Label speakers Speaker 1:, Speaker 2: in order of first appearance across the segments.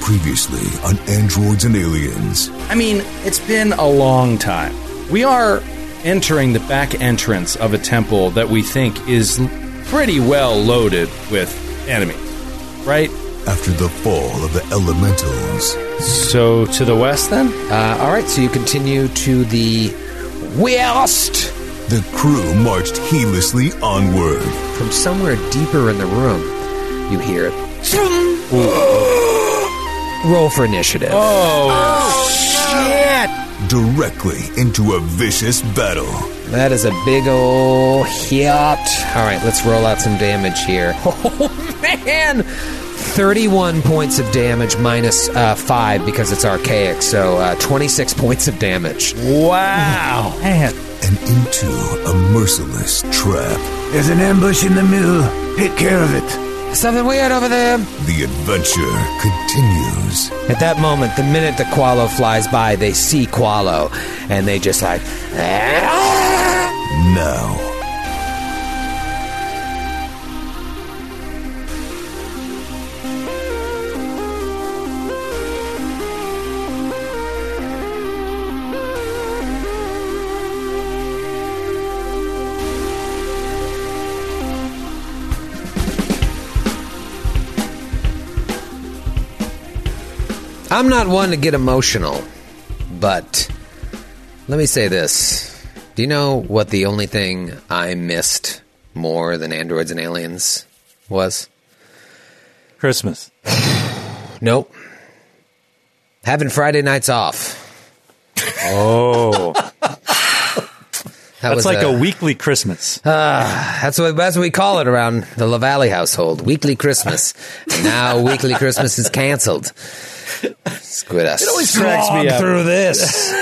Speaker 1: Previously on Androids and Aliens.
Speaker 2: I mean, it's been a long time. We are entering the back entrance of a temple that we think is pretty well loaded with enemies, right?
Speaker 1: After the fall of the Elementals,
Speaker 2: So to the west, then?
Speaker 3: Uh, all right, so you continue to the west
Speaker 1: the crew marched heedlessly onward.
Speaker 3: from somewhere deeper in the room. You hear it. Roll for initiative.
Speaker 1: Oh. Directly into a vicious battle.
Speaker 3: That is a big ol' yacht. All right, let's roll out some damage here. Oh man, thirty-one points of damage minus, uh, five because it's archaic. So uh, twenty-six points of damage.
Speaker 2: Wow.
Speaker 1: And into a merciless trap.
Speaker 4: There's an ambush in the middle. Take care of it.
Speaker 3: Something weird over there.
Speaker 1: The adventure continues.
Speaker 3: At that moment, the minute the Qualo flies by, they see Qualo, and they just like. "Ah!"
Speaker 1: Now,
Speaker 3: I'm not one to get emotional, but let me say this. Do you know what the only thing I missed more than androids and aliens was?
Speaker 5: Christmas.
Speaker 3: Nope. Having Friday nights off.
Speaker 5: Oh,
Speaker 3: That
Speaker 5: that's
Speaker 3: was
Speaker 5: like a weekly Christmas.
Speaker 3: That's what that's what we call it around the LaValle household. Weekly Christmas. and now weekly Christmas is canceled. Squid us.
Speaker 2: cracks me up.
Speaker 5: through this.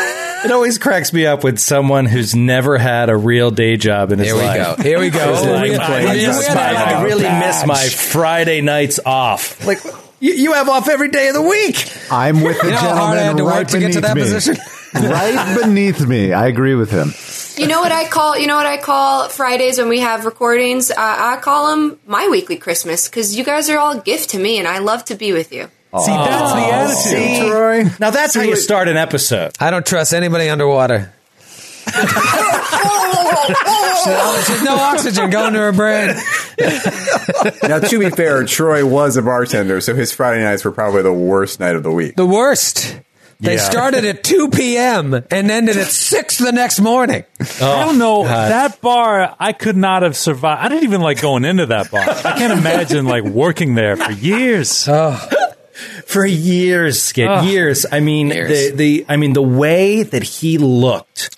Speaker 2: It always cracks me up with someone who's never had a real day job in his
Speaker 3: Here we
Speaker 2: life.
Speaker 3: go. Here we go.
Speaker 2: It's like,
Speaker 3: Oh,
Speaker 2: I,
Speaker 3: yeah.
Speaker 2: miss
Speaker 3: Yeah.
Speaker 2: my, I really
Speaker 5: Yeah.
Speaker 2: miss my Friday nights off. Like, you, you have off every day of the week.
Speaker 4: I'm with the
Speaker 3: You know how hard I had
Speaker 4: gentleman
Speaker 3: to
Speaker 4: right
Speaker 3: work to get to
Speaker 4: beneath
Speaker 3: that
Speaker 4: me.
Speaker 3: position?
Speaker 4: right beneath me. I agree with him.
Speaker 6: You know what I call? You know what I call Fridays when we have recordings? Uh, I call them my weekly Christmas because you guys are all a gift to me, and I love to be with you.
Speaker 3: Oh.
Speaker 5: See, that's the attitude.
Speaker 4: Troy.
Speaker 2: Now, that's how you start an episode.
Speaker 3: I don't trust anybody underwater. There's no oxygen going to her brain.
Speaker 7: Now, to be fair, Troy was a bartender, so his Friday nights were probably the worst night of the week.
Speaker 3: The worst. They
Speaker 5: Yeah.
Speaker 3: started at 2 p.m. and ended at 6 the next morning.
Speaker 2: Oh,
Speaker 5: I don't know that bar. I could not have survived. I didn't even like going into that bar. I can't imagine like working there for years.
Speaker 3: Oh.
Speaker 2: for years, Skid. Years. I mean
Speaker 3: Years.
Speaker 2: the the I mean the way that he looked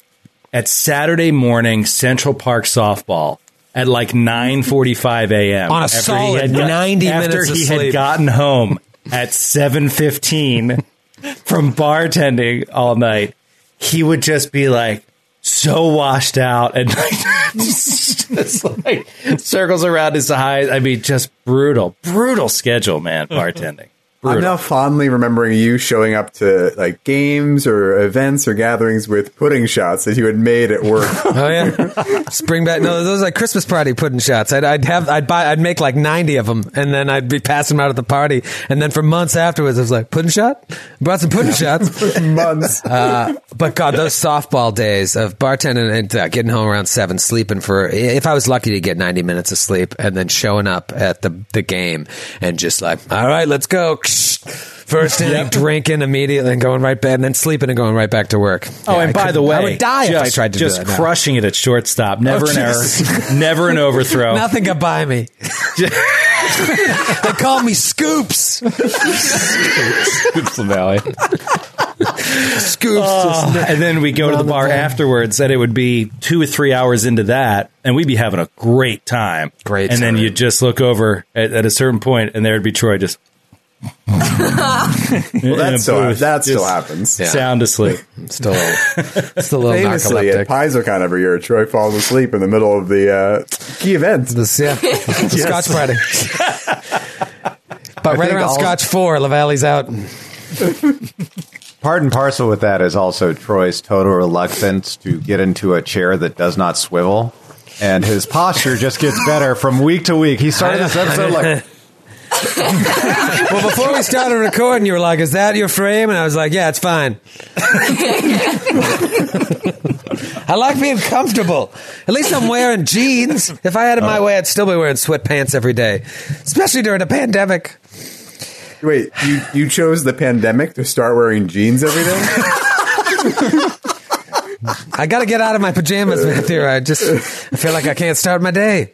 Speaker 2: at Saturday morning Central Park softball at like nine forty five a.m.
Speaker 3: On a
Speaker 2: after he
Speaker 3: solid
Speaker 2: had got-
Speaker 3: 90
Speaker 2: after
Speaker 3: minutes of
Speaker 2: he had
Speaker 3: sleep.
Speaker 2: gotten home at seven fifteen from bartending all night. He would just be like so washed out and just like circles around his eyes. I mean, just brutal, brutal schedule, man. Bartending.
Speaker 7: I'm now fondly remembering you showing up to like games or events or gatherings with pudding shots that you had made at work.
Speaker 3: Oh yeah, spring back. No, those are like Christmas party pudding shots. I'd, I'd have, I'd buy, I'd make like ninety of them, and then I'd be passing them out at the party. And then for months afterwards, I was like, pudding shot. Brought some pudding shots.
Speaker 7: Months.
Speaker 3: Uh, But God, those softball days of bartending and uh, getting home around seven, sleeping for if I was lucky to get ninety minutes of sleep, and then showing up at the the game and just like, all right, let's go. First inning, drinking immediately, and going right back, and then sleeping and going right back to work.
Speaker 2: Oh,
Speaker 3: Yeah, I
Speaker 2: and by
Speaker 3: couldn't-
Speaker 2: the way,
Speaker 3: I would die
Speaker 2: just,
Speaker 3: if I tried to
Speaker 2: just
Speaker 3: do that. now.
Speaker 2: crushing it at shortstop. Never
Speaker 3: Oh,
Speaker 2: an
Speaker 3: Jesus.
Speaker 2: error, never an overthrow.
Speaker 3: Nothing could buy me. they call me Scoops. Scoops.
Speaker 2: Oh, and then we go to the bar afterwards, and it would be two or three hours into that, and we'd be having a great time.
Speaker 3: Great
Speaker 2: And then
Speaker 3: time.
Speaker 2: you just look over at, at a certain point, and there'd be Troy just.
Speaker 7: well, that still,
Speaker 2: booth,
Speaker 7: that still
Speaker 2: just
Speaker 7: happens.
Speaker 3: Yeah.
Speaker 2: Sound asleep.
Speaker 3: Still, still a little
Speaker 7: Famously, at
Speaker 3: narcoleptic.
Speaker 7: PaizoCon every year, Troy falls asleep in the middle of the uh, key event.
Speaker 3: This- yeah. The Scotch Friday. But right
Speaker 4: think
Speaker 3: around
Speaker 4: all-
Speaker 3: Scotch 4, LaValle's out.
Speaker 4: Part and parcel with that is also Troy's total reluctance to get into a chair that does not swivel. And his posture just gets better from week to week. He started this episode like
Speaker 3: well, before we started recording, you were like, "Is that your frame?" And I was like, "Yeah, it's fine." I like being comfortable. At least I'm wearing jeans. If I had it my way, I'd still be wearing sweatpants every day, especially during a pandemic.
Speaker 7: Wait, you, you chose the pandemic to start wearing jeans every day?
Speaker 3: I got to get out of my pajamas, Matthew. I just I feel like I can't start my day.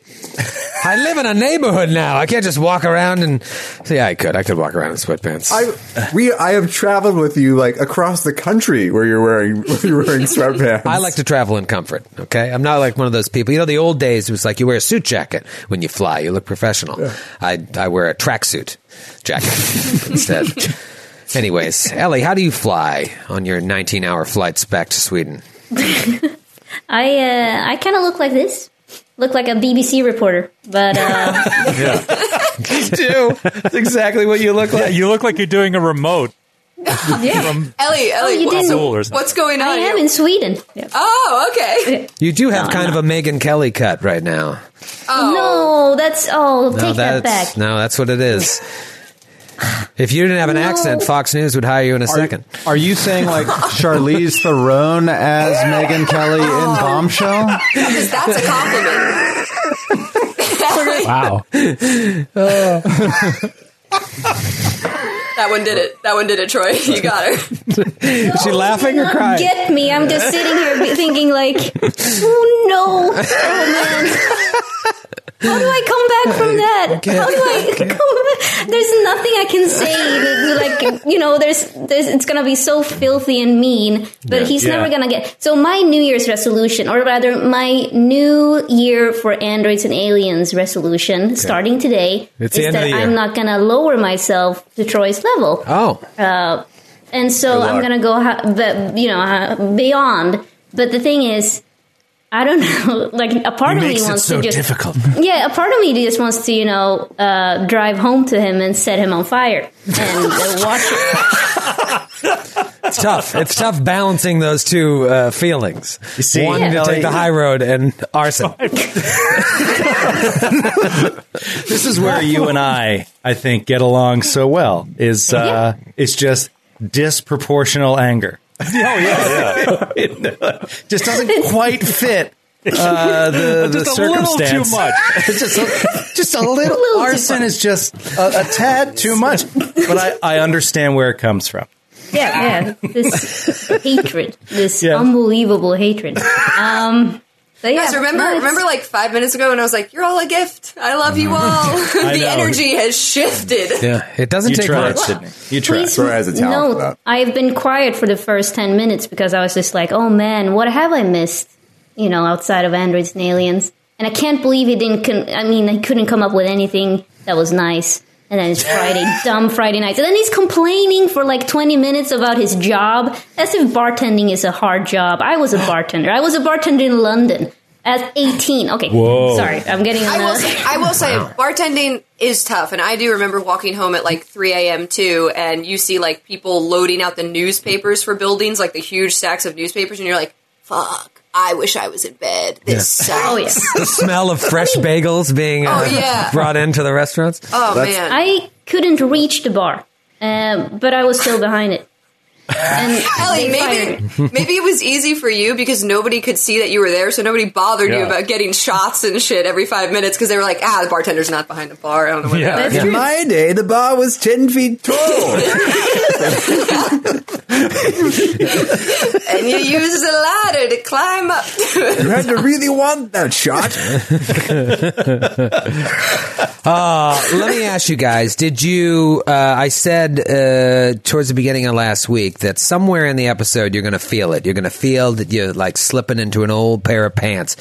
Speaker 3: I live in a neighborhood now. I can't just walk around and yeah, I could. I could walk around in sweatpants.
Speaker 7: I we I have traveled with you like across the country where you're wearing where you're wearing sweatpants.
Speaker 3: I like to travel in comfort. Okay, I'm not like one of those people. You know, the old days it was like you wear a suit jacket when you fly. You look professional. I I wear a tracksuit jacket instead. Anyways, Ellie, how do you fly on your 19 hour flights back to Sweden?
Speaker 8: I uh, I kind of look like this. Look like a BBC reporter, but uh,
Speaker 3: Do that's exactly what you look like.
Speaker 5: You look like you're doing a remote.
Speaker 6: Ellie, Ellie,
Speaker 8: Oh, you
Speaker 6: what's,
Speaker 8: didn't.
Speaker 5: Cool or something.
Speaker 6: what's going
Speaker 8: I
Speaker 6: on?
Speaker 8: am
Speaker 6: here?
Speaker 8: in Sweden.
Speaker 6: Oh, okay.
Speaker 3: You do have
Speaker 8: No,
Speaker 3: kind
Speaker 8: I'm
Speaker 3: of a Megan Kelly cut right now.
Speaker 8: No, that's oh,
Speaker 3: No,
Speaker 8: take that
Speaker 3: that's
Speaker 8: back.
Speaker 3: no, that's what it is. If you didn't have an
Speaker 8: No.
Speaker 3: accent, Fox News would hire you in a second.
Speaker 4: Are you saying like Charlize Theron as Megan Kelly in Bombshell?
Speaker 6: Because that's a compliment.
Speaker 5: Wow.
Speaker 6: that one did it. That one did it, Troy. You got her.
Speaker 3: Is she laughing or
Speaker 8: Not
Speaker 3: crying?
Speaker 8: Get me! I'm just sitting here be- thinking like, oh no, oh man. How do I come back from that? How do I come back? There's nothing I can say. Like you know, there's, there's it's gonna be so filthy and mean. But he's
Speaker 5: Yeah.
Speaker 8: never gonna get. So my New Year's resolution, or rather, my New Year for androids and aliens resolution, starting today,
Speaker 3: It's the
Speaker 8: is
Speaker 3: end
Speaker 8: that
Speaker 3: of the year.
Speaker 8: I'm not gonna lower myself to Troy's level Uh,
Speaker 3: Oh,
Speaker 8: and so
Speaker 7: luck.
Speaker 8: I'm gonna go, ha- the, you know, ha- beyond. But the thing is, I don't know. Like a part of me
Speaker 2: makes it
Speaker 8: wants
Speaker 2: so
Speaker 8: to just,
Speaker 2: difficult.
Speaker 8: yeah, a part of me just wants to, you know, uh, drive home to him and set him on fire and uh, watch it.
Speaker 3: it's tough. It's tough balancing those two uh, feelings.
Speaker 2: You see,
Speaker 3: One
Speaker 2: Yeah.
Speaker 3: to take the high road and arson.
Speaker 2: This is where you and I, I think, get along so well. Is uh, it's just disproportional anger. Oh yeah, it just doesn't quite fit uh, the, the
Speaker 5: Just a little
Speaker 2: circumstance.
Speaker 5: too much.
Speaker 2: It's just a, just a little,
Speaker 8: too
Speaker 2: arson
Speaker 8: much.
Speaker 2: is just a, a tad too much. But I, I understand where it comes from.
Speaker 8: Yeah, yeah. This hatred, this
Speaker 2: Yeah.
Speaker 8: unbelievable hatred. Um, but yeah,
Speaker 6: Guys, remember,
Speaker 8: no, it's-
Speaker 6: remember, like five minutes ago, when I was like, "You're all a gift. I love you all."
Speaker 5: Mm-hmm.
Speaker 6: the
Speaker 2: know.
Speaker 6: energy has shifted.
Speaker 3: Yeah, it doesn't
Speaker 2: You
Speaker 3: take
Speaker 2: tried,
Speaker 3: much.
Speaker 2: Sydney. You tried.
Speaker 8: Please
Speaker 7: Sora has a talent
Speaker 8: note,
Speaker 7: for that.
Speaker 8: I've been quiet for the first 10 minutes because I was just like, oh man, what have I missed? You know, outside of androids and aliens. And I can't believe he didn't, con- I mean, he couldn't come up with anything that was nice. And then it's Friday, dumb Friday nights. And then he's complaining for like 20 minutes about his job as if bartending is a hard job. I was a bartender. I was a bartender in London at 18. Okay.
Speaker 5: Whoa.
Speaker 8: Sorry. I'm getting on
Speaker 6: I will,
Speaker 8: a-
Speaker 6: say, I will say, bartending is tough, and I do remember walking home at like 3 a.m. too, and you see like people loading out the newspapers for buildings, like the huge stacks of newspapers, and you're like, "Fuck, I wish I was in bed. This
Speaker 8: Oh, yeah.
Speaker 6: sucks."
Speaker 3: The smell of fresh bagels being uh,
Speaker 6: Oh, yeah.
Speaker 3: brought into the restaurants.
Speaker 6: Oh, man,
Speaker 8: I couldn't reach the bar, um, but I was still behind it. And
Speaker 6: Ellie,
Speaker 8: they fired
Speaker 6: maybe
Speaker 8: me.
Speaker 6: maybe it was easy for you because nobody could see that you were there, so nobody bothered you
Speaker 5: Yeah.
Speaker 6: about getting shots and shit every five minutes because they were like, "Ah, the bartender's not behind the bar. I don't know what."
Speaker 5: Yeah.
Speaker 6: Yeah.
Speaker 8: That's
Speaker 7: In
Speaker 8: true.
Speaker 7: my day, the bar was ten feet tall.
Speaker 6: And you use the ladder to climb up.
Speaker 7: you had to really want that shot.
Speaker 3: Uh, Let me ask you guys: Did you? Uh, I said uh, towards the beginning of last week that somewhere in the episode you're going to feel it. You're going to feel that you're like slipping into an old pair of pants.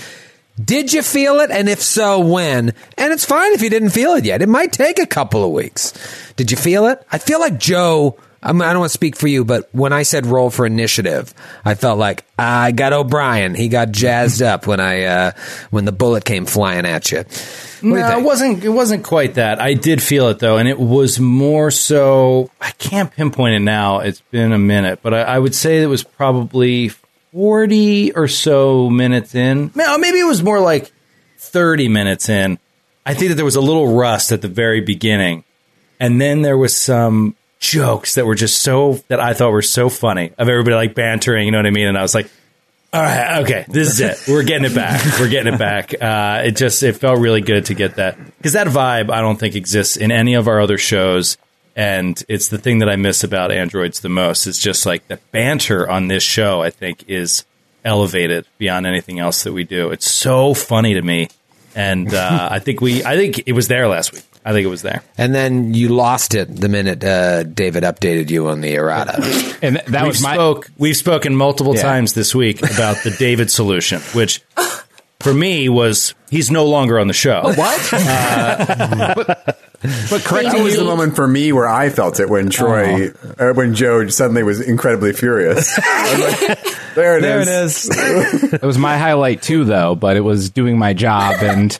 Speaker 3: Did you feel it? And if so, when? And it's fine if you didn't feel it yet. It might take a couple of weeks. Did you feel it? I feel like Joe. I, mean, I don't want to speak for you, but when I said roll for initiative, I felt like I got O'Brien. He got jazzed up when I uh, when the bullet came flying at you. What do you
Speaker 2: No,
Speaker 3: think?
Speaker 2: it wasn't. It wasn't quite that. I did feel it though, and it was more so. I can't pinpoint it now. It's been a minute, but I, I would say it was probably forty or so minutes in. No, maybe it was more like thirty minutes in. I think that there was a little rust at the very beginning, And then there was some jokes that were just so that I thought were so funny of everybody like bantering, you know what I mean? And I was like, all right, okay, this is it. We're getting it back. We're getting it back. Uh, it just it felt really good to get that because that vibe I don't think exists in any of our other shows, and it's the thing that I miss about androids the most. It's just like the banter on this show. I think is elevated beyond anything else that we do. It's so funny to me, and uh, I think we I think it was there last week. I think it was there.
Speaker 3: And then you lost it the minute uh, David updated you on the errata.
Speaker 9: And th- that
Speaker 2: we've
Speaker 9: was my.
Speaker 2: spoke we've spoken multiple times this week about the David solution, which for me was he's no longer on the show.
Speaker 9: What?
Speaker 7: But correcting was the moment for me where I felt it when Troy, uh, when Joe suddenly was incredibly furious. I was like, there it
Speaker 3: There
Speaker 7: is.
Speaker 3: it is.
Speaker 9: it was my highlight too, though. But it was doing my job and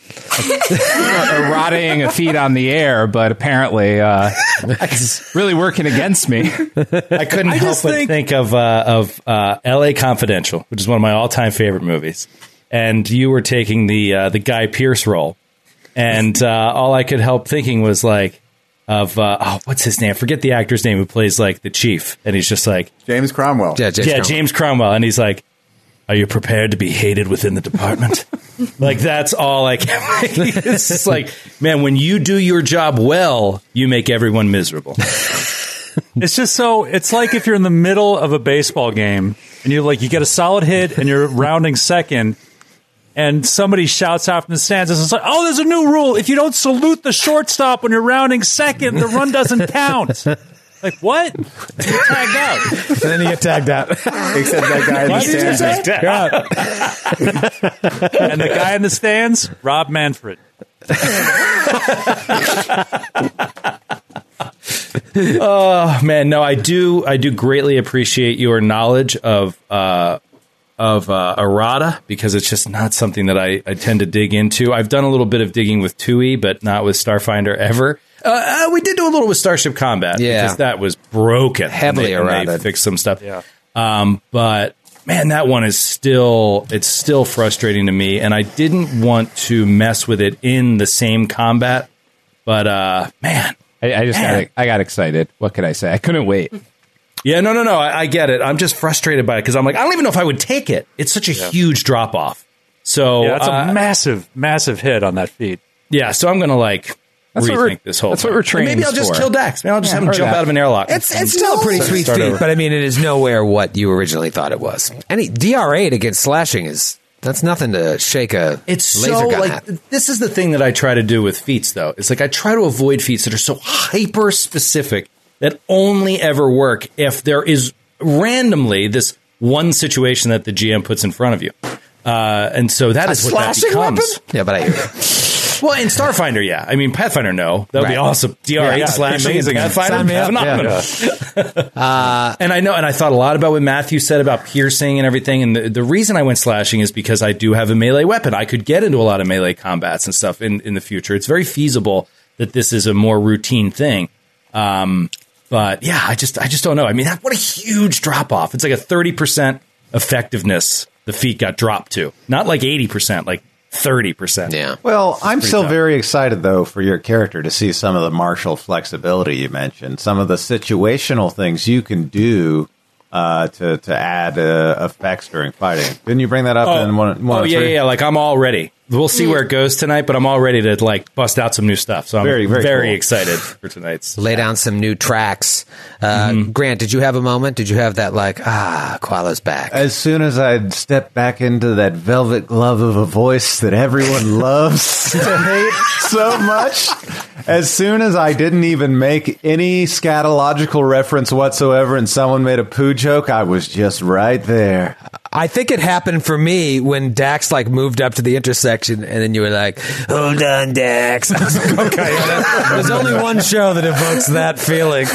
Speaker 9: rotting a feed on the air. But apparently, uh, it's really working against me.
Speaker 2: I couldn't help
Speaker 5: just
Speaker 2: but
Speaker 5: think-
Speaker 2: think, of uh, of uh, L.A. Confidential, which is one of my all time favorite movies, and you were taking the uh, the Guy Pierce role, and uh, all I could help thinking was like of uh, oh what's his name? I forget the actor's name who plays like the chief, and he's just like
Speaker 7: James Cromwell.
Speaker 3: Yeah, James
Speaker 2: yeah,
Speaker 3: Cromwell.
Speaker 2: James Cromwell, and he's like, "Are you prepared to be hated within the department?" like that's all I can. it's just like, man, when you do your job well, you make everyone miserable.
Speaker 5: It's just so. It's like if you're in the middle of a baseball game and you're like, you get a solid hit and you're rounding second, and somebody shouts out from the stands, it's like, oh, there's a new rule. If you don't salute the shortstop when you're rounding second, the run doesn't count. Like what? You're tagged out.
Speaker 9: And then you get tagged out.
Speaker 7: Except that guy in the stands.
Speaker 5: And the guy in the stands, Rob Manfred.
Speaker 2: Oh, man, no, I do. I do greatly appreciate your knowledge of uh, of uh, errata because it's just not something that I, I tend to dig into. I've done a little bit of digging with Tui, but not with Starfinder ever. Uh, uh, we did do a little with Starship Combat
Speaker 3: Yeah.
Speaker 2: because that was broken.
Speaker 3: Heavily
Speaker 2: and they, and they
Speaker 3: errata.
Speaker 2: fixed some stuff. Yeah. Um, but man, that one is still it's still frustrating to me, and I didn't want to mess with it in the same combat. But uh, man,
Speaker 9: I, I just got, I got excited. What could I say? I couldn't wait.
Speaker 2: Yeah, no, no, no. I, I get it. I'm just frustrated by it because I'm like, I don't even know if I would take it. It's such a huge drop off. So
Speaker 5: Yeah, that's a
Speaker 2: uh,
Speaker 5: massive, massive hit on that feed.
Speaker 2: yeah, so I'm gonna like
Speaker 9: That's what we're-
Speaker 2: rethink this whole.
Speaker 9: that's
Speaker 2: thing.
Speaker 9: what we're
Speaker 2: And Maybe
Speaker 9: trained
Speaker 2: I'll just
Speaker 9: for.
Speaker 2: kill Dax. Maybe I'll just
Speaker 9: Yeah,
Speaker 2: have him
Speaker 9: or
Speaker 2: jump
Speaker 9: that.
Speaker 2: out of an airlock.
Speaker 3: It's, it's still a pretty sweet
Speaker 2: Start
Speaker 3: feat,
Speaker 2: over.
Speaker 3: but I mean, it is nowhere what you originally thought it was. Any DR8 against slashing is that's nothing to shake a
Speaker 2: It's
Speaker 3: laser
Speaker 2: so
Speaker 3: gun
Speaker 2: like
Speaker 3: at.
Speaker 2: this is the thing that I try to do with feats though. It's like I try to avoid feats that are so hyper specific that only ever work if there is randomly this one situation that the GM puts in front of you. Uh, and so that is what that
Speaker 3: slashing
Speaker 2: becomes.
Speaker 3: weapon. Yeah, but I hear you.
Speaker 2: Well, in Starfinder, yeah. I mean, Pathfinder, no. That would be
Speaker 3: Right.
Speaker 2: awesome. DR8
Speaker 5: yeah,
Speaker 2: slashing
Speaker 5: amazing.
Speaker 2: in Pathfinder,
Speaker 9: Sign me up.
Speaker 2: phenomenal. and I know, and I thought a lot about what Matthew said about piercing and everything. And the, the reason I went slashing is because I do have a melee weapon. I could get into a lot of melee combats and stuff in, in the future. It's very feasible that this is a more routine thing. Um, but yeah, I just, I just don't know. I mean, that, what a huge drop off. It's like a 30% effectiveness the feat got dropped to. Not like 80%, like 30%.
Speaker 3: Yeah.
Speaker 4: Well, I'm still very excited though for your character to see some of the martial flexibility you mentioned, some of the situational things you can do uh, to to add uh, effects during fighting. Didn't you bring that up in one? one
Speaker 2: oh
Speaker 4: of
Speaker 2: yeah,
Speaker 4: three?
Speaker 2: yeah. Like I'm all ready. We'll see where it goes tonight, but I'm all ready to like bust out some new stuff. So I'm
Speaker 4: Very,
Speaker 2: very,
Speaker 4: very
Speaker 2: very,
Speaker 4: cool.
Speaker 2: excited for tonight's. Mm-hmm.
Speaker 3: Lay down some new tracks. Uh, Grant, did you have a moment? Did you have that like ah, Koala's back?
Speaker 4: As soon as I stepped back into that velvet glove of a voice that everyone loves to hate so much, as soon as I didn't even make any scatological reference whatsoever and someone made a poo joke, I was just right there.
Speaker 3: I think it happened for me when Dax like moved up to the intersection, and then you were like, "Hold on, Dax." I was like, "Okay." that- There's only one show that evokes that feeling.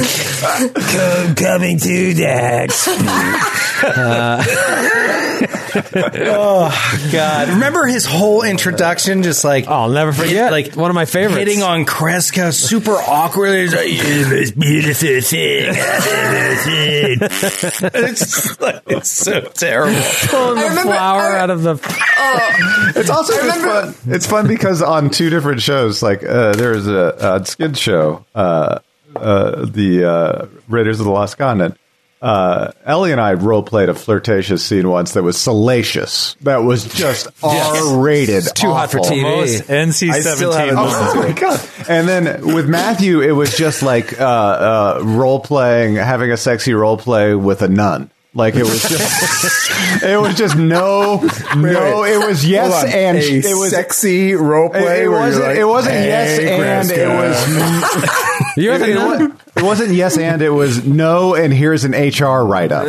Speaker 3: Come, coming to Dax. Uh,
Speaker 2: Oh, God, remember his whole introduction? Just like
Speaker 3: I'll never forget.
Speaker 2: like,
Speaker 3: one of my favorites.
Speaker 2: hitting on Kreska, super awkward. He's like, "You're the most beautiful thing I've ever seen." it's, just like, it's so terrible.
Speaker 3: pulling
Speaker 6: I
Speaker 3: the
Speaker 6: remember-
Speaker 3: flower
Speaker 6: I- Oh.
Speaker 3: out of the.
Speaker 4: It's also it's
Speaker 6: remember-
Speaker 4: fun. It's fun because on two different shows, like uh, there was a, a skid show uh, uh, the uh, Raiders of the Lost Continent. Uh, Ellie and I role played a flirtatious scene once that was salacious. That was just R rated.
Speaker 3: It's too hot for TV.
Speaker 5: Most NC
Speaker 7: I still
Speaker 5: seventeen.
Speaker 7: haven't listened to
Speaker 4: Oh
Speaker 7: it.
Speaker 4: my god! And then with Matthew, it was just like uh, uh, role playing, having a sexy role play with a nun. Like it was just, it was just no, no.
Speaker 7: wait.
Speaker 4: It was yes
Speaker 7: Hold on.
Speaker 4: and
Speaker 7: a
Speaker 4: it was
Speaker 7: sexy role
Speaker 4: it-
Speaker 7: play.
Speaker 4: It
Speaker 7: where you're
Speaker 4: wasn't.
Speaker 7: like,
Speaker 4: it wasn't yes,
Speaker 7: "Hey,
Speaker 4: and it
Speaker 7: Graska."
Speaker 4: was.
Speaker 3: You're the
Speaker 4: it,
Speaker 3: nun?
Speaker 4: wa- it wasn't yes, and it was no. And here's an HR write up.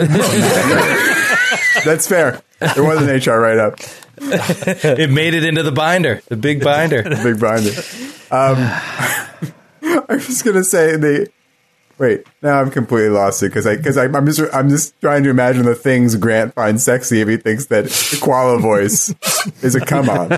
Speaker 7: That's fair. It was an HR write up.
Speaker 2: It made it into the binder, the big binder.
Speaker 7: Big binder. Um, I was gonna say the. Wait, now I'm completely lost it because I because I'm just I'm just trying to imagine the things Grant finds sexy if he thinks that the koala voice is a come on.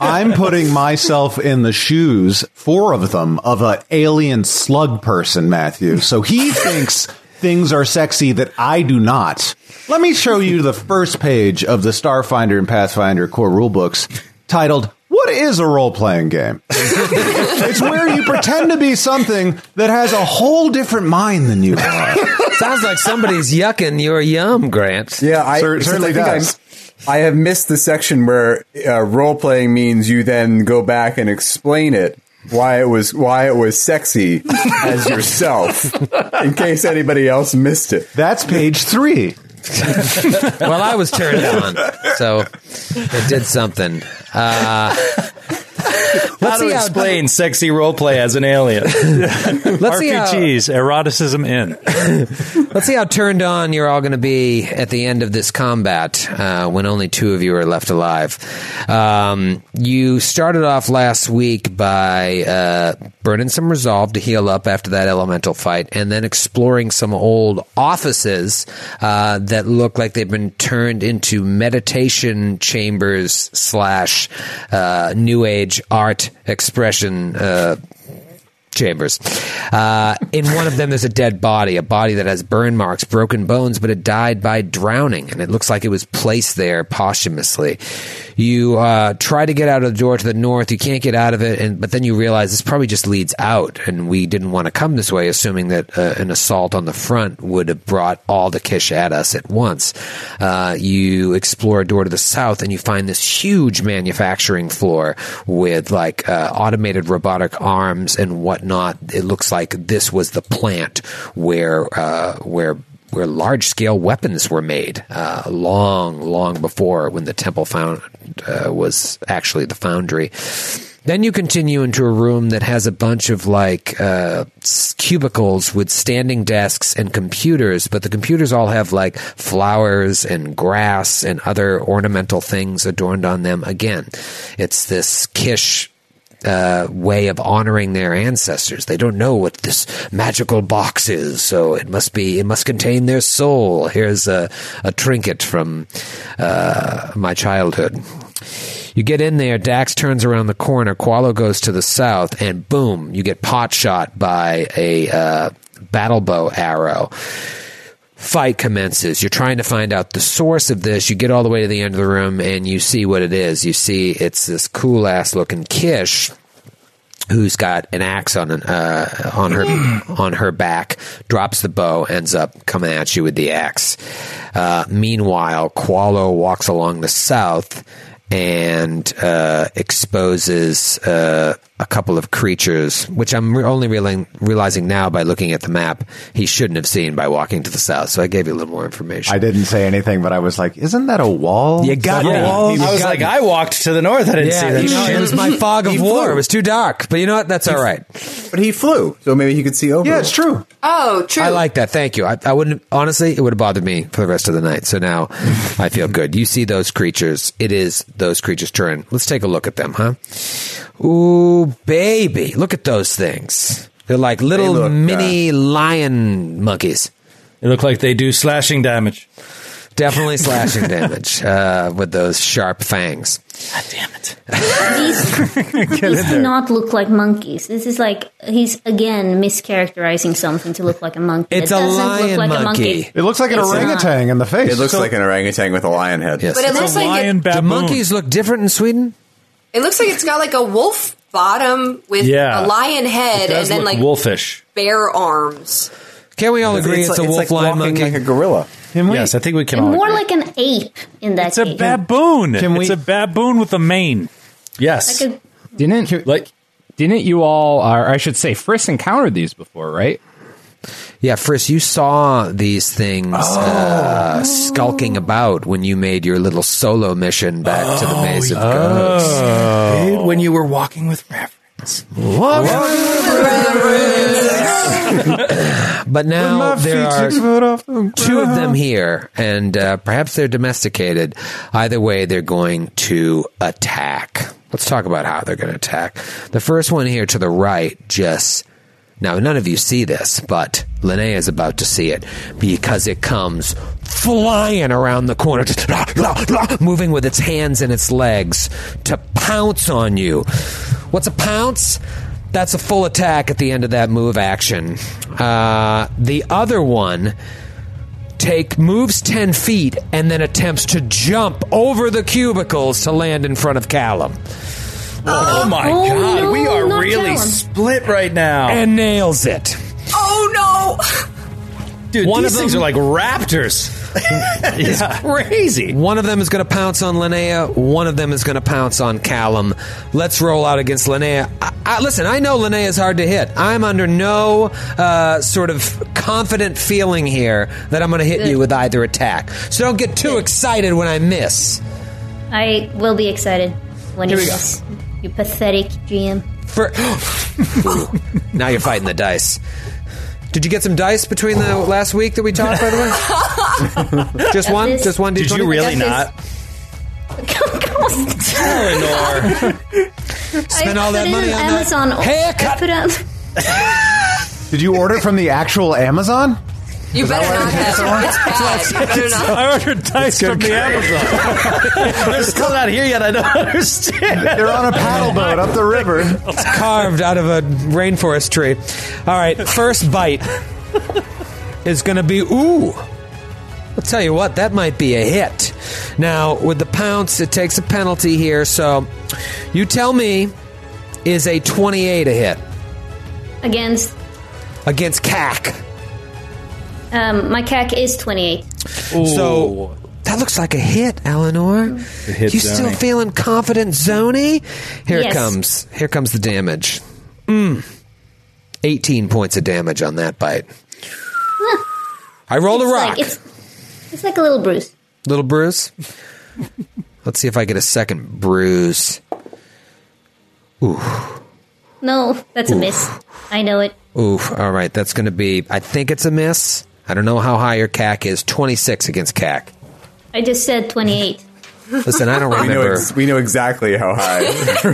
Speaker 4: I'm putting myself in the shoes, four of them, of an alien slug person, Matthew. So he thinks things are sexy that I do not. Let me show you the first page of the Starfinder and Pathfinder core rulebooks titled what is a role playing game? it's where you pretend to be something that has a whole different mind than you are.
Speaker 3: Sounds like somebody's yucking your yum, Grant.
Speaker 7: Yeah, I
Speaker 4: Cer-
Speaker 7: since
Speaker 4: certainly
Speaker 7: I think
Speaker 4: does.
Speaker 7: I'm- I have missed the section where uh, role playing means you then go back and explain it why it was why it was sexy as yourself in case anybody else missed it.
Speaker 4: That's page three.
Speaker 3: Well, I was turned on, so it did something. Uh,
Speaker 2: How to
Speaker 3: see how-
Speaker 2: explain sexy role play as an alien?
Speaker 3: Let's see how
Speaker 5: RPGs, eroticism in.
Speaker 3: Let's see how turned on you're all going to be at the end of this combat uh, when only two of you are left alive. Um, you started off last week by uh, burning some resolve to heal up after that elemental fight and then exploring some old offices uh, that look like they've been turned into meditation chambers slash uh, new age art expression uh, chambers. Uh, in one of them, there's a dead body, a body that has burn marks, broken bones, but it died by drowning, and it looks like it was placed there posthumously. You uh, try to get out of the door to the north, you can't get out of it, and but then you realize this probably just leads out, and we didn't want to come this way, assuming that uh, an assault on the front would have brought all the Kish at us at once. Uh, you explore a door to the south, and you find this huge manufacturing floor with like uh, automated robotic arms and whatnot. It looks like this was the plant where uh, where where large scale weapons were made uh, long long before when the temple found uh, was actually the foundry. Then you continue into a room that has a bunch of like uh, s- cubicles with standing desks and computers, but the computers all have like flowers and grass and other ornamental things adorned on them. Again, it's this Kish uh, way of honoring their ancestors. They don't know what this magical box is, so it must be it must contain their soul. Here's a, a trinket from uh, my childhood. You get in there, Dax turns around the corner, Qualo goes to the south, and boom, you get pot shot by a uh, battle bow arrow fight commences. You're trying to find out the source of this. You get all the way to the end of the room and you see what it is. You see it's this cool ass looking Kish who's got an axe on an, uh, on her on her back, drops the bow, ends up coming at you with the axe. Uh, meanwhile, Qualo walks along the south and uh, exposes uh, a couple of creatures, which I'm re- only realizing, realizing now by looking at the map. He shouldn't have seen by walking to the south. So I gave you a little more information.
Speaker 4: I didn't say anything, but I was like, "Isn't that a wall?"
Speaker 3: You got
Speaker 4: Several
Speaker 3: me.
Speaker 4: walls?
Speaker 2: I was like, I walked to the north. I didn't see
Speaker 3: yeah,
Speaker 2: that
Speaker 3: you know,
Speaker 2: shit.
Speaker 3: it was my fog of
Speaker 7: He
Speaker 3: war.
Speaker 7: flew.
Speaker 3: It was too dark, but you know what? That's all right.
Speaker 7: But he flew, so maybe he could see over.
Speaker 4: Yeah,
Speaker 7: it.
Speaker 4: it's true.
Speaker 6: Oh, true.
Speaker 3: I like that. Thank you. I, I wouldn't honestly. It would have bothered me for the rest of the night. So now I feel good. You see those creatures. It is those creatures' turn. Let's take a look at them, huh? Ooh, baby, look at those things. They're like little
Speaker 7: look,
Speaker 3: mini lion monkeys.
Speaker 2: It looked like uh, they do slashing damage.
Speaker 3: Definitely slashing damage uh, with those sharp fangs.
Speaker 2: God damn it.
Speaker 8: These, these do not look like monkeys. This is like he's again mischaracterizing something to look like a monkey.
Speaker 3: It's
Speaker 8: it
Speaker 3: a
Speaker 8: doesn't
Speaker 3: lion
Speaker 8: look like a
Speaker 3: monkey.
Speaker 8: monkey.
Speaker 4: It looks like an
Speaker 8: It's not.
Speaker 4: orangutan in the face.
Speaker 7: It looks like an orangutan with a lion head.
Speaker 3: Yes.
Speaker 6: but it
Speaker 5: It's
Speaker 6: looks
Speaker 5: a
Speaker 6: like
Speaker 5: lion
Speaker 6: it,
Speaker 5: baboon.
Speaker 3: Do monkeys look different in Sweden?
Speaker 6: it looks like it's got like a wolf bottom with
Speaker 2: Yeah.
Speaker 6: a lion head and
Speaker 2: does
Speaker 6: then
Speaker 2: look
Speaker 6: like
Speaker 2: wolfish.
Speaker 6: bear arms.
Speaker 3: Can we all agree it's, a wolf
Speaker 7: walking
Speaker 3: lion monkey?
Speaker 7: like a gorilla.
Speaker 2: Yes, I think we can all.
Speaker 8: More
Speaker 2: agree.
Speaker 8: like an ape in that
Speaker 5: It's a
Speaker 8: case.
Speaker 5: baboon.
Speaker 4: Can
Speaker 5: it's
Speaker 4: we-
Speaker 5: a baboon with a mane.
Speaker 2: yes,
Speaker 8: Like a-
Speaker 9: Didn't
Speaker 2: like
Speaker 9: didn't you all, or I should say, Frisk encountered these before, right?
Speaker 3: Yeah, Frisk, you saw these things uh, skulking about when you made your little solo mission back to the maze of ghosts.
Speaker 2: dude, when you were walking with reverence.
Speaker 3: But now there are
Speaker 4: off the
Speaker 3: two of
Speaker 1: Uh-huh.
Speaker 3: them here, and uh, perhaps they're domesticated. Either way, they're going to attack. Let's talk about how they're going to attack. The first one here to the right just. Now, none of you see this, but Linnea is about to see it because it comes flying around the corner, just blah, blah, blah, moving with its hands and its legs to pounce on you. What's a pounce? That's a full attack at the end of that move action. Uh, the other one take moves 10 feet and then attempts to jump over the cubicles to land in front of Callum
Speaker 2: Oh my
Speaker 8: Oh,
Speaker 2: god,
Speaker 8: no,
Speaker 2: we are
Speaker 8: not
Speaker 2: really
Speaker 8: Callum.
Speaker 2: split right now.
Speaker 3: and nails it.
Speaker 6: Oh
Speaker 2: dude,
Speaker 3: one
Speaker 2: these
Speaker 3: of
Speaker 2: things
Speaker 3: them-
Speaker 2: are like raptors. it's crazy.
Speaker 3: One of them is going to pounce on Linnea, one of them is going to pounce on Callum. Let's roll out against Linnea. I, I, listen, I know Linnea is hard to hit. I'm under no uh, sort of confident feeling here that I'm going to hit you with either attack. So don't get too excited when I miss.
Speaker 8: I will be excited when you miss. You pathetic GM.
Speaker 3: For- Ooh, now you're fighting the dice. Did you get some dice between the last week that we talked? By the way, just one, just one.
Speaker 2: Did you really
Speaker 8: I
Speaker 2: not?
Speaker 8: got I
Speaker 2: Eleanor.
Speaker 3: spend all
Speaker 8: put
Speaker 3: that
Speaker 8: in
Speaker 3: money
Speaker 8: an
Speaker 3: on that?
Speaker 8: Amazon.
Speaker 3: Haircut.
Speaker 8: I put out-
Speaker 4: Did you order from the actual Amazon?
Speaker 6: no! You better not have. It's bad. You better not.
Speaker 5: I ordered dice from the Amazon.
Speaker 2: They're still not here yet. I don't understand.
Speaker 4: They're on a paddle boat up the river.
Speaker 3: carved out of a rainforest tree. All right, first bite is going to be ooh. I'll tell you what, that might be a hit. Now with the pounce, it takes a penalty here. So you tell me, is a twenty-eight a hit
Speaker 8: against
Speaker 3: against CAC?
Speaker 8: um, my CAC is twenty eight.
Speaker 3: So that looks like a hit, Eleanor. you still
Speaker 2: Zony.
Speaker 3: feeling confident, Zony? Here it
Speaker 8: Yes.
Speaker 3: comes. Here comes the damage. Mm. 18 points of damage on that bite. I rolled a rock.
Speaker 8: Like it's it's like a little bruise.
Speaker 3: Little bruise. Let's see if I get a second bruise.
Speaker 8: No, that's a miss. I know it.
Speaker 3: Oof. All right. That's going to be, I think it's a miss. I don't know how high your CAC is. 26 against CAC.
Speaker 8: I just said twenty eight.
Speaker 3: Listen, I don't
Speaker 7: We know,
Speaker 3: remember.
Speaker 7: ex- we know exactly how high.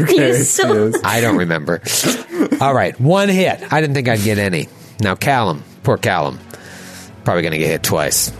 Speaker 8: Yes, so
Speaker 7: is.
Speaker 3: I don't remember. All right, one hit. I didn't think I'd get any. Now Callum, poor Callum, probably going to get hit twice.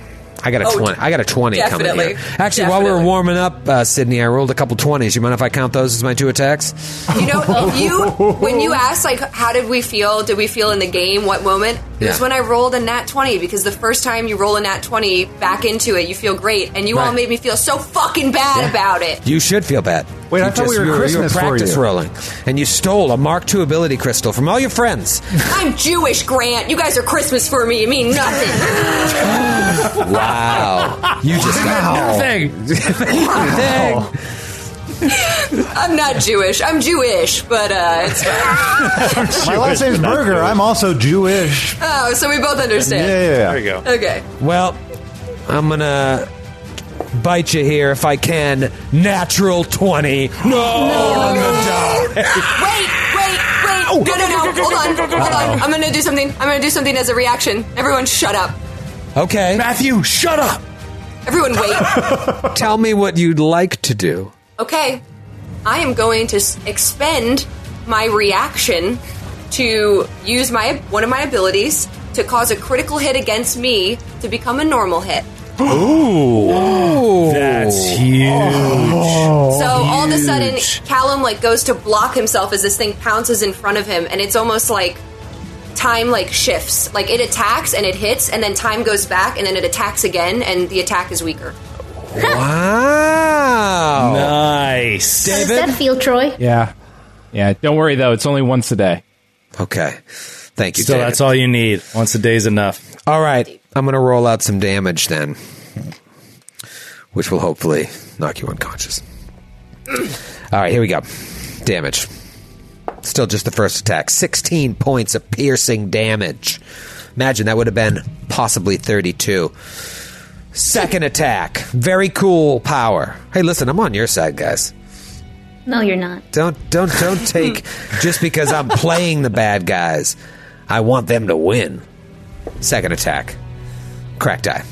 Speaker 3: I got a
Speaker 6: Oh,
Speaker 3: twenty. I got a twenty coming
Speaker 6: definitely.
Speaker 3: here. Actually, while we were
Speaker 6: Definitely.
Speaker 3: warming up, uh, Sydney, I rolled a couple twenties. You mind if I count those as my two attacks?
Speaker 6: You know, if you when you asked like, how did we feel? Did we feel in the game? What moment? It was
Speaker 3: Yeah.
Speaker 6: when I rolled a nat twenty because the first time you roll a nat twenty back into it, you feel great, and you all
Speaker 3: Right.
Speaker 6: made me feel so fucking bad about it.
Speaker 3: You should feel bad.
Speaker 4: Wait,
Speaker 3: you
Speaker 4: I thought we were
Speaker 3: you you
Speaker 4: Christmas for
Speaker 3: practice
Speaker 4: you.
Speaker 3: rolling, and you stole a Mark II ability crystal from all your friends.
Speaker 6: I'm Jewish, Grant. You guys are Christmas for me. It mean nothing.
Speaker 3: Wow, you just got nothing. nothing.
Speaker 6: I'm not Jewish. I'm Jewish, but uh, it's
Speaker 4: My last name's Burger. I'm also Jewish.
Speaker 6: oh, so we both understand.
Speaker 4: Yeah.
Speaker 5: you go.
Speaker 6: Okay.
Speaker 3: Well, I'm gonna bite you here if I can. Natural twenty. No, I'm gonna die.
Speaker 6: Wait, wait, wait. no, no, no. Hold on. Hold on. I'm going to do something. I'm going to do something as a reaction. Everyone shut up.
Speaker 3: Okay,
Speaker 2: Matthew, shut up.
Speaker 6: Everyone wait.
Speaker 3: tell me what you'd like to do.
Speaker 6: Okay. I am going to s- expend my reaction to use my one of my abilities to cause a critical hit against me to become a normal hit.
Speaker 2: That's huge.
Speaker 6: So all of a sudden, Callum like goes to block himself as this thing pounces in front of him, and it's almost like time like shifts. Like it attacks and it hits, and then time goes back, and then it attacks again, and the attack is weaker.
Speaker 3: Wow.
Speaker 2: Nice.
Speaker 8: How does that feel, Troy?
Speaker 9: Yeah. Yeah, don't worry though; it's only once a day.
Speaker 3: Okay. Thank you.
Speaker 2: So
Speaker 3: Dave.
Speaker 2: that's all you need. Once a day's enough.
Speaker 3: all right. I'm going to roll out some damage then, which will hopefully knock you unconscious. All right, here we go. Damage. Still just the first attack. 16 points of piercing damage. Imagine that would have been possibly 32. Second attack. Very cool power. Hey, listen, I'm on your side, guys.
Speaker 8: No, you're not.
Speaker 3: Don't don't don't take just because I'm playing the bad guys. I want them to win. Second attack. Cracked eye.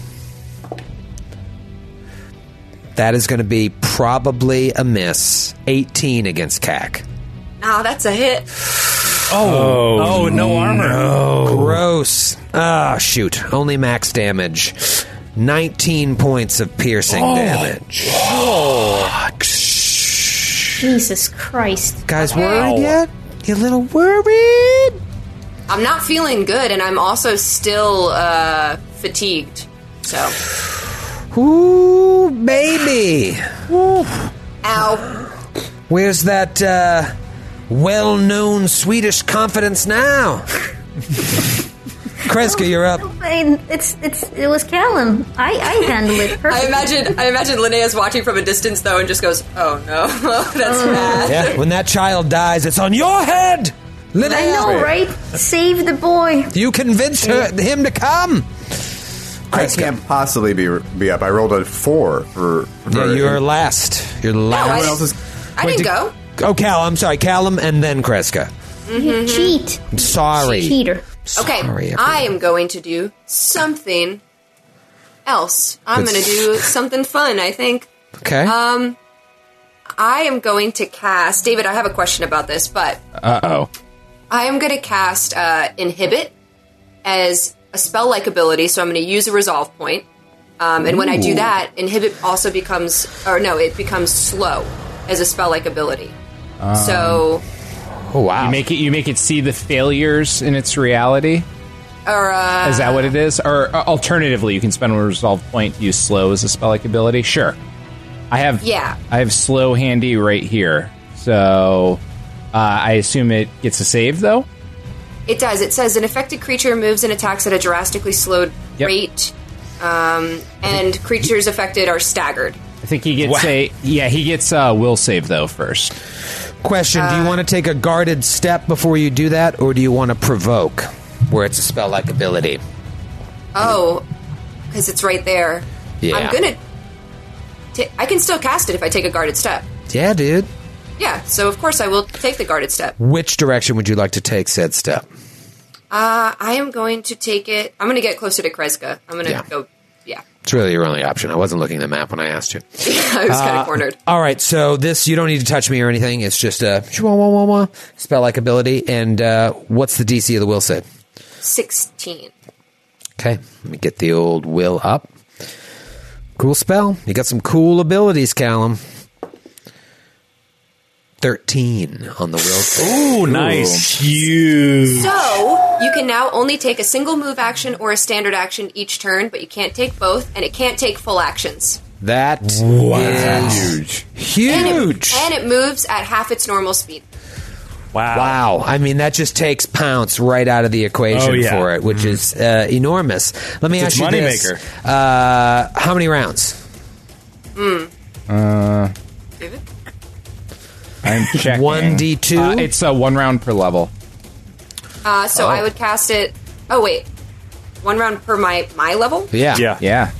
Speaker 3: That is going to be probably a miss. 18 against CAC.
Speaker 6: Nah, Ah, that's a hit.
Speaker 5: Oh, no armor.
Speaker 3: Gross. Ah, shoot. Only max damage. 19 points of piercing
Speaker 5: Oh.
Speaker 3: damage.
Speaker 8: Jesus Christ.
Speaker 3: Guys, worried yet? You a little worried?
Speaker 6: I'm not feeling good, and I'm also still uh, fatigued. So,
Speaker 3: Ooh, maybe.
Speaker 6: ow.
Speaker 3: Where's that uh, well known Swedish confidence now? Kreska, you're up.
Speaker 8: I, it's it's it was Callum. I I handled it perfectly.
Speaker 6: I imagine I imagine Linnea's watching from a distance though, and just goes, "Oh no, that's bad."
Speaker 3: Yeah. When that child dies, it's on your head! Linnea,
Speaker 8: I know, right? Save the boy.
Speaker 3: You convinced her, him to come!
Speaker 7: I can't possibly be be up. I rolled a four for. for
Speaker 3: Yeah, you're last. You're
Speaker 6: I
Speaker 3: last.
Speaker 7: Everyone else is.
Speaker 6: I
Speaker 3: Wait,
Speaker 6: didn't
Speaker 3: did-
Speaker 6: go.
Speaker 3: Oh, Cal, I'm sorry. Callum and then Kreska.
Speaker 8: You cheat.
Speaker 3: I'm sorry.
Speaker 8: Cheater.
Speaker 6: Mm-hmm. Okay,
Speaker 3: Sorry,
Speaker 6: I am going to do something else. I'm
Speaker 3: Good.
Speaker 6: going to do something fun. I think Um,
Speaker 3: Okay.
Speaker 6: I am going to cast David. I have a question about this, but
Speaker 9: Uh oh.
Speaker 6: I am going to cast uh, Inhibit as a spell like ability, so I'm going to use a resolve point. Um, and when I do that, Inhibit also becomes, or no, it becomes slow as a spell like ability. so,
Speaker 3: oh, wow.
Speaker 9: You make it. You make it see the failures in its reality.
Speaker 6: or, uh,
Speaker 9: Um, Is that what it is? Or uh, alternatively, you can spend a resolve point to use slow as a spell like ability. Sure. I have
Speaker 6: Yeah.
Speaker 9: I have slow handy right here. So uh, I assume it gets a save though.
Speaker 6: it does. It says an affected creature moves and attacks at a drastically slowed
Speaker 9: Yep.
Speaker 6: rate, um, and creatures affected are staggered.
Speaker 9: I think he gets a yeah, he gets uh, will save though first.
Speaker 3: Question
Speaker 6: Uh,
Speaker 3: Do you want to take a guarded step before you do that, or do you want to provoke, where it's a spell like ability?
Speaker 6: Oh, because it's right there.
Speaker 3: Yeah.
Speaker 6: I'm going to. I can still cast it if I take a guarded step.
Speaker 3: Yeah, dude.
Speaker 6: Yeah, so of course I will take the guarded step.
Speaker 3: Which direction would you like to take said step?
Speaker 6: Uh, I am going to take it. I'm going to get closer to Kreska. I'm going to
Speaker 3: Yeah.
Speaker 6: go. Yeah,
Speaker 3: It's really your only option. I wasn't looking at the map when I asked you. Uh,
Speaker 6: I was kind of cornered.
Speaker 3: All right, so this you don't need to touch me or anything. It's just a spell like ability. And uh, what's the DC of the will save?
Speaker 6: Sixteen.
Speaker 3: Okay, let me get the old will up. Cool spell. You got some cool abilities, Callum. Thirteen on the will save.
Speaker 5: Ooh, nice.
Speaker 2: Huge.
Speaker 6: So you can now only take a single move action or a standard action each turn, but you can't take both, and it can't take full actions.
Speaker 3: That is
Speaker 7: Huge.
Speaker 3: huge.
Speaker 6: And it moves at half its normal speed.
Speaker 5: Wow.
Speaker 3: Wow. I mean, that just takes pounce right out of the equation
Speaker 2: Oh, yeah.
Speaker 3: for it, which is uh, enormous. Let me
Speaker 2: It's
Speaker 3: ask you this.
Speaker 2: moneymaker.
Speaker 3: Uh, how many rounds? Uh,
Speaker 6: David?
Speaker 9: I'm checking.
Speaker 3: 1d2?
Speaker 9: Uh, it's uh, one round per level.
Speaker 6: Uh, so I would cast it. Oh wait, one round per my my level.
Speaker 3: yeah.
Speaker 5: Yeah.
Speaker 9: Yeah.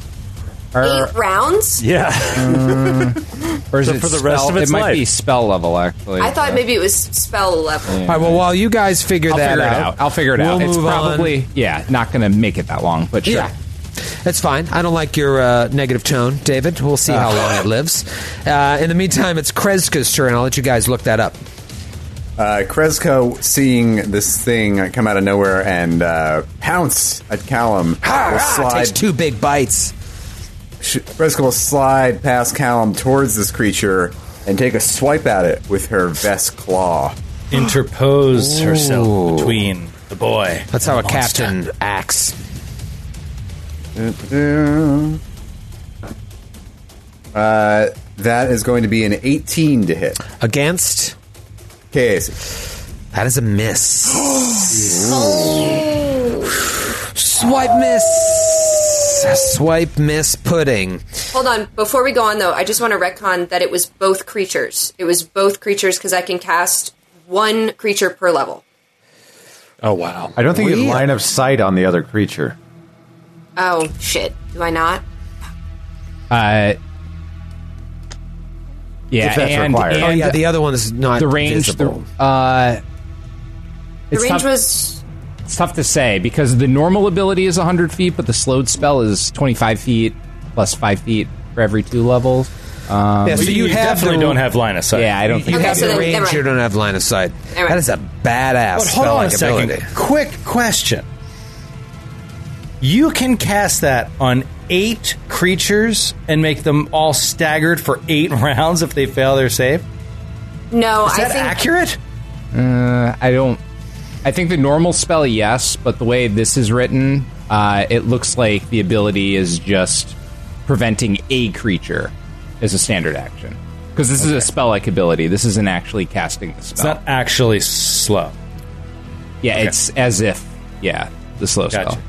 Speaker 9: Or,
Speaker 6: Eight rounds.
Speaker 5: Yeah.
Speaker 9: or is
Speaker 5: So
Speaker 9: it
Speaker 5: for the
Speaker 9: spell-
Speaker 5: rest of its
Speaker 9: It might
Speaker 5: life.
Speaker 9: be spell level actually.
Speaker 6: I thought maybe it was spell level.
Speaker 3: All right, well, while you guys figure
Speaker 9: I'll
Speaker 3: that
Speaker 9: figure it
Speaker 3: out,
Speaker 9: out. I'll figure it
Speaker 3: we'll
Speaker 9: out. It's
Speaker 3: move on.
Speaker 9: probably yeah, not going to make it that long, but sure.
Speaker 3: Yeah. That's fine. I don't like your uh, negative tone, David. We'll see how long it lives. Uh, in the meantime, it's Kreska's turn. I'll let you guys look that up.
Speaker 7: Uh, Kreska seeing this thing come out of nowhere and uh, pounce at Callum.
Speaker 3: Ah,
Speaker 7: will
Speaker 3: ah,
Speaker 7: slide
Speaker 3: takes two big bites.
Speaker 7: Sh- Kreska will slide past Callum towards this creature and take a swipe at it with her vest claw.
Speaker 2: Interpose herself between the boy.
Speaker 3: That's how a captain acts.
Speaker 7: Uh, That is going to be an 18 to hit.
Speaker 3: Against
Speaker 7: Case.
Speaker 3: That is a miss. Swipe miss. Swipe miss pudding.
Speaker 6: Hold on. Before we go on, though, I just want to retcon that it was both creatures. It was both creatures because I can cast one creature per level.
Speaker 5: Oh wow.
Speaker 4: I don't think you
Speaker 3: We-
Speaker 4: have line of sight on the other creature.
Speaker 6: Oh, shit. Do I not?
Speaker 9: Uh, yeah,
Speaker 4: If that's
Speaker 9: and,
Speaker 4: required.
Speaker 9: and
Speaker 4: Oh,
Speaker 3: Yeah, the other one is not
Speaker 9: the range.
Speaker 3: visible.
Speaker 9: The, uh,
Speaker 6: The
Speaker 9: it's,
Speaker 6: range
Speaker 9: tough,
Speaker 6: was.
Speaker 9: it's tough to say because the normal ability is 100 feet, but the slowed spell is 25 feet plus 5 feet for every two levels. Um,
Speaker 3: yeah, so you, have
Speaker 2: definitely
Speaker 3: the,
Speaker 2: don't have line of sight.
Speaker 9: Yeah, I don't think
Speaker 3: You
Speaker 6: Okay,
Speaker 3: have
Speaker 6: so
Speaker 3: the
Speaker 6: then- never
Speaker 3: range.
Speaker 6: mind.
Speaker 3: You don't have line of sight.
Speaker 6: Never
Speaker 3: That is a badass
Speaker 2: But hold on
Speaker 3: spell-like
Speaker 2: a second.
Speaker 3: ability.
Speaker 2: Quick question. You can cast that on eight creatures and make them all staggered for eight rounds if they fail their save. Is
Speaker 6: No, I
Speaker 2: that
Speaker 6: think.
Speaker 2: accurate?
Speaker 9: Uh, I don't. I think the normal spell, yes, but the way this is written, uh, it looks like the ability is just preventing a creature as a standard action. Because this is a spell like ability. This isn't actually casting the
Speaker 2: It's
Speaker 9: spell.
Speaker 2: not actually slow.
Speaker 9: yeah, it's as if. Yeah, the slow
Speaker 2: Gotcha.
Speaker 9: spell.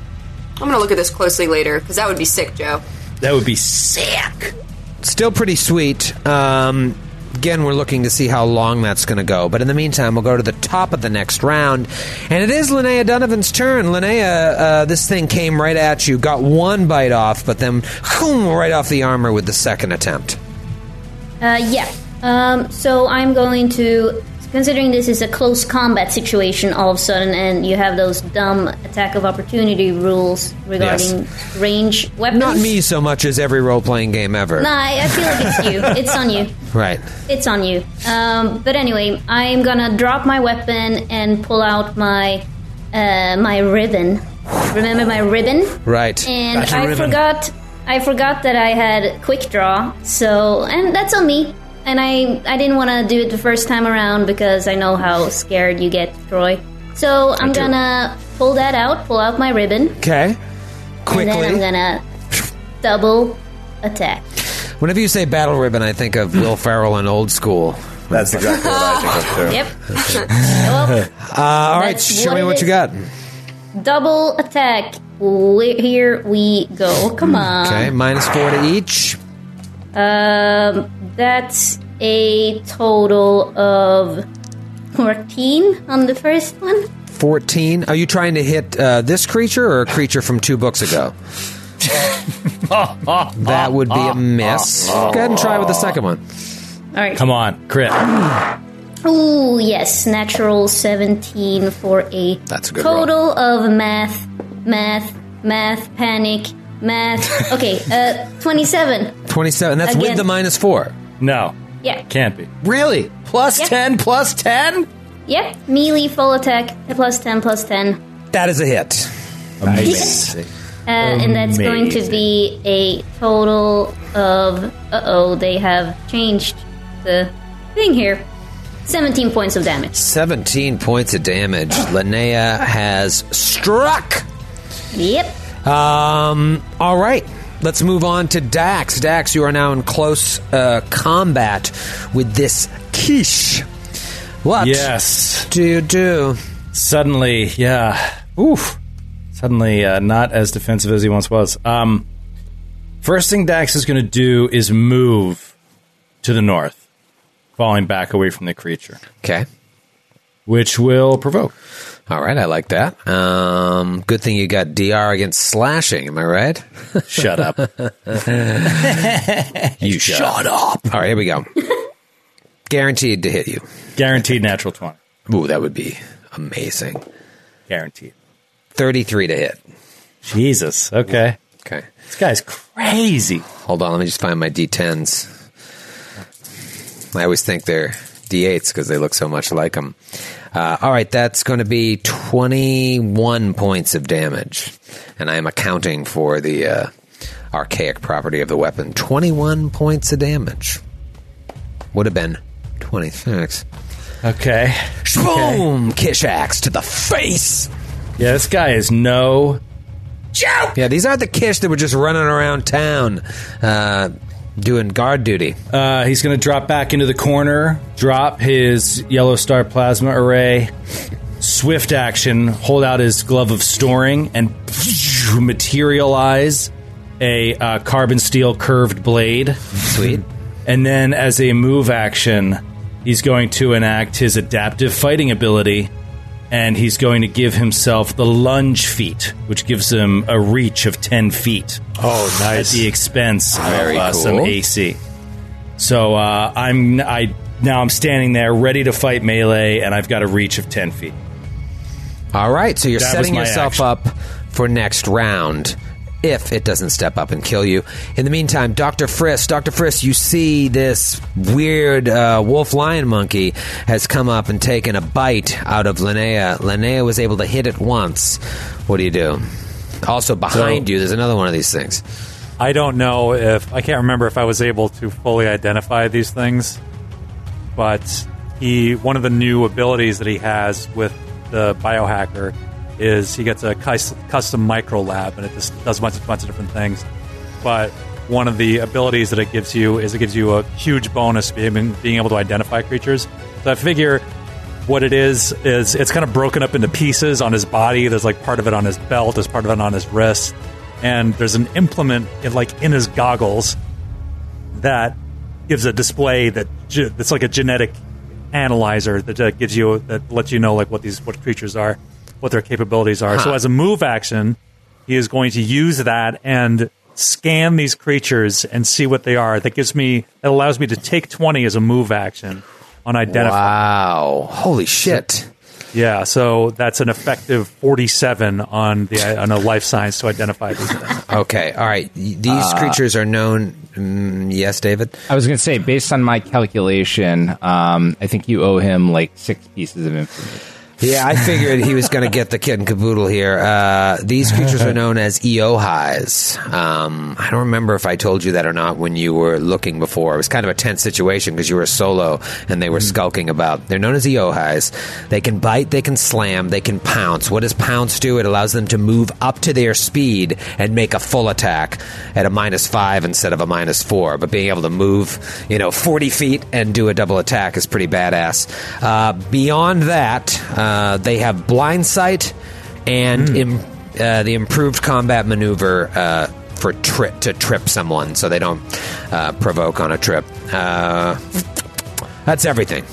Speaker 6: I'm going to look at this closely later because that would be sick, Joe.
Speaker 2: That would be sick.
Speaker 3: Still pretty sweet. Um, again, we're looking to see how long that's going to go. But in the meantime, we'll go to the top of the next round. And it is Linnea Donovan's turn. Linnea, uh, this thing came right at you, got one bite off, but then boom, right off the armor with the second attempt.
Speaker 8: Uh, yeah. Um, so I'm going to, considering this is a close combat situation all of a sudden, and you have those dumb attack of opportunity rules regarding range weapons.
Speaker 3: Not me so much as every role playing game ever.
Speaker 8: No, I, I feel like it's you. It's on you.
Speaker 3: Right.
Speaker 8: It's on you. Um, but anyway, I'm gonna drop my weapon and pull out my uh, my ribbon. Remember my ribbon?
Speaker 3: Right.
Speaker 8: And
Speaker 2: Got your
Speaker 8: I
Speaker 2: ribbon.
Speaker 8: forgot I forgot that I had quick draw. So and that's on me. And I I didn't want to do it the first time around because I know how scared you get, Troy. So I'm
Speaker 3: do.
Speaker 8: gonna pull that out, pull out my ribbon,
Speaker 3: Okay.
Speaker 8: and
Speaker 3: Quickly.
Speaker 8: then I'm gonna double attack.
Speaker 3: Whenever you say battle ribbon, I think of Will Ferrell in old school.
Speaker 7: That's exactly what I think of too.
Speaker 8: Yep. Well,
Speaker 3: Uh, All right,
Speaker 8: That's
Speaker 3: show
Speaker 8: what
Speaker 3: me
Speaker 8: it
Speaker 3: what you
Speaker 8: is. Um,
Speaker 3: got.
Speaker 8: double attack. We- Here we go. Come on.
Speaker 3: Okay, minus four to each.
Speaker 8: Um, that's a total of 14 on the first one.
Speaker 3: 14. Are you trying to hit uh, this creature or a creature from two books ago? that would be a miss. Go ahead and try with the second one.
Speaker 8: All right.
Speaker 2: Come on, crit.
Speaker 8: Ooh, yes, natural 17 for a
Speaker 3: That's a good
Speaker 8: total of math, math, math, panic, math. Okay, uh, 27.
Speaker 3: 27. That's with
Speaker 8: Again.
Speaker 3: the minus four.
Speaker 2: No,
Speaker 8: Yeah.
Speaker 2: can't be.
Speaker 3: Really? Plus
Speaker 8: Yeah.
Speaker 3: 10, plus 10?
Speaker 8: Yep. Melee full attack plus 10 plus 10.
Speaker 3: That is a hit. Amazing.
Speaker 8: Uh, and that's going to be a total of. Uh oh, they have changed the thing here. 17 points of damage.
Speaker 3: 17 points of damage. Linnea has struck.
Speaker 8: Yep.
Speaker 3: Um, all right. Let's move on to Dax. Dax, you are now in close uh, combat with this quiche. What
Speaker 2: Yes.
Speaker 3: do you do?
Speaker 2: Suddenly, yeah. Oof. Suddenly, uh, not as defensive as he once was. Um, first thing Dax is going to do is move to the north, falling back away from the creature,
Speaker 3: Okay.
Speaker 2: which will provoke.
Speaker 3: All right. I like that. Um, good thing you got DR against slashing. Am I right?
Speaker 2: Shut up.
Speaker 3: You shut, up. All right. Here we go. Guaranteed to hit you.
Speaker 2: Guaranteed natural 20.
Speaker 3: Ooh, that would be amazing.
Speaker 2: Guaranteed.
Speaker 3: 33 to hit.
Speaker 2: Jesus. Okay.
Speaker 3: Okay.
Speaker 2: This guy's crazy.
Speaker 3: Hold on, let me just find my D10s. I always think they're D8s because they look so much like them. Uh, all right, that's going to be 21 points of damage. And I am accounting for the uh, archaic property of the weapon. 21 points of damage. Would have been 26.
Speaker 2: Okay.
Speaker 3: Boom! Kish axe to the face!
Speaker 2: Yeah, this guy is no
Speaker 3: Yeah, these aren't the Kish that were just running around town uh, doing guard duty.
Speaker 2: Uh, he's going to drop back into the corner, drop his yellow star plasma array, swift action, hold out his glove of storing, and materialize a uh, carbon steel curved blade.
Speaker 3: Sweet.
Speaker 2: And then, as a move action, he's going to enact his adaptive fighting ability, and he's going to give himself the lunge feat, which gives him a reach of 10 feet. Oh, nice. At the expense
Speaker 3: Very
Speaker 2: of uh,
Speaker 3: cool.
Speaker 2: some AC. So uh, I'm I now I'm standing there ready to fight melee, and I've got a reach of 10 feet.
Speaker 3: All right, so you're
Speaker 2: That was
Speaker 3: setting
Speaker 2: my
Speaker 3: yourself
Speaker 2: action.
Speaker 3: up for next round if it doesn't step up and kill you. In the meantime, Dr. Frisk, Dr. Frisk, you see this weird uh, wolf lion monkey has come up and taken a bite out of Linnea. Linnea was able to hit it once. What do you do? Also, behind you, there's another one of these things.
Speaker 5: I don't know if I can't remember if I was able to fully identify these things, but he one of the new abilities that he has with the biohacker is he gets a cus- custom micro lab and it just does a bunch, bunch of different things. But one of the abilities that it gives you is it gives you a huge bonus being being able to identify creatures. So I figure what it is is it's kind of broken up into pieces on his body. There's like part of it on his belt, there's part of it on his wrist, and there's an implement in, like in his goggles that gives a display that ge- that's like a genetic analyzer that uh, gives you that lets you know like what these what creatures are, what their capabilities are. So as a move action, he is going to use that and scan these creatures and see what they are. That gives me that allows me to take twenty as a move action on identify.
Speaker 3: Wow. Holy shit.
Speaker 5: Yeah, so that's an effective 47 on the on a life science to identify these things.
Speaker 3: Okay, all right. These creatures are known. Mm, yes, David?
Speaker 9: Uh, I was going to say, based on my calculation, um, I think you owe him like six pieces of information.
Speaker 3: Yeah, I figured he was going to get the kid and caboodle here. Uh, these creatures are known as eohis. Um, I don't remember if I told you that or not when you were looking before. It was kind of a tense situation because you were solo and they were skulking about. They're known as eohis. They can bite, they can slam, they can pounce. What does pounce do? It allows them to move up to their speed and make a full attack at a minus five instead of a minus four. But being able to move, you know, 40 feet and do a double attack is pretty badass. Uh, beyond that, uh, they have blind sight and
Speaker 5: Hmm.
Speaker 3: im- uh, the improved combat maneuver uh, for trip to trip someone, so they don't uh, provoke on a trip. Uh, that's everything.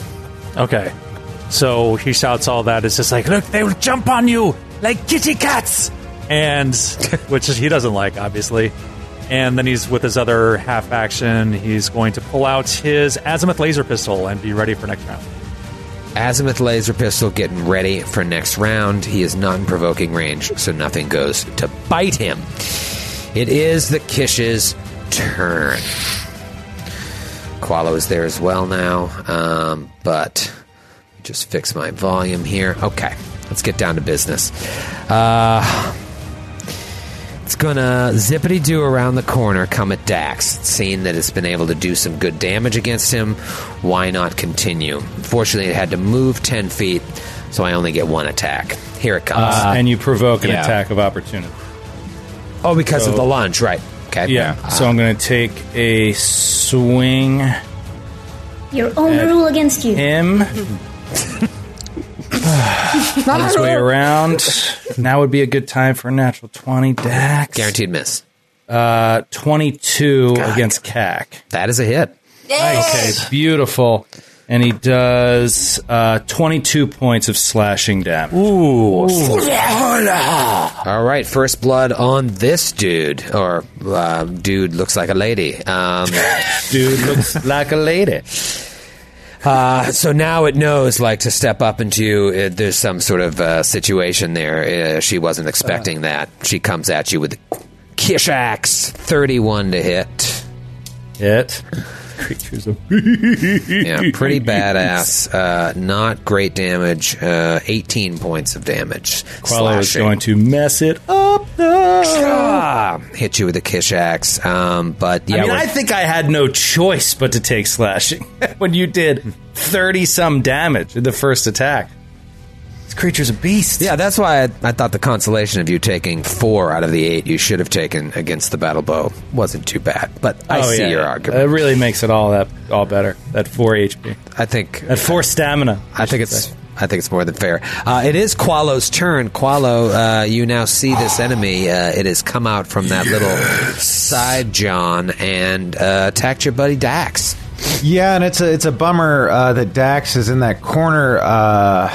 Speaker 5: Okay. So he shouts all that. It's just like, look, they will jump on you like kitty cats. And which he doesn't like, obviously. And then he's with his other half action. He's going to pull out his azimuth laser pistol and be ready for next round.
Speaker 3: Azimuth laser pistol getting ready for next round. He is not in provoking range, so nothing goes to bite him. It is the Kish's turn. Qualo is there as well now, um, but just fix my volume here. Okay, let's get down to business. Uh, it's gonna zippity do around the corner, come at Dax, seeing that it's been able to do some good damage against him. Why not continue? Fortunately, it had to move 10 feet, so I only get one attack. Here it comes.
Speaker 2: Uh, and you provoke an
Speaker 9: yeah.
Speaker 2: attack of opportunity.
Speaker 3: oh, because of
Speaker 2: so-
Speaker 3: the lunge, right. Okay.
Speaker 2: Yeah. So I'm going to take a swing
Speaker 8: Your own
Speaker 2: Ed.
Speaker 8: rule against you.
Speaker 2: him. On his way around. Now would be a good time for a natural 20 Dax.
Speaker 3: Guaranteed miss.
Speaker 2: Uh, 22 against CAC.
Speaker 3: That is a hit.
Speaker 2: Okay, beautiful. And he does uh, 22 points of slashing damage.
Speaker 3: All right, first blood on this dude, or uh, dude looks like a lady. Um,
Speaker 2: Dude looks like a lady.
Speaker 3: Uh, so now it knows, like, to step up into you. It, there's some sort of uh, situation there. Uh, she wasn't expecting
Speaker 2: Uh-huh.
Speaker 3: that. She comes at you with the Kish Axe, 31 to hit.
Speaker 2: Hit.
Speaker 3: Yeah, pretty badass. Uh, not great damage. Uh, 18 points of damage.
Speaker 2: Qualo is
Speaker 3: Slashing.
Speaker 2: going to mess it up.
Speaker 3: Ah, hit you with a Kish Axe. Um, but yeah,
Speaker 2: I mean,
Speaker 3: we're-
Speaker 2: I think I had no choice but to take slashing when you did 30 some damage in the first attack. This creature's a beast.
Speaker 3: Yeah, that's why I, I thought the consolation of you taking four out of the eight you should have taken against the battle bow wasn't too bad. But I
Speaker 2: Oh,
Speaker 3: see
Speaker 2: yeah.
Speaker 3: your argument.
Speaker 2: It really makes it all that all better. That four HP.
Speaker 3: I think
Speaker 2: That four stamina.
Speaker 3: I think it's I think it's more than fair. Uh, it is Qualo's turn. Qualo, uh, you now see
Speaker 2: Ah.
Speaker 3: this enemy. Uh, it has come out from that little side John and uh, attacked your buddy Dax.
Speaker 4: Yeah, and it's a it's a bummer uh, that Dax is in that corner. Uh,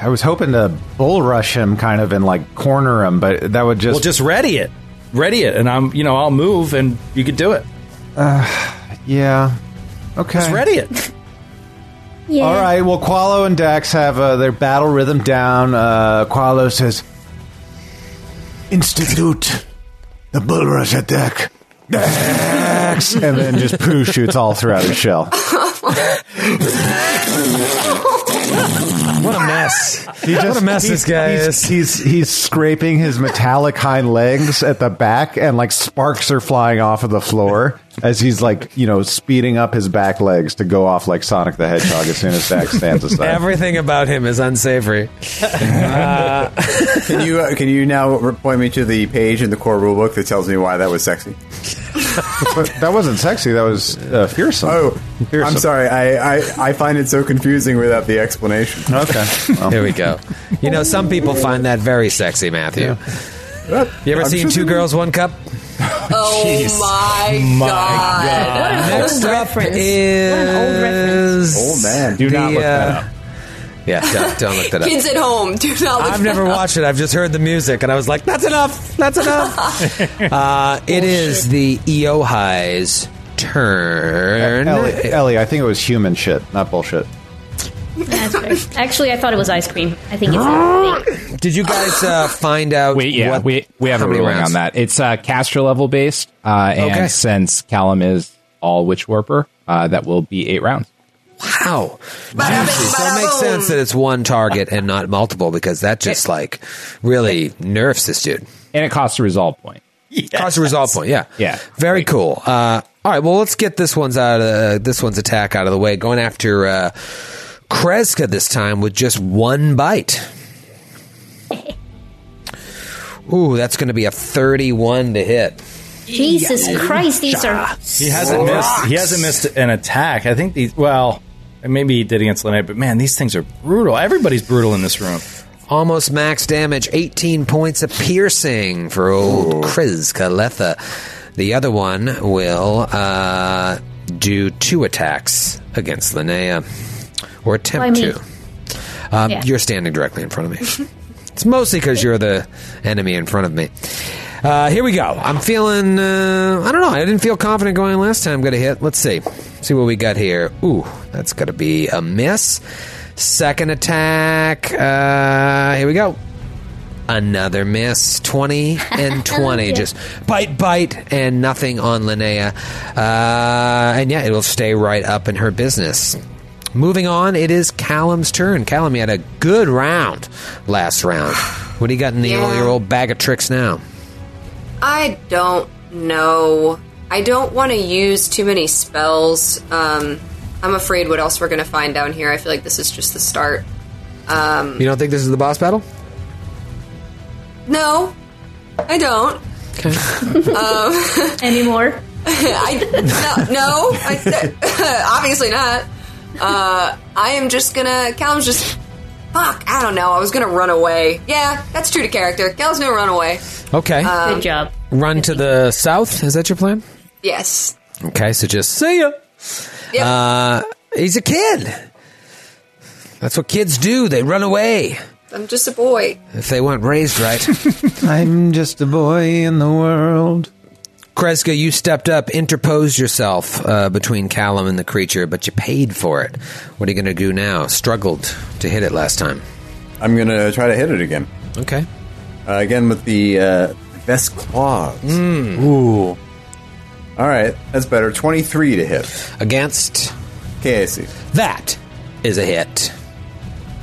Speaker 4: I was hoping to bull rush him, kind of, and like corner him, but that would just
Speaker 2: Well, just ready it, ready it, and I'm you know I'll move and you could do it.
Speaker 4: Uh, yeah. Okay.
Speaker 2: Just ready it.
Speaker 8: Yeah.
Speaker 4: All right. Well, Qualo and Dax have uh, their battle rhythm down. Uh, Qualo says, "Institute the bull rush attack." Dax, and then just poo shoots all throughout his shell.
Speaker 3: What a mess!
Speaker 4: He just,
Speaker 3: what a mess this
Speaker 4: he's-
Speaker 3: guy
Speaker 4: he's,
Speaker 3: is.
Speaker 4: He's he's scraping his metallic hind legs at the back, and like sparks are flying off of the floor as he's like you know speeding up his back legs to go off like Sonic the Hedgehog as soon as Dax stands aside.
Speaker 3: Everything about him is unsavory.
Speaker 7: Can you uh, can you now re- point me to the page in the core rulebook that tells me why that was sexy?
Speaker 4: But that wasn't sexy. That was uh, fearsome.
Speaker 7: Oh, I'm sorry. I, I I find it so confusing without the explanation.
Speaker 4: Okay. Well,
Speaker 3: Here we go. You know, some people find that very sexy, Matthew. You ever
Speaker 7: I'm
Speaker 3: seen
Speaker 7: sure
Speaker 3: two
Speaker 7: they-
Speaker 3: girls, one cup?
Speaker 6: Oh my, god.
Speaker 8: What an
Speaker 3: Next
Speaker 8: old
Speaker 3: up
Speaker 8: reference. What an old reference.
Speaker 3: is
Speaker 7: Oh, man.
Speaker 3: Do
Speaker 4: not look that
Speaker 3: up. Yeah, don't, don't look that up.
Speaker 6: Kids at home, do not look
Speaker 3: I've never
Speaker 6: that up.
Speaker 3: watched it. I've just heard the music, and I was like, "That's enough. That's enough." uh, it is the Eohi's turn.
Speaker 4: Ellie, Ellie, I think it was human shit, not bullshit.
Speaker 8: That's fair. Actually, I thought it was ice cream. I think it's a thing.
Speaker 3: Did you guys uh, find out?
Speaker 9: We yeah
Speaker 3: what-
Speaker 9: we we have
Speaker 3: how
Speaker 9: a
Speaker 3: many
Speaker 9: ruling
Speaker 3: rounds?
Speaker 9: on that. It's uh, caster level based, uh, and
Speaker 3: Okay.
Speaker 9: since Callum is all witch warper, uh, that will be eight rounds.
Speaker 3: Wow,
Speaker 6: Bada bing,
Speaker 3: so
Speaker 6: bada
Speaker 3: that makes
Speaker 6: boom.
Speaker 3: sense that it's one target and not multiple because that just like really nerfs this dude.
Speaker 9: and it costs a resolve point.
Speaker 3: Cost a resolve point. Yeah.
Speaker 9: Yeah.
Speaker 3: Very cool. Uh, all right. Well, let's get this one's out of the, this one's attack out of the way. Going after uh, Kreska this time with just one bite. Ooh, that's going to be a thirty-one to hit.
Speaker 8: Jesus Christ, these are
Speaker 2: He hasn't missed. He hasn't missed an attack. I think these. Well, maybe he did against Lene, but man, these things are brutal. Everybody's brutal in this room.
Speaker 3: Almost max damage. Eighteen points of piercing for old Kreska Letha. The other one will uh, do two attacks against Linnea, or
Speaker 8: Why
Speaker 3: attempt
Speaker 8: me?
Speaker 3: to. Um,
Speaker 8: Yeah.
Speaker 3: You're standing directly in front of me. it's mostly because you're the enemy in front of me. Uh, here we go. I'm feeling. Uh, I don't know. I didn't feel confident going in last time. I'm going to hit. Let's see. See what we got here. Ooh, that's going to be a miss. Second attack. Uh, here we go. Another miss. 20 and 20. Just bite, bite, and nothing on Linnea. Uh, and yeah, it'll stay right up in her business. Moving on, it is Callum's turn. Callum, you had a good round last round. What do you got in the,
Speaker 6: Yeah.
Speaker 3: your old bag of tricks now?
Speaker 6: I don't know. I don't want to use too many spells. Um, I'm afraid what else we're going to find down here. I feel like this is just the start. Um,
Speaker 3: You don't think this is the boss battle?
Speaker 6: No, I don't. Um,
Speaker 8: anymore.
Speaker 6: I no, no I, obviously not. Uh, I am just gonna. Calum's just. Fuck, I don't know. I was gonna run away. Yeah, that's true to character. Calum's gonna run away.
Speaker 3: Okay.
Speaker 8: Good job.
Speaker 3: Run to the south. Is that your plan?
Speaker 6: Yes.
Speaker 3: Okay, so just see ya.
Speaker 6: Yep.
Speaker 3: Uh, he's a kid. That's what kids do. They run away
Speaker 6: I'm just a boy.
Speaker 3: if they weren't raised right.
Speaker 4: I'm just a boy in the world.
Speaker 3: Kreska, you stepped up, interposed yourself uh, between Callum and the creature, but you paid for it. What are you going to do now? Struggled to hit it last time.
Speaker 7: I'm gonna try to hit it again.
Speaker 3: Okay.
Speaker 7: Uh, again with the uh, best claws.
Speaker 3: Hmm.
Speaker 5: Ooh.
Speaker 7: All right, that's better. 23 to hit.
Speaker 3: Against
Speaker 7: Okay, I see.
Speaker 3: that is a hit.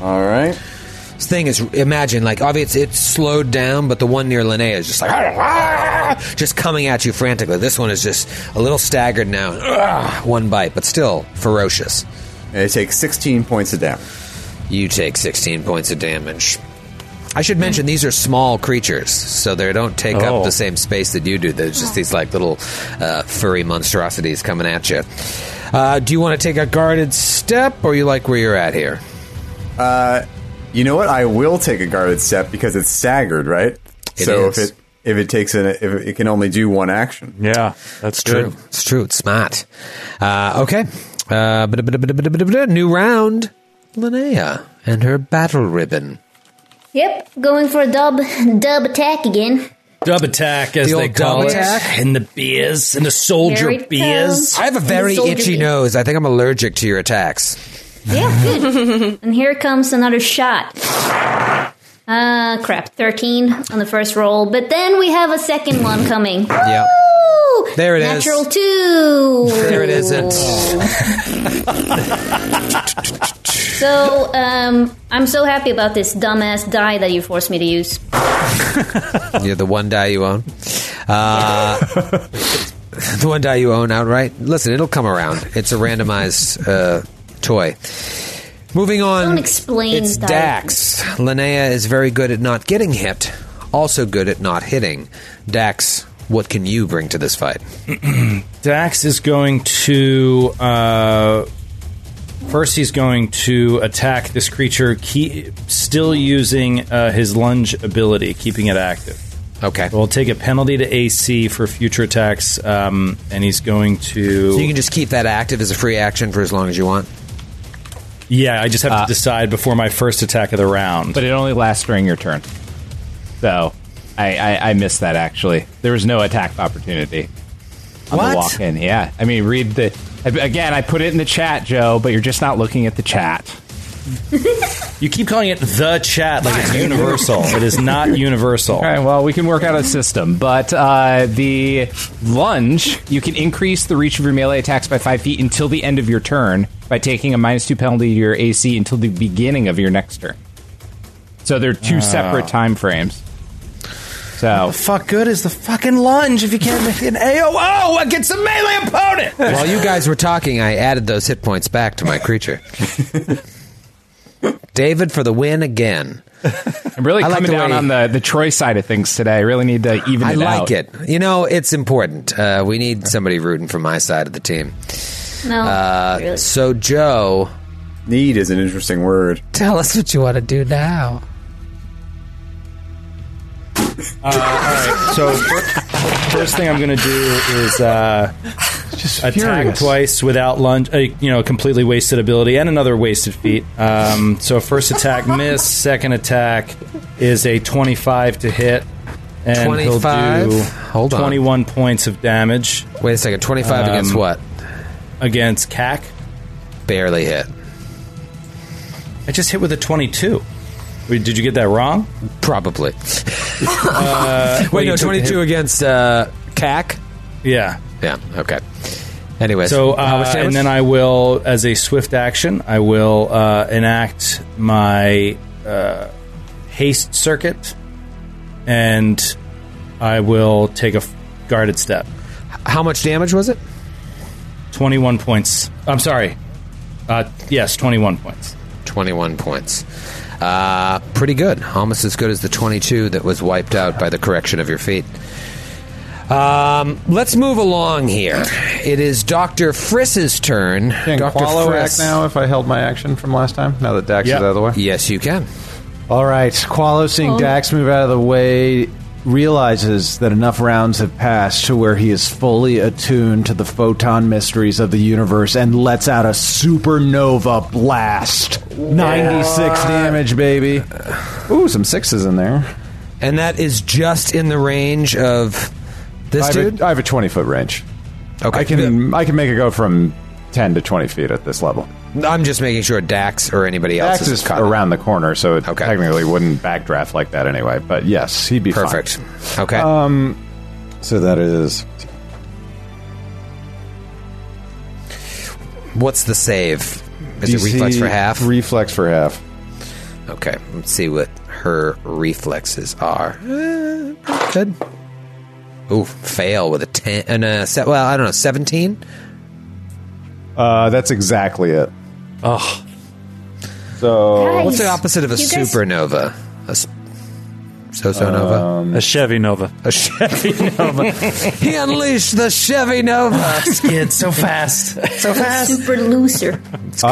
Speaker 7: All right.
Speaker 3: This thing is imagine like obviously it's slowed down, but the one near Linnea is just like "Ah, just coming at you frantically. This one is just a little staggered ah, now. One bite, but still ferocious.
Speaker 7: And it takes 16 points of damage.
Speaker 3: You take 16 points of damage. I should mention these are small creatures, so they don't take
Speaker 5: Oh.
Speaker 3: up the same space that you do. There's just these like little uh, furry monstrosities coming at you. Uh, do you want to take a guarded step, or you like where you're at here?
Speaker 7: Uh, You know what? I will take a guarded step because it's staggered, right?
Speaker 3: It
Speaker 7: so if
Speaker 3: is.
Speaker 7: it if it takes an if it can only do one action.
Speaker 5: Yeah, that's
Speaker 3: True.
Speaker 5: good.
Speaker 3: It's true. It's smart. Uh, okay. Uh, bada- bada- bada- bada- bada- bada. new round. Linnea and her battle ribbon.
Speaker 8: Yep, going for a dub dub attack again.
Speaker 2: Dub attack, as
Speaker 3: The
Speaker 2: they
Speaker 3: old
Speaker 2: call
Speaker 3: dub
Speaker 2: it,
Speaker 3: attack?
Speaker 2: and the beers and the
Speaker 8: Here
Speaker 2: soldier
Speaker 8: it
Speaker 2: beers.
Speaker 8: comes.
Speaker 3: I have a very
Speaker 8: soldier
Speaker 3: itchy
Speaker 8: bee.
Speaker 3: nose. I think I'm allergic to your attacks.
Speaker 8: Yeah, good. and here comes another shot. Uh, crap, 13 on the first roll, but then we have a second one coming.
Speaker 3: Yep.
Speaker 8: Woo!
Speaker 3: There it is.
Speaker 8: Natural two.
Speaker 3: There it isn't.
Speaker 8: So, um, I'm so happy about this dumbass die that you forced me to use.
Speaker 3: You're the one die you own. Uh, the one die you own outright. Listen, it'll come around. It's a randomized uh, toy. Moving on.
Speaker 8: Don't explain
Speaker 3: It's
Speaker 8: die.
Speaker 3: Dax. Linnea is very good at not getting hit, also good at not hitting. Dax, what can you bring to this fight?
Speaker 2: Dax is going to. Uh, first, he's going to attack this creature, key, still using uh, his lunge ability, keeping it active.
Speaker 3: Okay.
Speaker 2: We'll take a penalty to AC for future attacks, um, and he's going to.
Speaker 3: So you can just keep that active as a free action for as long as you want. Uh,
Speaker 2: yeah, I just have to decide before my first attack of the round.
Speaker 9: but it only lasts during your turn. So I, I, I missed that actually. There was no attack opportunity on
Speaker 3: What?
Speaker 9: the walk in. Yeah, I mean, read the again. I put it in the chat, Joe, but you're just not looking at the chat.
Speaker 2: you keep calling it the chat like it's universal. it is not universal.
Speaker 9: All right, well, we can work out a system, but uh, the lunge, you can increase the reach of your melee attacks by five feet until the end of your turn by taking a minus two penalty to your AC until the beginning of your next turn. So they're
Speaker 2: Oh.
Speaker 9: two separate time frames. So
Speaker 2: Fuck good is the fucking lunge if you can't make an AOO against a melee opponent.
Speaker 3: While you guys were talking, I added those hit points back to my creature. David for the win again.
Speaker 9: I'm really
Speaker 3: I like
Speaker 9: coming
Speaker 3: the
Speaker 9: down
Speaker 3: way-
Speaker 9: on the, the Troy side of things today. I really need to even it
Speaker 3: I like
Speaker 9: out.
Speaker 3: it. You know, it's important. Uh, we need somebody rooting for my side of the team.
Speaker 8: No.
Speaker 3: Uh,
Speaker 8: really.
Speaker 3: so, Joe,
Speaker 7: Need is an interesting word.
Speaker 3: tell us what you want to do now.
Speaker 2: So fir- first thing I'm gonna do is uh, attack twice without lunge. Uh, you know, completely wasted ability and another wasted feat. Um, so first attack miss. Second attack is a 25 to hit, and he'll
Speaker 3: 25?
Speaker 2: do
Speaker 3: Hold on.
Speaker 2: 21 points of damage
Speaker 3: Wait a second. 25 against
Speaker 2: Um,
Speaker 3: what?
Speaker 2: against CAC.
Speaker 3: Barely hit.
Speaker 2: I just hit with a 22. Wait, Did you get that wrong?
Speaker 3: Probably.
Speaker 2: well,
Speaker 3: Uh, Wait,
Speaker 2: you
Speaker 3: no,
Speaker 2: took the
Speaker 3: 22 against uh, CAC?
Speaker 2: Yeah.
Speaker 3: Yeah, okay. Anyways.
Speaker 2: So,
Speaker 3: how
Speaker 2: uh,
Speaker 3: much damage?
Speaker 2: and then I will, as a swift action, I will uh, enact my uh, haste circuit, and I will take a f- guarded step.
Speaker 3: how much damage was it?
Speaker 2: Twenty-one points. I'm sorry. Uh, yes, twenty-one points.
Speaker 3: 21 points. Uh, pretty good. Almost as good as the 22 that was wiped out by the correction of your feet. Um, let's move along here. It is Dr. Friss's turn.
Speaker 4: Can
Speaker 3: Dr.
Speaker 4: Qualo
Speaker 3: Friss.
Speaker 4: act now if I held my action from last time? Now that Dax
Speaker 2: Yeah.
Speaker 4: is out of the way?
Speaker 3: Yes, you can.
Speaker 4: All right, Qualo seeing Dax move out of the way realizes that enough rounds have passed to where he is fully attuned to the photon mysteries of the universe and lets out a supernova blast. 96 damage, baby. Ooh, some sixes in there.
Speaker 3: And that is just in the range of
Speaker 4: I
Speaker 3: this
Speaker 4: have,
Speaker 3: dude?
Speaker 4: a, I have a 20 foot range.
Speaker 3: okay.
Speaker 4: I can I can make it go from 10 to 20 feet at this level.
Speaker 3: I'm just making sure Dax or anybody else
Speaker 4: Dax is
Speaker 3: caught.
Speaker 4: around the corner, so it
Speaker 3: Okay.
Speaker 4: technically wouldn't backdraft like that anyway. But yes, he'd be fine. Um,
Speaker 3: Perfect. Okay.
Speaker 4: So that is
Speaker 3: What's the save? Is it
Speaker 4: DC
Speaker 3: reflex for half?
Speaker 4: Reflex for half.
Speaker 3: okay. Let's see what her reflexes are. Uh, good. Ooh, fail with a ten and a set. Well, I don't know, seventeen.
Speaker 4: Uh, that's exactly it. So
Speaker 8: Guys,
Speaker 3: What's the opposite of a
Speaker 8: you guys-
Speaker 3: supernova? A s- Sosonova?
Speaker 5: Um, A Chevy Nova.
Speaker 3: a Chevy Nova. he unleashed the Chevy Nova.
Speaker 2: Skid so fast. So fast.
Speaker 8: Super looser.
Speaker 4: uh,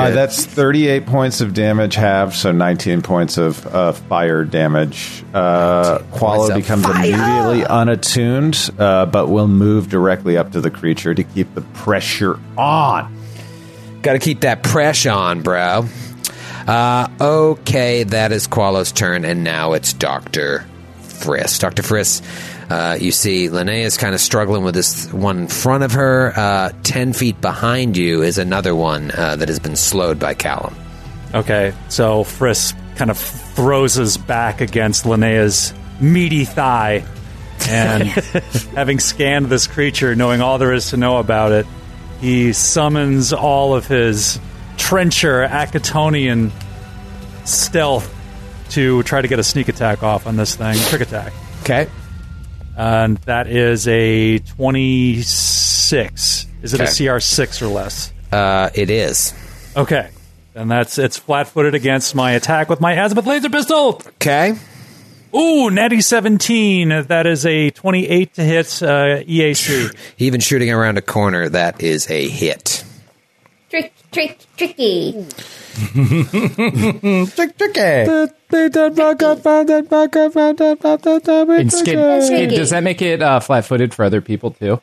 Speaker 3: good.
Speaker 4: that's 38 points of damage halved, so 19 points of uh, fire damage. Uh, Qualo
Speaker 3: of
Speaker 4: becomes immediately unattuned, uh, but will move directly up to the creature to keep the pressure on.
Speaker 3: Got to keep that pressure on, bro. Uh, okay, that is Qualo's turn, and now it's Dr. Friss. Dr. Friss, uh, you see Linnea's kind of struggling with this one in front of her. Uh, 10 feet behind you is another one uh, that has been slowed by Callum.
Speaker 5: Okay, so Frisk kind of throws his back against Linnea's meaty thigh, and having scanned this creature, knowing all there is to know about it, he summons all of his trencher Akatonian stealth to try to get a sneak attack off on this thing, trick attack,
Speaker 3: Okay.
Speaker 5: and that is a twenty-six. Is it
Speaker 3: Okay.
Speaker 5: a CR six or less?
Speaker 3: Uh, it is.
Speaker 5: Okay. And that's it's flat footed against my attack with my azimuth laser pistol.
Speaker 3: Okay.
Speaker 5: Ooh, natty 17. That is a 28 to hit uh, EAC.
Speaker 3: Even shooting around a corner, that is a hit.
Speaker 8: Trick, trick, tricky.
Speaker 2: Trick,
Speaker 3: eh?
Speaker 2: tricky.
Speaker 9: And Skid,
Speaker 8: That's
Speaker 9: Skid,
Speaker 8: tricky.
Speaker 9: does that make it uh, flat footed for other people too?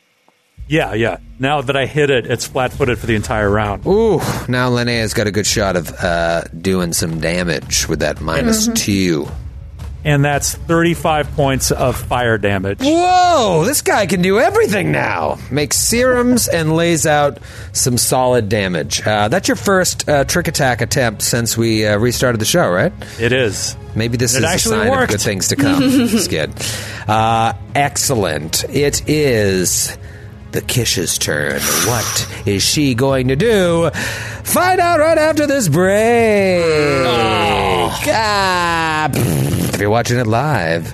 Speaker 5: Yeah, yeah. Now that I hit it, it's flat footed for the entire round.
Speaker 3: Ooh, now Linnea's got a good shot of uh, doing some damage with that minus two.
Speaker 5: And that's 35 points of fire damage.
Speaker 3: Whoa, this guy can do everything now. Makes serums and lays out some solid damage. Uh, that's your first uh, trick attack attempt since we uh, restarted the show, right?
Speaker 5: It is.
Speaker 3: Maybe this
Speaker 5: It
Speaker 3: is a
Speaker 5: actually
Speaker 3: sign
Speaker 5: worked.
Speaker 3: of good things to come. Skid. Uh, excellent. It is the Kish's turn. What is she going to do? Find out right after this break. Oh. Ah, pfft. if you're watching it live,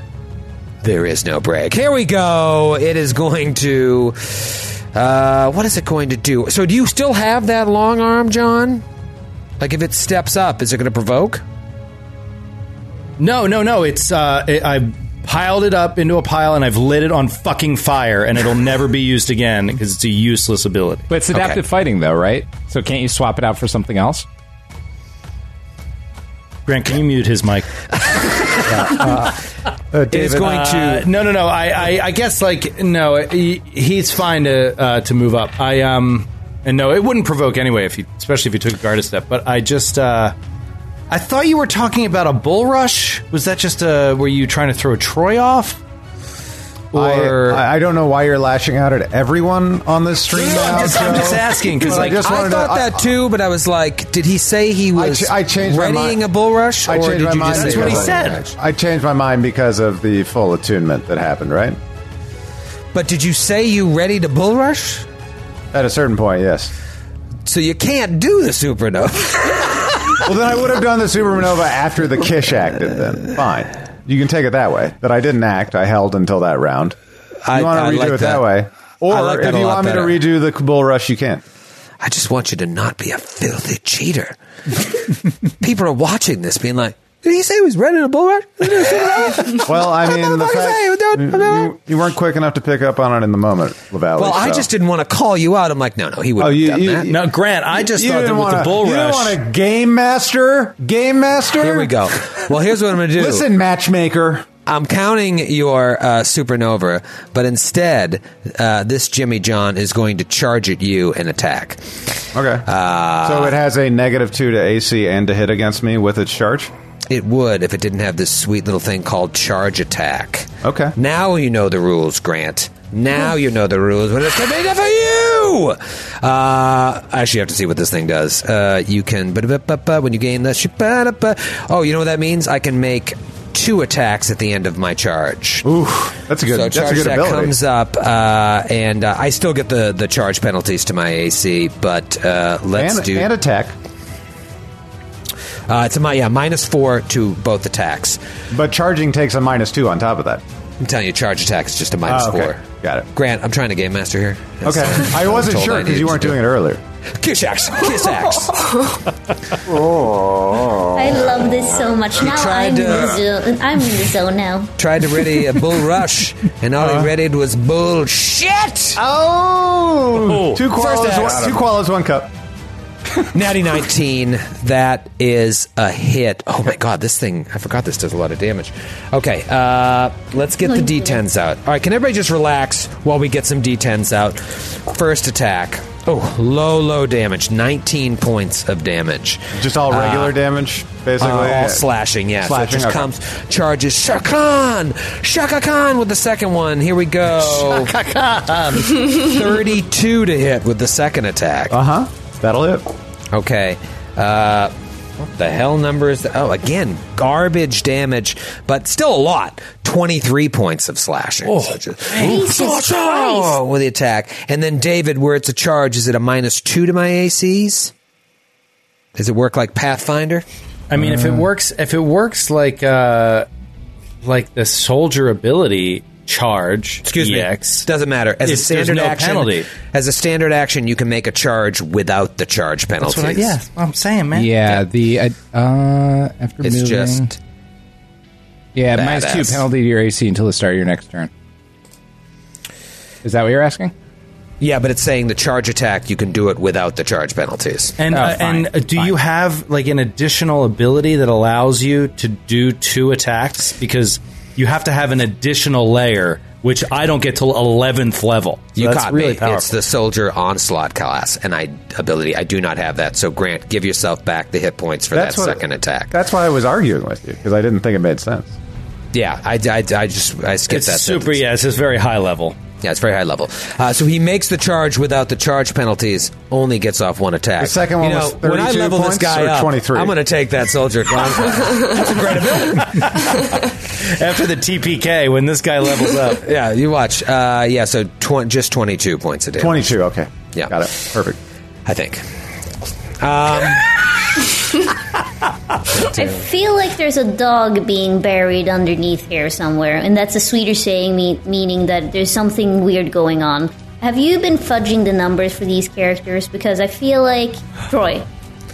Speaker 3: there is no break. Here we go. It is going to. Uh, what is it going to do? So, do you still have that long arm, John? Like, if it steps up, is it going to provoke?
Speaker 2: No, no, no. It's uh, it, I piled it up into a pile and I've lit it on fucking fire, and it'll never be used again because it's a useless ability.
Speaker 9: But it's adaptive fighting though, right? So can't you swap it out for something else?
Speaker 2: Grant, can you mute his mic?
Speaker 3: It's going
Speaker 2: Uh, no, no, no. I, I, I guess like no, he, he's fine to uh, to move up. I um, and no, it wouldn't provoke anyway if you, especially if you took a guard step. But I just, uh, I thought you were talking about a bull rush. Was that just a? Were you trying to throw Troy off? Or
Speaker 4: I, I don't know why you're lashing out at everyone on this stream now.
Speaker 2: I'm, just, I'm
Speaker 4: Joe.
Speaker 2: just asking because
Speaker 4: But I
Speaker 2: like
Speaker 4: just
Speaker 3: I
Speaker 4: wanted to-
Speaker 3: thought
Speaker 4: I-
Speaker 3: that too, but I was like, did he say he was
Speaker 4: ch- I changed my
Speaker 3: readying
Speaker 4: mind.
Speaker 3: a bull rush?
Speaker 4: I
Speaker 3: or
Speaker 4: changed
Speaker 3: did
Speaker 4: my
Speaker 3: you
Speaker 4: mind.
Speaker 3: just say
Speaker 2: That's what he
Speaker 4: because-
Speaker 2: said.
Speaker 4: I changed my mind because of the full attunement that happened, right?
Speaker 3: But did you say you ready to bull rush?
Speaker 4: At a certain point, yes.
Speaker 3: So you can't do the supernova.
Speaker 4: Well, then I would have done the supernova after the Kish acted. Then fine, you can take it that way. That I didn't act. I held until that round.
Speaker 3: I-
Speaker 4: you want to
Speaker 3: I
Speaker 4: redo
Speaker 3: like
Speaker 4: it that,
Speaker 3: that.
Speaker 4: way, or
Speaker 3: I like that
Speaker 4: if
Speaker 3: a
Speaker 4: you
Speaker 3: lot
Speaker 4: want
Speaker 3: better.
Speaker 4: me to redo the bull rush, you can.
Speaker 3: I just want you to not be a filthy cheater. People are watching this, being like, did he say he was ready to bull rush? Did he do a supernova?
Speaker 4: Well, I mean, the
Speaker 3: motherfucker
Speaker 4: fact
Speaker 3: say it, don't-
Speaker 4: you, you- you weren't quick enough to pick up on it in the moment, Lavalley.
Speaker 3: well, I
Speaker 4: so-
Speaker 3: just didn't want to call you out. I'm like, no, no, he wouldn't
Speaker 4: Oh, you-
Speaker 3: have done
Speaker 4: you-
Speaker 3: that.
Speaker 2: no, Grant. I just
Speaker 4: You
Speaker 2: thought that
Speaker 4: didn't
Speaker 2: with
Speaker 4: want
Speaker 2: the bull
Speaker 4: You
Speaker 2: rush.
Speaker 4: didn't want a game master. Game master.
Speaker 3: Here we go. Well, here's what I'm going to do.
Speaker 4: Listen, matchmaker.
Speaker 3: I'm counting your uh, supernova, but instead, uh, this Jimmy John is going to charge at you and attack. Uh,
Speaker 4: Okay. so it has a negative two to AC and to hit against me with its charge.
Speaker 3: It would if it didn't have this sweet little thing called charge attack.
Speaker 4: Okay.
Speaker 3: Now you know the rules, Grant. Now you know the rules. What is convenient for you? Uh, actually, you have to see what this thing does. Uh, you can, but when you gain the, oh, you know what that means? I can make two attacks at the end of my charge.
Speaker 4: That's a
Speaker 3: so
Speaker 4: good. that's a
Speaker 3: charge
Speaker 4: good
Speaker 3: that
Speaker 4: ability.
Speaker 3: comes up, uh, and uh, I still get the, the charge penalties to my AC, but uh, let's
Speaker 4: and,
Speaker 3: do
Speaker 4: and attack,
Speaker 3: uh, to my yeah minus four to both attacks.
Speaker 4: but charging takes a minus two on top of that.
Speaker 3: I'm telling you, charge attack is just a minus
Speaker 4: Oh, okay.
Speaker 3: four.
Speaker 4: Got it.
Speaker 3: Grant, I'm trying to game master here.
Speaker 4: Okay, I wasn't
Speaker 3: told
Speaker 4: sure
Speaker 3: I
Speaker 4: because
Speaker 3: needed
Speaker 4: you weren't
Speaker 3: to do
Speaker 4: doing it earlier.
Speaker 3: Kiss axe. Kiss axe.
Speaker 8: I love this so much. Now
Speaker 3: tried
Speaker 8: I'm in the
Speaker 3: to-
Speaker 8: zone. I'm in the zone now.
Speaker 3: Tried to ready a bull rush, and all
Speaker 4: Uh-huh.
Speaker 3: he readied was bullshit.
Speaker 4: Oh,
Speaker 5: Oh.
Speaker 4: two koalas, one, two koalas, one cup.
Speaker 3: Natty 19. That is a hit. Oh my god, this thing. I forgot this does a lot of damage. Okay, uh, let's get the d10s out. All right, can everybody just relax while we get some d10s out? First attack. Oh, low, low damage. 19 points of damage.
Speaker 4: Just all regular damage, basically.
Speaker 3: Uh,
Speaker 4: Yeah.
Speaker 3: all slashing, yeah.
Speaker 4: Slashing,
Speaker 3: so it just
Speaker 4: okay.
Speaker 3: comes, charges Shakan! Shaka Khan with the second one. Here we go. Shaka 32 Um, to hit with the second attack.
Speaker 4: Uh huh. That'll hit.
Speaker 3: Okay. Uh, what the hell number is that? Oh, again, garbage damage, but still a lot. 23 points of slashing. Oh,
Speaker 8: Jesus Christ!
Speaker 3: oh, with the attack. And then David, where it's a charge, is it a minus two to my ACs? Does it work like Pathfinder?
Speaker 2: I mean, if it works, if it works like uh, like the soldier ability charge,
Speaker 3: Excuse
Speaker 2: EX,
Speaker 3: me. Doesn't matter. As a
Speaker 2: It's- there's
Speaker 3: standard
Speaker 2: no
Speaker 3: action,
Speaker 2: penalty.
Speaker 3: as a standard action, you can make a charge without the charge penalties.
Speaker 2: That's what I, yeah, that's what I'm saying, man.
Speaker 9: Yeah, the uh, uh after
Speaker 3: It's
Speaker 9: moving,
Speaker 3: just
Speaker 9: yeah, minus two
Speaker 3: badass.
Speaker 9: penalty to your AC until the start of your next turn. Is that what you're asking?
Speaker 3: yeah, but it's saying the charge attack you can do it without the charge penalties.
Speaker 2: And
Speaker 9: Oh,
Speaker 2: uh,
Speaker 9: fine,
Speaker 2: and uh, do
Speaker 9: fine.
Speaker 2: you have like an additional ability that allows you to do two attacks because you have to have an additional layer, which I don't get till eleventh level. So
Speaker 3: You
Speaker 2: that's
Speaker 3: caught
Speaker 2: really
Speaker 3: me.
Speaker 2: powerful.
Speaker 3: It's the soldier onslaught class, and I ability I do not have that. So Grant, give yourself back the hit points for that
Speaker 4: what-
Speaker 3: second attack.
Speaker 4: That's why I was arguing with you because I didn't think it made sense.
Speaker 3: yeah, I, I, I just I skipped
Speaker 2: It's
Speaker 3: that.
Speaker 2: super.
Speaker 3: sentence.
Speaker 2: Yeah, it's just very high level.
Speaker 3: yeah, it's very high level. Uh, so he makes the charge without the charge penalties. Only gets off one attack.
Speaker 4: The second one
Speaker 3: you know,
Speaker 4: was
Speaker 3: when I
Speaker 4: 32
Speaker 3: level this
Speaker 4: points
Speaker 3: guy
Speaker 4: or
Speaker 3: up,
Speaker 4: 23?
Speaker 3: I'm going to take that soldier. That's a great ability.
Speaker 2: After the TPK, when this guy levels up,
Speaker 3: Yeah, you watch. Uh, yeah, so tw- just 22 points a day.
Speaker 4: Twenty-two. Okay.
Speaker 3: Yeah.
Speaker 4: Got it. Perfect.
Speaker 3: I think. Um,
Speaker 8: I feel like there's a dog being buried underneath here somewhere, and that's a sweeter saying, me- meaning that there's something weird going on. Have you been fudging the numbers for these characters? Because I feel like Troy,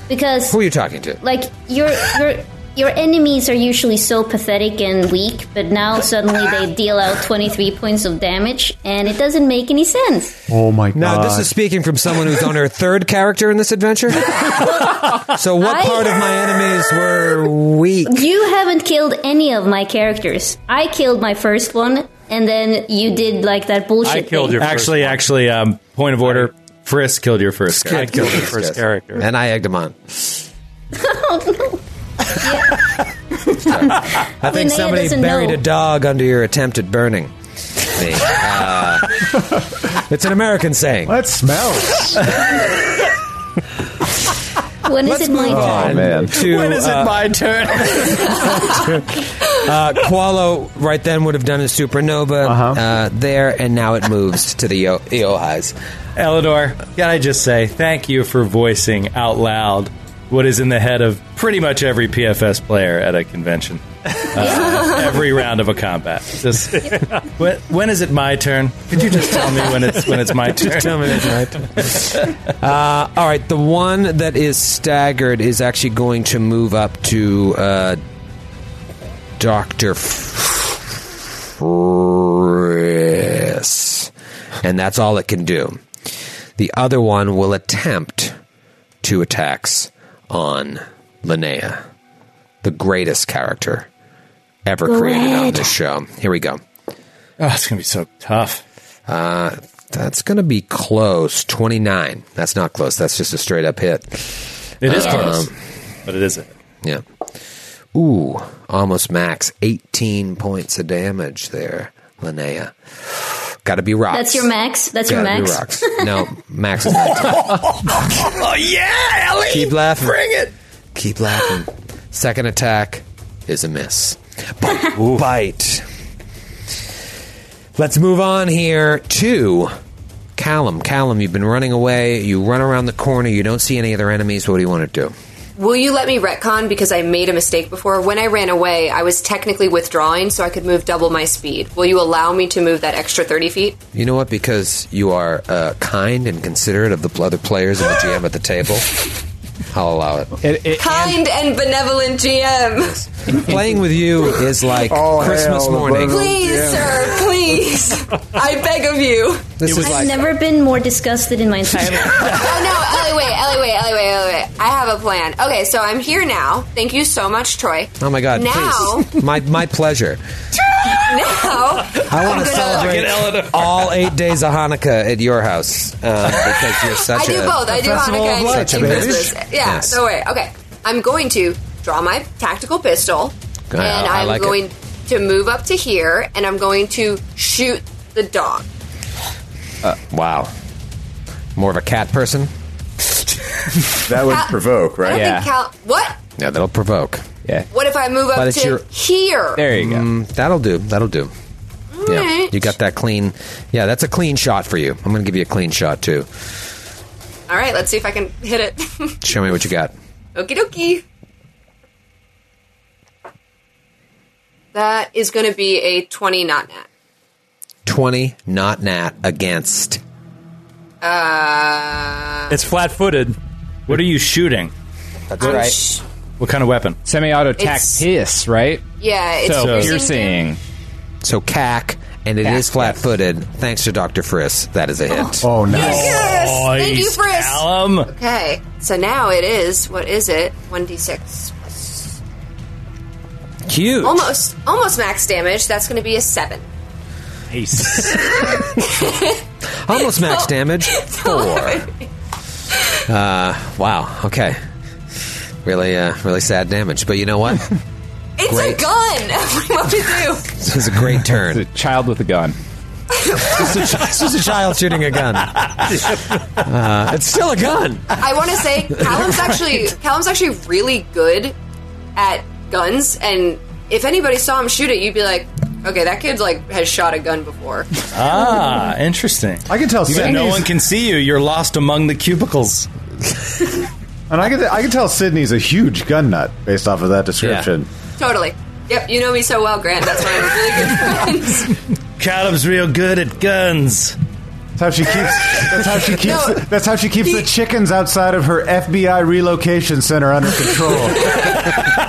Speaker 8: because
Speaker 3: Who are you talking to?
Speaker 8: like your your your enemies are usually so pathetic and weak, but now suddenly they deal out 23 points of damage, and it doesn't make any sense.
Speaker 4: Oh my god.
Speaker 3: Now, this is speaking from someone who's on her third character in this adventure. so, what
Speaker 8: I-
Speaker 3: part of my enemies were weak?
Speaker 8: You haven't killed any of my characters. I killed my first one, and then you did like that bullshit.
Speaker 5: I killed
Speaker 8: thing.
Speaker 5: your
Speaker 2: actually, actually, um, point of order, Frisk killed your first.
Speaker 5: I
Speaker 2: guy.
Speaker 5: killed your first
Speaker 3: Yes.
Speaker 5: character.
Speaker 3: And I egged him on. I think
Speaker 8: Linnea
Speaker 3: somebody
Speaker 8: doesn't
Speaker 3: buried
Speaker 8: know.
Speaker 3: a dog under your attempt at burning. me. Uh, it's an American saying.
Speaker 4: that smells.
Speaker 8: When is it my turn?
Speaker 4: Oh man.
Speaker 3: To, uh,
Speaker 2: my turn?
Speaker 3: uh, Qualo right then would have done a supernova uh
Speaker 4: Uh-huh.
Speaker 3: there, and now it moves to the Yo- Eohis.
Speaker 2: Eleanor, can I just say thank you for voicing out loud what is in the head of pretty much every PFS player at a convention. Uh, every round of a combat. Just when, when is it my turn? Could you just tell me when it's when it's my turn?
Speaker 3: Uh, all right, the one that is staggered is actually going to move up to uh, Doctor Friss, and that's all it can do. The other one will attempt two attacks on Linnea, the greatest character ever created on
Speaker 8: Great.
Speaker 3: this show. Here we go.
Speaker 2: Oh, it's gonna be so tough.
Speaker 3: Uh, that's going to be close. 29. That's not close. That's just a straight up hit. Um,
Speaker 2: It is close, but it isn't.
Speaker 3: Yeah. Ooh, almost max. 18 points of damage there, Linnea. Got to be rocks.
Speaker 8: That's your max. That's your
Speaker 3: Gotta be
Speaker 8: max.
Speaker 3: rocks. No, max is 19.
Speaker 2: Oh yeah, Ellie!
Speaker 3: Keep laughing.
Speaker 2: Bring it!
Speaker 3: Keep laughing. Second attack is a miss. Bite. bite. Let's move on here to Callum. Callum, you've been running away. You run around the corner. You don't see any other enemies. What do you want to do?
Speaker 6: Will you let me retcon because I made a mistake before? When I ran away, I was technically withdrawing, so I could move double my speed. Will you allow me to move that extra 30 feet?
Speaker 3: You know what? Because you are uh, kind and considerate of the other players and the GM at the table, I'll allow it.
Speaker 9: It- it-
Speaker 6: Kind and benevolent GM.
Speaker 3: Playing with you is like
Speaker 7: Oh,
Speaker 3: Christmas
Speaker 7: hell, the
Speaker 3: morning.
Speaker 7: bundle.
Speaker 6: Please,
Speaker 7: Yeah.
Speaker 6: sir, please. I beg of you.
Speaker 3: This is
Speaker 8: I've
Speaker 3: like
Speaker 8: never been more disgusted in my entire life.
Speaker 6: Oh no, Ellie, wait, Ellie, wait, Ellie, wait, Ellie, wait. I have a plan. Okay, so I'm here now. Thank you so much, Troy.
Speaker 3: oh my god!
Speaker 6: Now,
Speaker 3: Please, my my pleasure.
Speaker 6: now,
Speaker 3: I
Speaker 6: I'm
Speaker 3: want to
Speaker 6: gonna-
Speaker 3: celebrate all eight days of Hanukkah at your house uh, because you're such
Speaker 6: I do
Speaker 3: a
Speaker 6: both. I do
Speaker 4: festival
Speaker 6: Hanukkah
Speaker 4: of
Speaker 6: and
Speaker 4: lights,
Speaker 6: and
Speaker 3: baby.
Speaker 6: Christmas. Yeah.
Speaker 3: Yes.
Speaker 6: So wait. Okay. I'm going to draw my tactical pistol,
Speaker 3: Yeah,
Speaker 6: and
Speaker 3: I
Speaker 6: I'm
Speaker 3: like it.
Speaker 6: going to move up to here, and I'm going to shoot the dog.
Speaker 3: Uh, wow. More of a cat person.
Speaker 7: That would provoke,
Speaker 6: I
Speaker 7: right?
Speaker 6: don't
Speaker 9: Yeah.
Speaker 6: think Cal. What?
Speaker 3: Yeah, that'll provoke.
Speaker 9: yeah.
Speaker 6: What if I move up
Speaker 3: But it's
Speaker 6: to
Speaker 3: your-
Speaker 6: here?
Speaker 9: There you go.
Speaker 3: Mm, That'll do. That'll do. Yeah,
Speaker 6: Alright.
Speaker 3: you got that clean. Yeah, that's a clean shot for you. I'm going to give you a clean shot too.
Speaker 6: All right. Let's see if I can hit it.
Speaker 3: Show me what you got.
Speaker 6: Okie dokie. That is going to be a twenty not nat.
Speaker 3: 20 not nat against
Speaker 6: Uh,
Speaker 5: It's flat footed.
Speaker 2: What are you shooting?
Speaker 3: that's
Speaker 6: I'm
Speaker 3: right
Speaker 6: sh-
Speaker 2: What kind of weapon?
Speaker 9: Semi-auto attack
Speaker 6: It's-
Speaker 9: piss, right?
Speaker 6: yeah. It's
Speaker 9: So
Speaker 6: piercing.
Speaker 9: piercing.
Speaker 3: so cac and it
Speaker 9: Cac,
Speaker 3: is flat-footed thanks to dr friss that is a hit
Speaker 4: Oh, no.
Speaker 6: Yes. Thank you,
Speaker 2: Nice,
Speaker 6: Frisk.
Speaker 2: Callum.
Speaker 6: Okay, so now it is what is it? One d six,
Speaker 3: huge
Speaker 6: almost almost max damage. That's going to be a seven.
Speaker 2: Nice.
Speaker 3: Almost
Speaker 6: Oh.
Speaker 3: max damage four uh, wow okay really uh, really sad damage but you know what
Speaker 6: It's
Speaker 3: Great.
Speaker 6: a gun. what do you want me to
Speaker 3: this is a great turn
Speaker 9: The child with a gun.
Speaker 3: this is a child shooting a gun uh, it's still a gun
Speaker 6: do? I want to say Callum's actually Callum's actually really good at guns, and if anybody saw him shoot it, you'd be like, okay, that kid like has shot a gun before.
Speaker 2: ah, interesting.
Speaker 4: I can tell
Speaker 2: Even
Speaker 4: Sydney's,
Speaker 2: no one can see you. You're lost among the cubicles.
Speaker 4: and I can, I can tell Sydney's a huge gun nut based off of that description.
Speaker 6: totally. Yep, you know me so well, Grant. That's why we're really good friends.
Speaker 2: Callum's real good at guns.
Speaker 4: That's how she keeps. That's how she keeps.
Speaker 6: No.
Speaker 4: that's how she keeps the chickens outside of her FBI relocation center under control.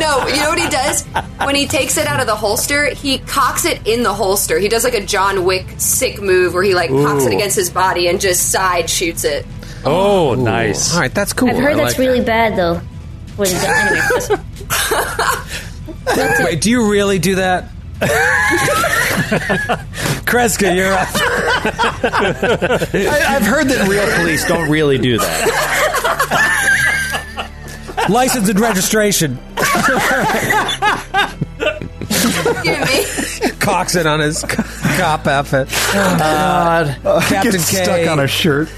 Speaker 6: No, you know what he does? When he takes it out of the holster, he cocks it in the holster. He does like a John Wick sick move where he like cocks it against his body and just side shoots it.
Speaker 5: Oh, nice.
Speaker 3: all right that's cool
Speaker 8: I've heard
Speaker 3: I
Speaker 8: that's
Speaker 3: like
Speaker 8: really bad though. For the gun. Anyway, that's-
Speaker 3: that. wait do you really do that Kreska, you're up.
Speaker 2: I, I've heard that real police don't really do that.
Speaker 3: License and registration.
Speaker 6: Give me.
Speaker 3: Cocks it on his co- cop outfit.
Speaker 4: Oh,
Speaker 3: Uh, Captain
Speaker 4: Gets
Speaker 3: K.
Speaker 4: stuck on a shirt.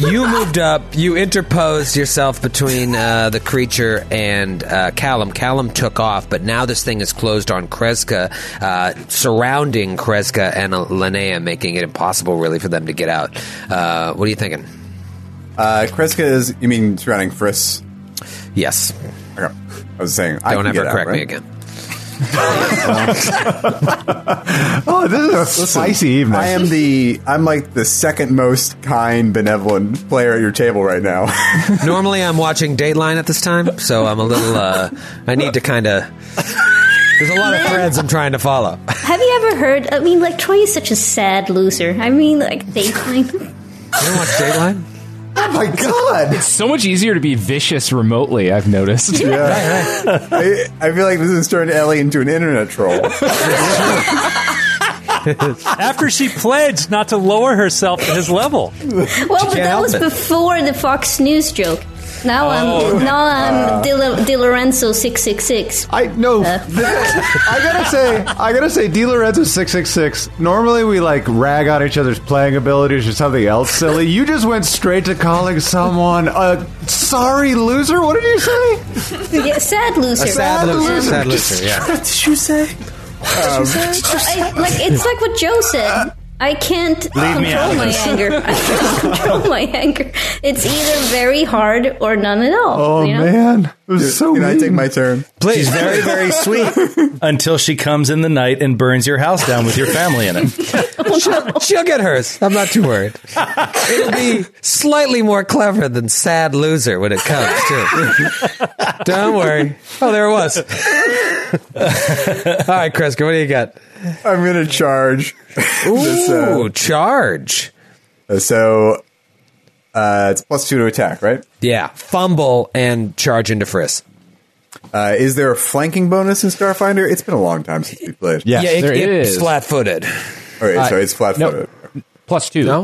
Speaker 3: you moved up. You interposed yourself between uh, the creature and uh, Callum. Callum took off, but now this thing is closed on Kreska, uh, surrounding Kreska and uh, Linnea, making it impossible, really, for them to get out. Uh, what are you thinking?
Speaker 7: Uh, Kreska is, you mean surrounding Friss?
Speaker 3: Yes.
Speaker 7: Okay. I was saying, I
Speaker 3: Don't
Speaker 7: can
Speaker 3: ever
Speaker 7: get out,
Speaker 3: correct me
Speaker 7: right?
Speaker 3: again.
Speaker 4: Oh, this is a spicy evening.
Speaker 7: I am the, I'm like the second most kind, benevolent player at your table right now.
Speaker 3: Normally, I'm watching Dateline at this time, so I'm a little. Uh, I need to kind of. There's a lot of threads I'm trying to follow.
Speaker 8: Have you ever heard? I mean, like Troy is such a sad loser. I mean, like Dateline.
Speaker 3: You don't watch Dateline?
Speaker 7: oh my god!
Speaker 9: So much easier to be vicious remotely, I've noticed.
Speaker 7: I, I feel like this has turned Ellie into an internet troll.
Speaker 4: Oh,
Speaker 5: After she pledged not to lower herself to his level.
Speaker 8: Well, but that
Speaker 3: help
Speaker 8: was
Speaker 3: it. Oh.
Speaker 8: before the Fox News joke. Now I'm now
Speaker 3: Uh.
Speaker 8: I'm Di, Lo- Di Lorenzo six six six. Uh.
Speaker 4: I no. th- I gotta say, I gotta say, D Lorenzo six six six. Normally we like rag on each other's playing abilities or something else silly. You just went straight to calling someone a sorry loser. What did you say?
Speaker 8: Yeah, sad loser.
Speaker 3: Sad loser. Sad loser. Yeah. Um,
Speaker 8: "Oh, I- like it's like what Joe said. I can't
Speaker 2: Leave me out
Speaker 8: control
Speaker 2: of
Speaker 8: my
Speaker 2: this.
Speaker 8: anger. I can't control my anger. It's either very hard or none at all.
Speaker 4: Oh
Speaker 8: you know?
Speaker 4: man, it was so.
Speaker 7: Can I take
Speaker 4: mean.
Speaker 7: my turn?
Speaker 2: She's very, very sweet until she comes in the night and burns your house down with your family in it.
Speaker 3: She'll, she'll get hers. I'm not too worried. It'll be slightly more clever than sad loser when it comes too. Don't worry. Oh, there it was. All right, Kreska, what do you got?
Speaker 7: I'm gonna charge. This, uh,
Speaker 3: Ooh, charge.
Speaker 7: So uh, it's plus two to attack, right?
Speaker 3: Yeah, fumble and charge into Frisk.
Speaker 7: Uh, is there a flanking bonus in Starfinder? It's been a long time since we played.
Speaker 4: Yes,
Speaker 3: yeah, it, Uh,
Speaker 9: there
Speaker 3: it-
Speaker 9: is.
Speaker 3: it's flat-footed.
Speaker 7: All right, so it's flat
Speaker 9: no.
Speaker 7: footed.
Speaker 9: Plus two.
Speaker 3: No,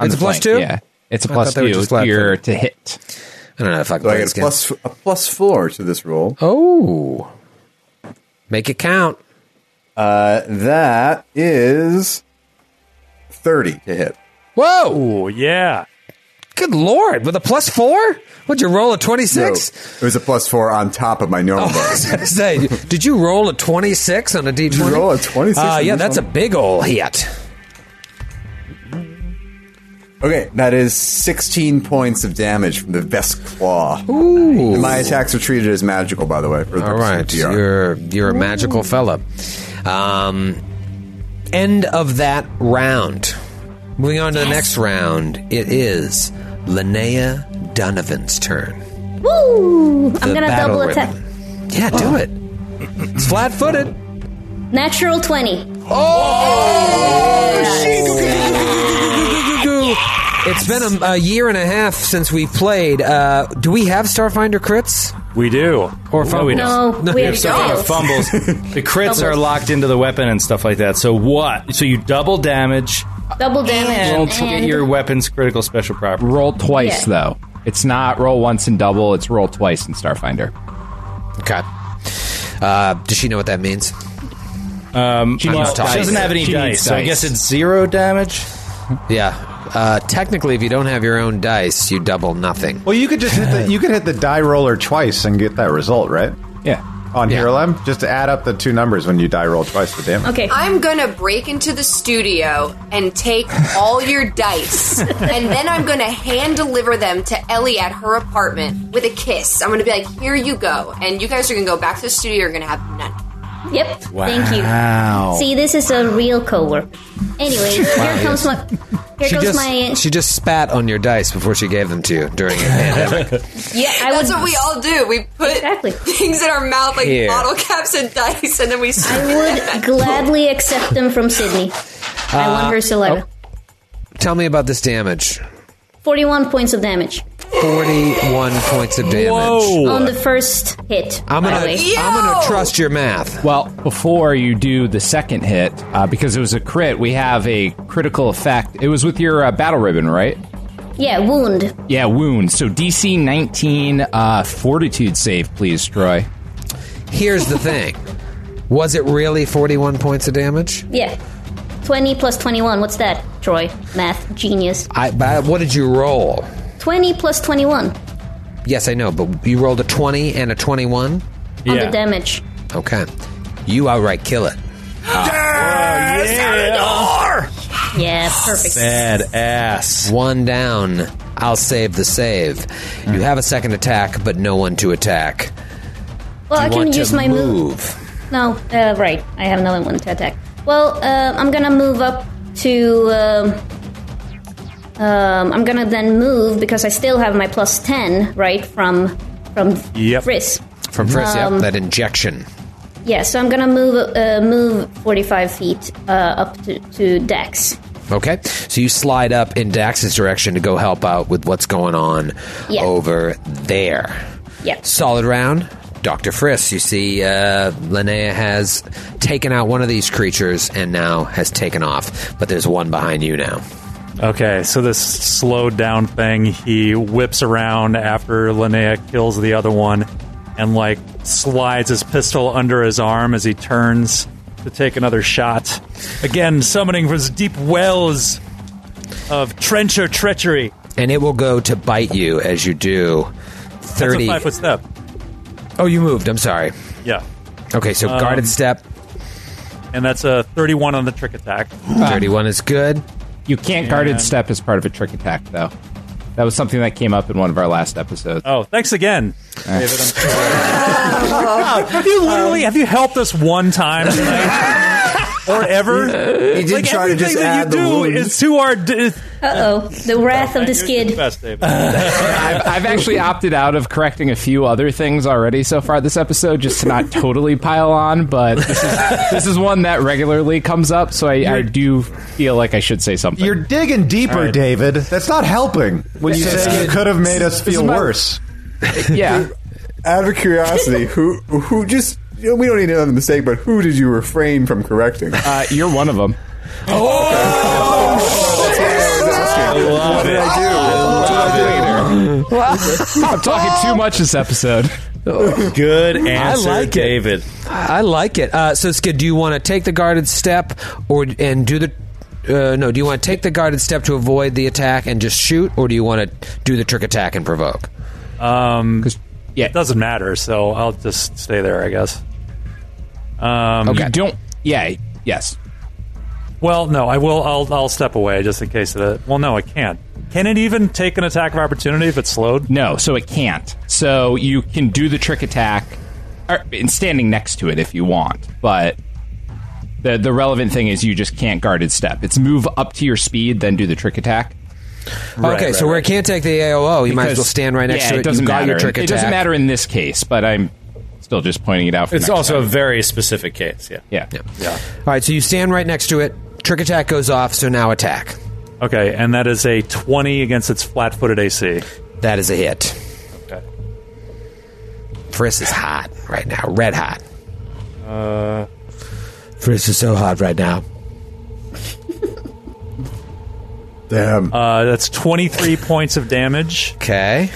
Speaker 9: On
Speaker 3: it's a
Speaker 9: the
Speaker 3: plus
Speaker 9: flank,
Speaker 3: two.
Speaker 9: Yeah. It's a
Speaker 3: I
Speaker 9: plus
Speaker 3: thought they were
Speaker 9: two
Speaker 3: just flat
Speaker 9: to your-
Speaker 3: footed.
Speaker 9: to hit.
Speaker 3: I don't know if I can
Speaker 7: So I
Speaker 3: play
Speaker 7: get
Speaker 3: this
Speaker 7: a
Speaker 3: game.
Speaker 7: plus, a plus four to this roll.
Speaker 3: Oh, make it count.
Speaker 7: Uh, that is 30 to hit.
Speaker 3: Whoa!
Speaker 5: Ooh, yeah.
Speaker 3: Good lord, with a plus four? What'd you roll a Oh. twenty six?
Speaker 7: So it was a plus four on top of my normal bonus.
Speaker 3: Say, did you roll a twenty six on a D
Speaker 7: You
Speaker 3: twenty?
Speaker 7: roll a 26.
Speaker 3: Uh,
Speaker 7: on
Speaker 3: yeah,
Speaker 7: this
Speaker 3: that's a
Speaker 7: one?
Speaker 3: big ol' hit.
Speaker 7: Okay, that is 16 points of damage from the Vest Claw. And my attacks are treated as magical, by the way. For the
Speaker 3: All
Speaker 7: purposes of
Speaker 3: right,
Speaker 7: DR.
Speaker 3: you're you're a magical fella. Um, end of that round. Moving on to the next round, it is Linnea Donovan's turn.
Speaker 8: Woo!
Speaker 3: The
Speaker 8: I'm gonna
Speaker 3: battle
Speaker 8: double
Speaker 3: ribbon.
Speaker 8: attack.
Speaker 3: Yeah,
Speaker 8: Oh.
Speaker 3: do it. It's flat-footed.
Speaker 8: Natural twenty.
Speaker 3: Oh, It's been a, a year and a half since we played. Uh, do we have Starfinder crits?
Speaker 5: We do.
Speaker 3: Or fumbles?
Speaker 2: Oh, we
Speaker 8: No, we have
Speaker 2: Or
Speaker 8: failed.
Speaker 2: fumbles. The crits are
Speaker 8: Fumbles.
Speaker 2: locked into the weapon and stuff like that. So what? So you double damage
Speaker 8: Double
Speaker 2: and,
Speaker 8: damage.
Speaker 2: you get
Speaker 8: and-
Speaker 2: your weapon's critical special property.
Speaker 9: Roll twice
Speaker 8: Yeah.
Speaker 9: though. It's not roll once and double. It's roll twice in Starfinder.
Speaker 3: Okay. Uh, does she know what that means?
Speaker 9: She
Speaker 2: Well,
Speaker 9: needs
Speaker 2: she
Speaker 9: dice.
Speaker 2: doesn't have any
Speaker 9: She needs
Speaker 2: dice, so I
Speaker 9: dice.
Speaker 2: guess it's zero damage.
Speaker 3: Yeah. Uh, technically, if you don't have your own dice, you double nothing.
Speaker 4: Well, you could just hit the, you could hit the die roller twice and get that result, right?
Speaker 9: yeah.
Speaker 4: On
Speaker 3: Yeah.
Speaker 4: Hero Lab, just to add up the two numbers when you die roll twice the damage.
Speaker 8: Okay.
Speaker 6: I'm gonna break into the studio and take all your dice, and then I'm gonna hand deliver them to Ellie at her apartment with a kiss. I'm gonna be like, "Here you go," and you guys are gonna go back to the studio. You're gonna have none.
Speaker 8: Yep. Thank you. See, this is a real coworker. Anyway, here comes my here
Speaker 3: She
Speaker 8: goes
Speaker 3: just,
Speaker 8: my
Speaker 3: she just spat on your dice before she gave them to you during your pandemic.
Speaker 8: yeah. I
Speaker 6: That's
Speaker 8: would,
Speaker 6: what we all do. We put
Speaker 8: Exactly.
Speaker 6: things in our mouth like
Speaker 3: Here.
Speaker 6: bottle caps and dice, and then we.
Speaker 8: I would gladly accept them from Sydney. I want her saliva.
Speaker 3: Oh. Tell me about this damage.
Speaker 8: Forty-one points of damage
Speaker 3: 41 points of damage.
Speaker 8: on the first hit.
Speaker 3: I'm
Speaker 8: by the
Speaker 3: gonna,
Speaker 8: way.
Speaker 3: I'm
Speaker 8: Oh!
Speaker 3: gonna trust your math.
Speaker 9: Well, before you do the second hit, uh, because it was a crit, we have a critical effect. It was with your uh, battle ribbon, right?
Speaker 8: Yeah, wound.
Speaker 9: Yeah, wound. So DC 19 uh, fortitude save, please, Troy.
Speaker 3: Here's the thing: was it really 41 points of damage?
Speaker 8: Yeah. 20 plus 21, what's that, Troy? Math genius.
Speaker 3: I, but I- what did you roll?
Speaker 8: 20 plus 21
Speaker 3: Yes, I know, but you rolled a 20 and a 21.
Speaker 8: on
Speaker 5: Yeah.
Speaker 8: the damage.
Speaker 3: Okay, you outright kill it.
Speaker 8: Yeah, perfect.
Speaker 2: Bad ass.
Speaker 3: One down. I'll save the save.
Speaker 5: Mm.
Speaker 3: You have a second attack, but no one to attack.
Speaker 8: Well, I
Speaker 3: You
Speaker 8: can
Speaker 3: want to
Speaker 8: use my move. No, uh, right. I have another one to attack. Well, uh, I'm gonna move up to. Um, um, I'm gonna then move because I still have my plus 10, right, from from
Speaker 5: Yep.
Speaker 8: Frisk. Um,
Speaker 3: from first. yep, that injection.
Speaker 8: Yeah, so I'm gonna move uh, move 45 feet uh, up to, to Dex.
Speaker 3: Okay, so you slide up in Dax's direction to go help out with what's going on
Speaker 8: Yeah.
Speaker 3: over there.
Speaker 8: Yeah.
Speaker 3: Solid round. Dr. Friss, you see, uh, Linnea has taken out one of these creatures and now has taken off, but there's one behind you now.
Speaker 5: Okay, so this slowed down thing, he whips around after Linnea kills the other one and like slides his pistol under his arm as he turns to take another shot. Again, summoning from his deep wells of trencher treachery.
Speaker 3: And it will go to bite you as you do.
Speaker 5: That's
Speaker 3: 30.
Speaker 5: a five foot step.
Speaker 3: oh, you moved. I'm sorry.
Speaker 5: Yeah. Um,
Speaker 3: Okay, so guarded step.
Speaker 5: and that's a 31 on the trick attack.
Speaker 3: 31 is good.
Speaker 9: Uh, You can't guarded step as part of a trick attack, though. That was something that came up in one of our last episodes.
Speaker 5: Oh, thanks again, David. I'm sorry. Wow, have you literally have you helped us one time tonight? or ever?
Speaker 7: He did
Speaker 5: Like
Speaker 7: try to
Speaker 5: everything
Speaker 7: just
Speaker 5: that
Speaker 7: add
Speaker 5: you
Speaker 7: the
Speaker 5: do
Speaker 7: wound.
Speaker 5: is to our. D- is-
Speaker 8: Uh oh, the wrath of this
Speaker 5: You're the
Speaker 8: kid.
Speaker 5: best, David.
Speaker 9: I've, I've actually opted out of correcting a few other things already so far this episode, just to not totally pile on. But this is this is one that regularly comes up, so I, I do feel like I should say something.
Speaker 4: You're digging deeper, David. That's not helping when you say you could have made us feel
Speaker 9: my-
Speaker 4: worse.
Speaker 9: yeah,
Speaker 7: Out of curiosity, who who just you know, we don't even know the mistake, but who did you refrain from correcting?
Speaker 9: uh, you're one of them.
Speaker 1: Oh,
Speaker 7: what did I do? What did I do?
Speaker 9: I'm talking too much this episode.
Speaker 2: Good answer,
Speaker 3: Oh. like it.
Speaker 2: David.
Speaker 3: I like it. Uh, so, Skid, do you want to take the guarded step or and do the. Uh, no, do you want to take the guarded step to avoid the attack and just shoot, or do you want to do the trick attack and provoke?
Speaker 5: Um,
Speaker 9: Yeah,
Speaker 5: it doesn't matter, so I'll just stay there, I guess. Um,
Speaker 9: you don't. Yeah, yes.
Speaker 5: Well, no, I will. I'll, I'll step away just in case of that. Well, no, I can't. Can it even take an attack of opportunity if it's slowed?
Speaker 9: No, so it can't. So you can do the trick attack or, and standing next to it if you want, but the the relevant thing is you just can't guarded step. It's move up to your speed, then do the trick attack.
Speaker 3: okay,
Speaker 5: right,
Speaker 3: so where
Speaker 5: right.
Speaker 3: it can't take the AOO, you might as well
Speaker 9: Because-
Speaker 3: stand right next
Speaker 9: yeah,
Speaker 3: to it.
Speaker 9: It doesn't
Speaker 3: you got
Speaker 9: matter.
Speaker 3: your trick
Speaker 9: it
Speaker 3: attack.
Speaker 9: doesn't matter in this case, but I'm still just pointing it out. For
Speaker 2: It's
Speaker 9: next
Speaker 2: also a
Speaker 9: time.
Speaker 2: very specific case. Yeah.
Speaker 9: yeah. yeah.
Speaker 3: All right, so you stand right next to it. Trick attack goes off, so now attack.
Speaker 5: Okay, and that is a twenty against its flat-footed AC.
Speaker 3: That is a hit.
Speaker 5: Okay.
Speaker 3: Frisk is hot right now, red hot. Uh,
Speaker 5: Uh,
Speaker 3: Frisk is so hot right now.
Speaker 7: Damn.
Speaker 5: Uh, that's twenty-three points of damage,
Speaker 3: Okay.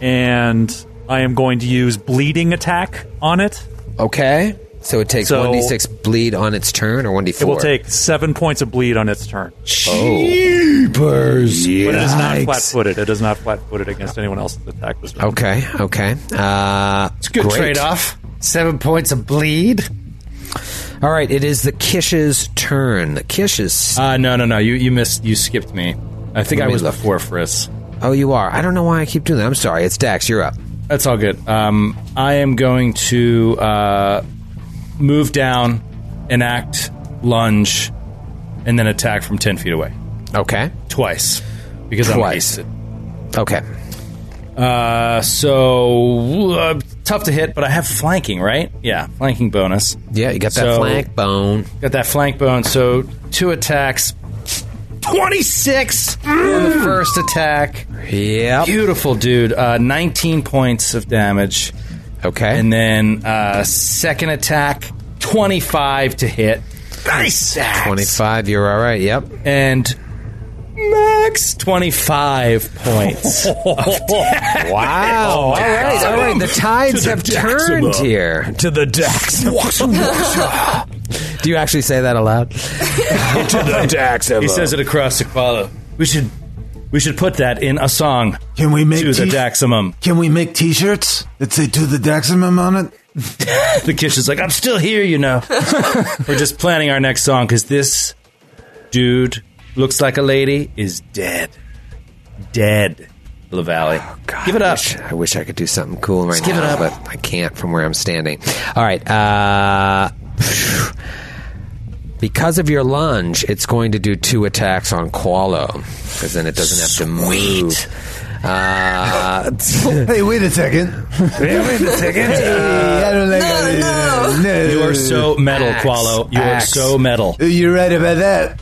Speaker 5: and I am going to use bleeding attack on it.
Speaker 3: Okay. So it takes
Speaker 5: So-
Speaker 3: 1d6 bleed on its turn or 1d4?
Speaker 5: It will take seven points of bleed on its turn,
Speaker 3: Jeepers.
Speaker 5: but it is not
Speaker 3: Yikes.
Speaker 5: flat-footed. It is not flat-footed against anyone else's attack this round.
Speaker 3: Okay, okay. Uh,
Speaker 2: It's a good
Speaker 3: great.
Speaker 2: trade off. Seven points of bleed.
Speaker 3: All right, it is the Kish's turn. The Kish is.
Speaker 2: Uh, no, no, no. You you missed. You skipped me. I think
Speaker 3: Let
Speaker 2: I
Speaker 3: me
Speaker 2: was
Speaker 3: look.
Speaker 2: before Friss.
Speaker 3: oh, you are. I don't know why I keep doing that. I'm sorry. It's Dax. You're up.
Speaker 2: That's all good. Um, I am going to uh, move down, enact lunge, and then attack from ten feet away
Speaker 3: Okay.
Speaker 2: twice because I'm
Speaker 3: Twice.
Speaker 2: hasted.
Speaker 3: Okay.
Speaker 2: Uh, so uh, tough to hit, but I have flanking, right? Yeah, flanking bonus.
Speaker 3: Yeah, you got that
Speaker 2: So-
Speaker 3: flank bone.
Speaker 2: Got that flank bone. So two attacks. Twenty six on the first attack.
Speaker 3: Yep.
Speaker 2: Beautiful, dude. Uh, 19 points of damage.
Speaker 3: okay.
Speaker 2: And then uh, second attack, 25 to hit. Nice.
Speaker 3: 25, you're all right. Yep.
Speaker 2: And max 25 points.
Speaker 3: Wow. all right. All right. The tides have turned here.
Speaker 2: to the decks.
Speaker 3: Do you actually say that aloud?
Speaker 2: he says it across the qualo. We should we should put that in a song.
Speaker 4: Can we make
Speaker 2: to the
Speaker 4: teeth?
Speaker 2: Daximum?
Speaker 4: Can we make T-shirts that say "To the Daximum" on it?
Speaker 2: The kitchen's like, I'm still here, you know. We're just planning our next song because this dude looks like a lady is dead. Dead. LaValle. Give it up.
Speaker 3: Oh, I wish, I wish I could do something cool right
Speaker 2: give it
Speaker 3: now,
Speaker 2: up.
Speaker 3: but I can't from where I'm standing. All right. Uh, because of your lunge, it's going to do two attacks on Qualo, because then it doesn't have to move. Uh,
Speaker 4: Hey, wait a second.
Speaker 2: Wait a second.
Speaker 4: I don't like no, no.
Speaker 2: You are so metal,
Speaker 3: Axe.
Speaker 2: Qualo. You
Speaker 3: Axe.
Speaker 2: are so metal.
Speaker 4: You're right about that.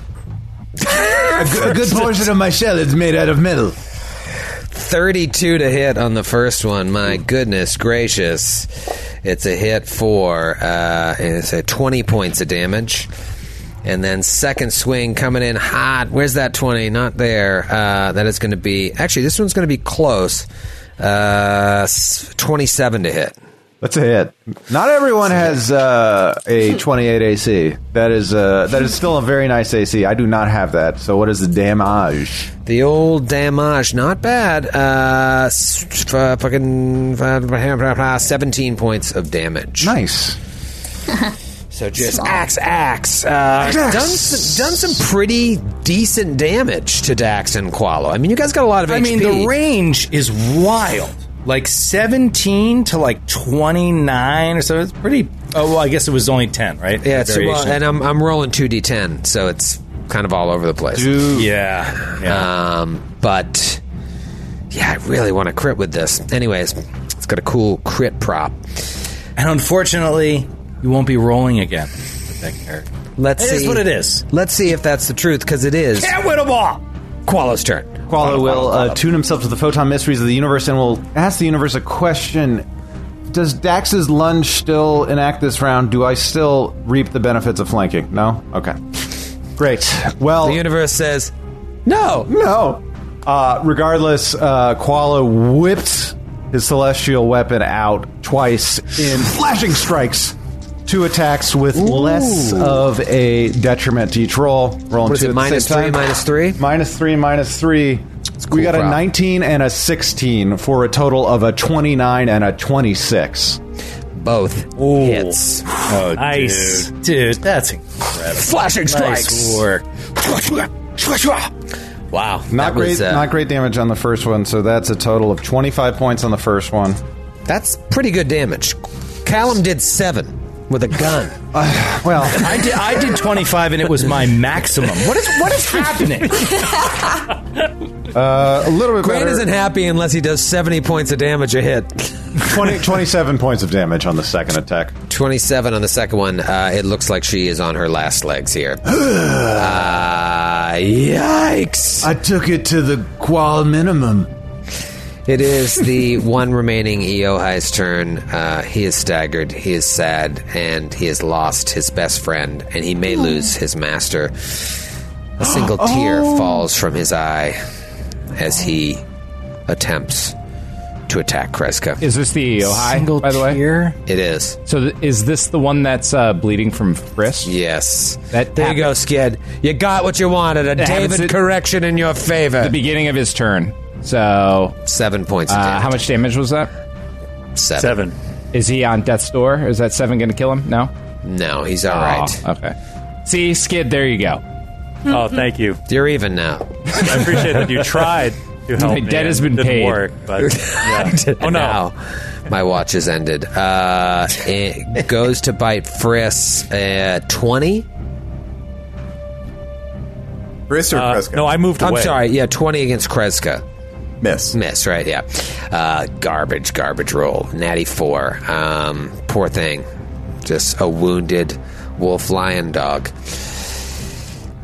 Speaker 4: A g- a good portion of my shell is made out of metal.
Speaker 3: 32 to hit on the first one. My goodness gracious. It's a hit for uh, it's a 20 points of damage. And then second swing coming in hot. Where's that 20? Not there. Uh, that is going to be. Actually, this one's going to be close. Uh, s- 27 to hit.
Speaker 4: That's a hit. Not everyone has uh, a 28 AC. That is uh, that is still a very nice AC. I do not have that. So what is the damage?
Speaker 3: The old damage, not bad. Uh, s- f- fucking 17 points of damage.
Speaker 4: Nice.
Speaker 3: So just axe, axe. Uh, done, some, done some pretty decent damage to Dax and Qualo. I mean, you guys got a lot of
Speaker 2: I
Speaker 3: HP.
Speaker 2: mean, the range is wild. Like 17 to like 29 or so. It's pretty. Oh, well, I guess it was only 10, right?
Speaker 3: yeah, it's, well,
Speaker 2: Variation.
Speaker 3: and I'm I'm rolling two d10, so it's kind of all over the place.
Speaker 2: yeah. yeah.
Speaker 3: Um, but yeah, I really want to crit with this. Anyways, it's got a cool crit prop.
Speaker 2: and unfortunately, you won't be rolling again with that character.
Speaker 3: Let's
Speaker 2: It
Speaker 3: see
Speaker 2: is what it is.
Speaker 3: Let's see if that's the truth, because it is
Speaker 2: Can't win them all!
Speaker 3: Qualo's turn.
Speaker 4: Qualo will uh, tune himself to the photon mysteries of the universe and will ask the universe a question. Does Dax's lunge still enact this round? Do I still reap the benefits of flanking? No? Okay. Great. Well,
Speaker 3: The universe says, "No,
Speaker 4: No. Uh, regardless, uh, Koala whipped his celestial weapon out twice in flashing strikes. Two attacks with less of a detriment to each roll. Rolling
Speaker 3: What is
Speaker 4: two
Speaker 3: it,
Speaker 4: at the
Speaker 3: minus
Speaker 4: same time.
Speaker 3: three, minus three?
Speaker 4: Minus three, minus three.
Speaker 3: cool,
Speaker 4: we got
Speaker 3: bro.
Speaker 4: a 19 and a 16 for a total of a 29 and a 26.
Speaker 3: both hits."
Speaker 2: Oh, nice. Dude, that's incredible.
Speaker 3: Flashing
Speaker 2: Nice
Speaker 3: strikes.
Speaker 2: work.
Speaker 3: Wow,
Speaker 4: Not
Speaker 3: that
Speaker 4: great,
Speaker 3: was, uh,
Speaker 4: not great damage on the first one, so that's a total of 25 points on the first one.
Speaker 3: That's pretty good damage. Callum did seven with a gun.
Speaker 4: Well,
Speaker 2: I did, I did 25 and it was my maximum. What is what is happening?
Speaker 3: Uh,
Speaker 4: a little bit
Speaker 3: Grant
Speaker 4: better.
Speaker 3: isn't happy unless he does seventy points of damage a hit.
Speaker 4: 20, 27 points of damage on the second attack.
Speaker 3: 27 on the second one. Uh, it looks like she is on her last legs here. uh, yikes!
Speaker 4: I took it to the qual minimum.
Speaker 3: It is the one remaining Eohi's turn. Uh, he is staggered, he is sad, and he has lost his best friend, and he may lose his master. A single tear falls from his eye as he attempts to attack Kreska.
Speaker 9: Is this the Ohio? by the way?
Speaker 3: It is.
Speaker 9: So th- is this the one that's uh, bleeding from Frisk?
Speaker 3: Yes.
Speaker 9: That
Speaker 3: there you go,
Speaker 9: happened.
Speaker 3: Skid. You got what you wanted. A
Speaker 9: happens
Speaker 3: David
Speaker 9: at-
Speaker 3: correction in your favor.
Speaker 9: The beginning of his turn. So
Speaker 3: Seven points. Of
Speaker 9: uh,
Speaker 3: damage.
Speaker 9: how much damage was that?
Speaker 3: Seven.
Speaker 5: Seven.
Speaker 9: Is he on death's door? Is that seven going to kill him? No.
Speaker 3: No, he's all right.
Speaker 9: Oh, okay. See, Skid, there you go. Mm-hmm.
Speaker 5: Oh, thank you.
Speaker 3: You're even now.
Speaker 5: I appreciate that you tried to help.
Speaker 9: My
Speaker 5: me.
Speaker 9: debt has
Speaker 5: It
Speaker 9: been
Speaker 5: didn't
Speaker 9: paid.
Speaker 5: Work, but yeah. oh no,
Speaker 3: Now, my watch is ended. Uh, it goes to bite Friss uh, 20.
Speaker 7: Chris or
Speaker 5: Uh,
Speaker 7: Kreska?
Speaker 5: no, I moved
Speaker 3: I'm
Speaker 5: away.
Speaker 3: sorry. Yeah, 20 against Kreska.
Speaker 7: miss.
Speaker 3: Miss, right? Yeah. Uh, garbage, garbage roll. Natty 4. Um, poor thing. Just a wounded wolf lion dog.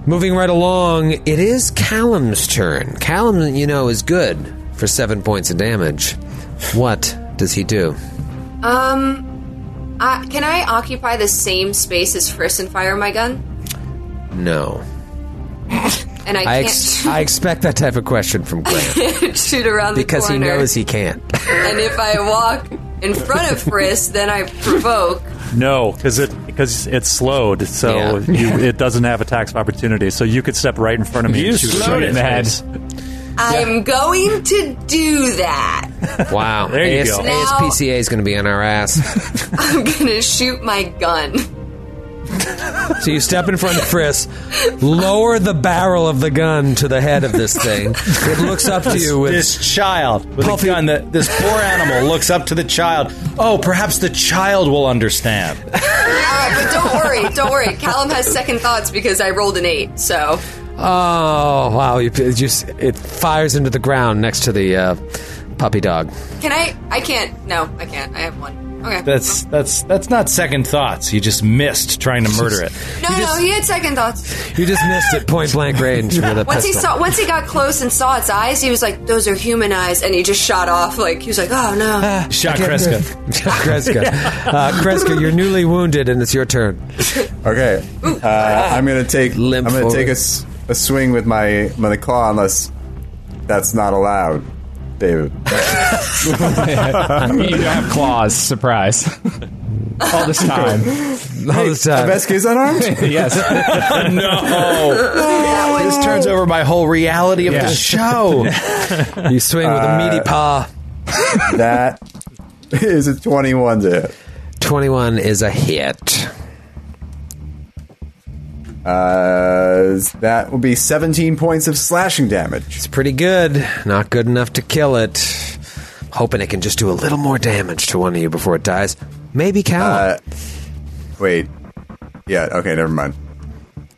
Speaker 3: Moving right along, it is Callum's turn. Callum, you know, is good for seven points of damage. What does he do?
Speaker 6: Uh, can Um, I occupy the same space as Frisk and fire my gun?
Speaker 3: No.
Speaker 6: And I
Speaker 3: I,
Speaker 6: can't
Speaker 3: ex- I expect that type of question from Grant
Speaker 6: shoot around
Speaker 3: because
Speaker 6: the
Speaker 3: he
Speaker 6: corner.
Speaker 3: knows he can't.
Speaker 6: and if I walk in front of Frisk, then I provoke.
Speaker 5: no, because it because it's slowed, so
Speaker 3: Yeah.
Speaker 5: you, it doesn't have a tax of opportunity. So you could step right in front of me.
Speaker 2: You
Speaker 5: and shoot
Speaker 2: slowed
Speaker 5: straight
Speaker 2: it.
Speaker 5: in the head.
Speaker 6: I'm going to do that.
Speaker 3: Wow.
Speaker 5: There you go.
Speaker 6: Now-
Speaker 3: ASPCA is going to be on our ass.
Speaker 6: I'm gonna shoot my gun.
Speaker 3: so you step in front of Chris, lower the barrel of the gun to the head of this thing. It looks up to you with.
Speaker 2: this child with a gun that this poor animal looks up to the child oh perhaps the child will understand
Speaker 6: Alright, but don't worry, don't worry. Callum has second thoughts because I rolled an eight, so
Speaker 3: Oh, wow. You, it just It fires into the ground next to the uh, puppy dog.
Speaker 6: can I I can't no, I can't. I have one. Okay.
Speaker 2: that's that's that's not second thoughts you just missed trying to murder it
Speaker 6: no, no, he had second thoughts.
Speaker 3: You just missed it point blank range with a
Speaker 6: Once he
Speaker 3: pistol.
Speaker 6: saw, once he got close and saw its eyes, he was like, "Those are human eyes," and he just shot off. Like he was like, "Oh
Speaker 3: Ah,
Speaker 6: no!"
Speaker 2: shot kreska
Speaker 3: Kreska. Uh, Kreska, you're newly wounded and it's your turn.
Speaker 7: Okay, uh, I'm gonna take.
Speaker 3: Limp
Speaker 7: I'm gonna
Speaker 3: forward.
Speaker 7: take a, s- a swing with my my claw unless that's not allowed, David.
Speaker 9: you don't have claws. Surprise. All this time.
Speaker 3: All this time.
Speaker 7: Best case unarmed.
Speaker 9: yes.
Speaker 4: Oh,
Speaker 2: no Oh, this turns over my whole reality of
Speaker 9: Yeah.
Speaker 2: the show
Speaker 3: You swing with a meaty paw.
Speaker 7: Uh, that is a 21 to hit.
Speaker 3: 21 is a hit.
Speaker 7: Uh, that will be 17 points of slashing damage.
Speaker 3: It's pretty good. Not good enough to kill it. Hoping it can just do a little more damage to one of you before it dies. Maybe Callum.
Speaker 7: Uh, Wait. Yeah, okay, never mind.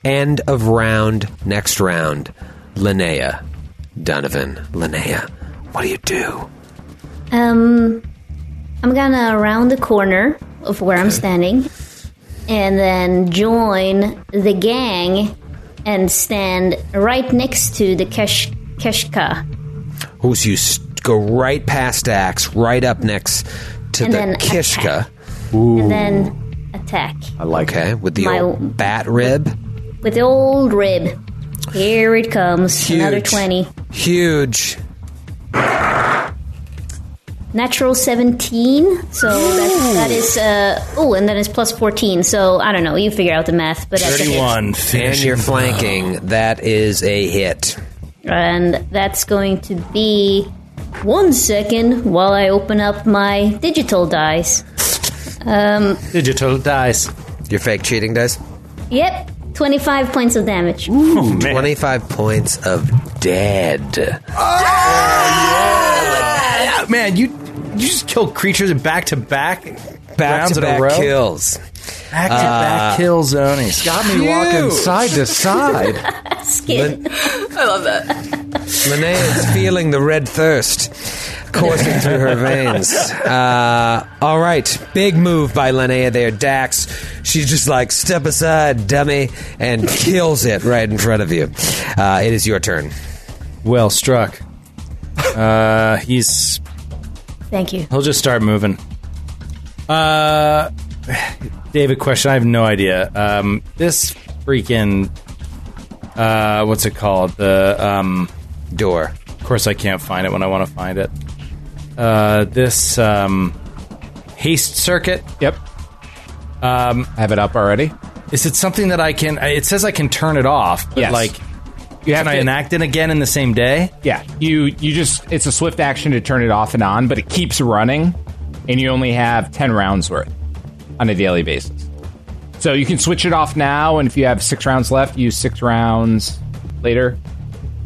Speaker 3: End of round, next round. Linnea. Donovan. Linnea. What do you do?
Speaker 8: Um, I'm gonna round the corner of where I'm standing, and then join the gang and stand right next to the kesh- Keshka.
Speaker 3: Who's you s- go right past Axe, right up next to
Speaker 8: And
Speaker 3: the
Speaker 8: then
Speaker 3: Kishka.
Speaker 8: and then attack
Speaker 4: I like
Speaker 3: Okay, with the
Speaker 8: My-
Speaker 3: old bat rib.
Speaker 8: with the old rib. Here it comes, another
Speaker 3: Huge.
Speaker 8: twenty.
Speaker 3: Huge.
Speaker 8: Natural seventeen, so that, that is uh oh, and then it's plus fourteen. So I don't know. You figure out the math, but that's a hit.
Speaker 2: 31.
Speaker 3: And
Speaker 2: Finishing
Speaker 3: you're flanking. That is a hit.
Speaker 8: And that's going to be one second while I open up my digital dice. Um,
Speaker 2: digital dice.
Speaker 3: Your fake cheating dice.
Speaker 8: yep, 25 points of damage.
Speaker 2: Oh,
Speaker 3: 25 points of dead.
Speaker 2: Uh, Man, you you just killed creatures back to back,
Speaker 3: Back to back kills.
Speaker 2: back to back kill zonies.
Speaker 4: Got me walking side to side.
Speaker 8: Skin.
Speaker 6: I love that.
Speaker 3: Linnea is feeling the red thirst coursing through her veins. Uh, all right, big move by Linnea there, Dax. She's just like, step aside, dummy, and kills it right in front of you. Uh, it is your turn.
Speaker 2: Well struck. Uh, he's
Speaker 8: Thank you.
Speaker 2: he'll just start moving. Uh, David, question. I have no idea. Um, this freaking uh, what's it called? The um,
Speaker 3: Door.
Speaker 2: Of course, I can't find it when I want to find it. Uh, this um, haste circuit
Speaker 9: Yep. Um, have it up already.
Speaker 2: is it something that I can? It says I can turn it off, but
Speaker 9: Yes.
Speaker 2: like,
Speaker 9: You have
Speaker 2: can I
Speaker 9: to-
Speaker 2: enact it again in the same day?
Speaker 9: Yeah, you you just it's a swift action to turn it off and on, but it keeps running, and you only have ten rounds worth on a daily basis. So you can switch it off now, and if you have six rounds left, use six rounds later.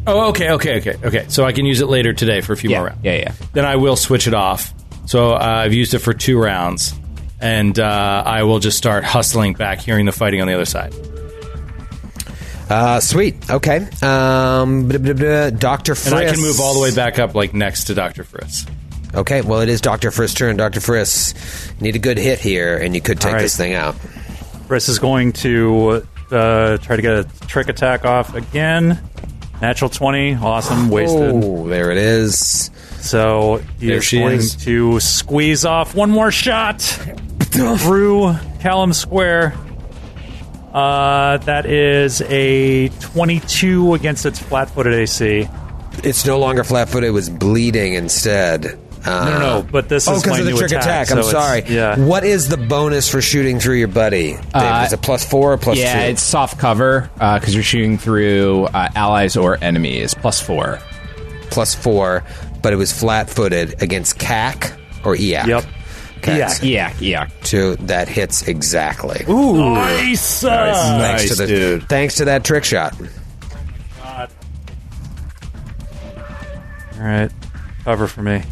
Speaker 2: Oh, okay, okay, okay, okay. So I can use it later today for a few more
Speaker 9: Yeah,
Speaker 2: rounds.
Speaker 9: yeah, yeah.
Speaker 2: Then I will switch it off. So uh, I've used it for two rounds, and uh, I will just start hustling back, hearing the fighting on the other side.
Speaker 3: Uh, sweet. Okay. Um, blah, blah, blah. Dr. Friss.
Speaker 2: And I can move all the way back up, like next to Doctor Fritz.
Speaker 3: Okay, well, it is Dr. Friss' turn. Dr. Friss, need a good hit here, and you could take
Speaker 5: All right.
Speaker 3: this thing out.
Speaker 5: Briss is going to uh, try to get a trick attack off again. Natural 20. Awesome. Wasted.
Speaker 3: Oh, there it is.
Speaker 5: So he
Speaker 2: There
Speaker 5: is
Speaker 2: she
Speaker 5: going
Speaker 2: is.
Speaker 5: to squeeze off one more shot through Callum Square. Uh, that is a 22 against its flat footed AC.
Speaker 3: It's no longer flat footed. It was bleeding instead. Uh,
Speaker 5: No, no, no, but this
Speaker 3: oh,
Speaker 5: is my
Speaker 3: because of the
Speaker 5: new
Speaker 3: trick attack.
Speaker 5: attack.
Speaker 3: I'm
Speaker 5: so it's-
Speaker 3: sorry.
Speaker 5: Yeah.
Speaker 3: What is the bonus for shooting through your buddy? Dave,
Speaker 9: Uh,
Speaker 3: is it plus four or plus
Speaker 9: yeah,
Speaker 3: two?
Speaker 9: it's soft cover because you're shooting through uh, allies or enemies. Plus four.
Speaker 3: plus four, but it was flat footed against CAC or EAC.
Speaker 5: Yep. E
Speaker 3: Okay,
Speaker 9: Yeah,
Speaker 3: so
Speaker 9: yeah, yeah.
Speaker 3: Two that hits exactly.
Speaker 5: Ooh. Nice. uh,
Speaker 3: thanks to the thanks to that trick shot.
Speaker 5: All right. Cover for me.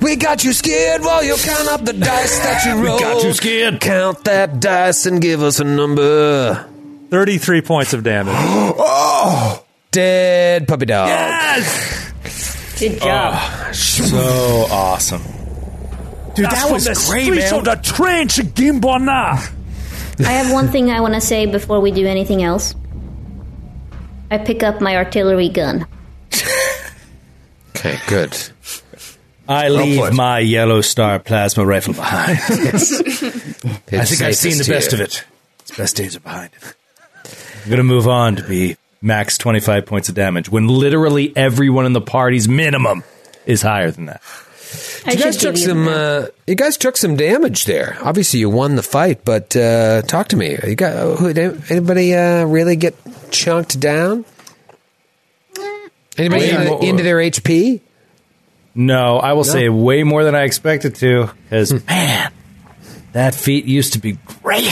Speaker 3: We got you scared while you count up the dice that you rolled.
Speaker 2: got you scared.
Speaker 3: Count that dice and give us a number.
Speaker 5: 33 points of damage.
Speaker 2: Oh.
Speaker 3: Dead puppy dog.
Speaker 8: Good job.
Speaker 3: Oh,
Speaker 2: So awesome. Dude, that was great, man.
Speaker 5: the trench, Gimbona.
Speaker 8: I have one thing I want to say before we do anything else. I pick up my artillery gun.
Speaker 3: Okay, good.
Speaker 2: I leave my yellow star plasma rifle behind. I think I've seen the best of it. Its best days are behind it. I'm going to move on to be max 25 points of damage when literally everyone in the party's minimum is higher than that.
Speaker 8: I
Speaker 3: You guys
Speaker 8: should
Speaker 3: took
Speaker 8: give you
Speaker 3: some.
Speaker 8: that.
Speaker 3: Uh, you guys took some damage there. Obviously, you won the fight, but uh, talk to me. You got uh, who, anybody uh, really get chunked down? Anybody
Speaker 2: Yeah.
Speaker 3: into, into their HP? Hmm.
Speaker 2: No, I will say way more than I expected to because, man, That feat used to be great.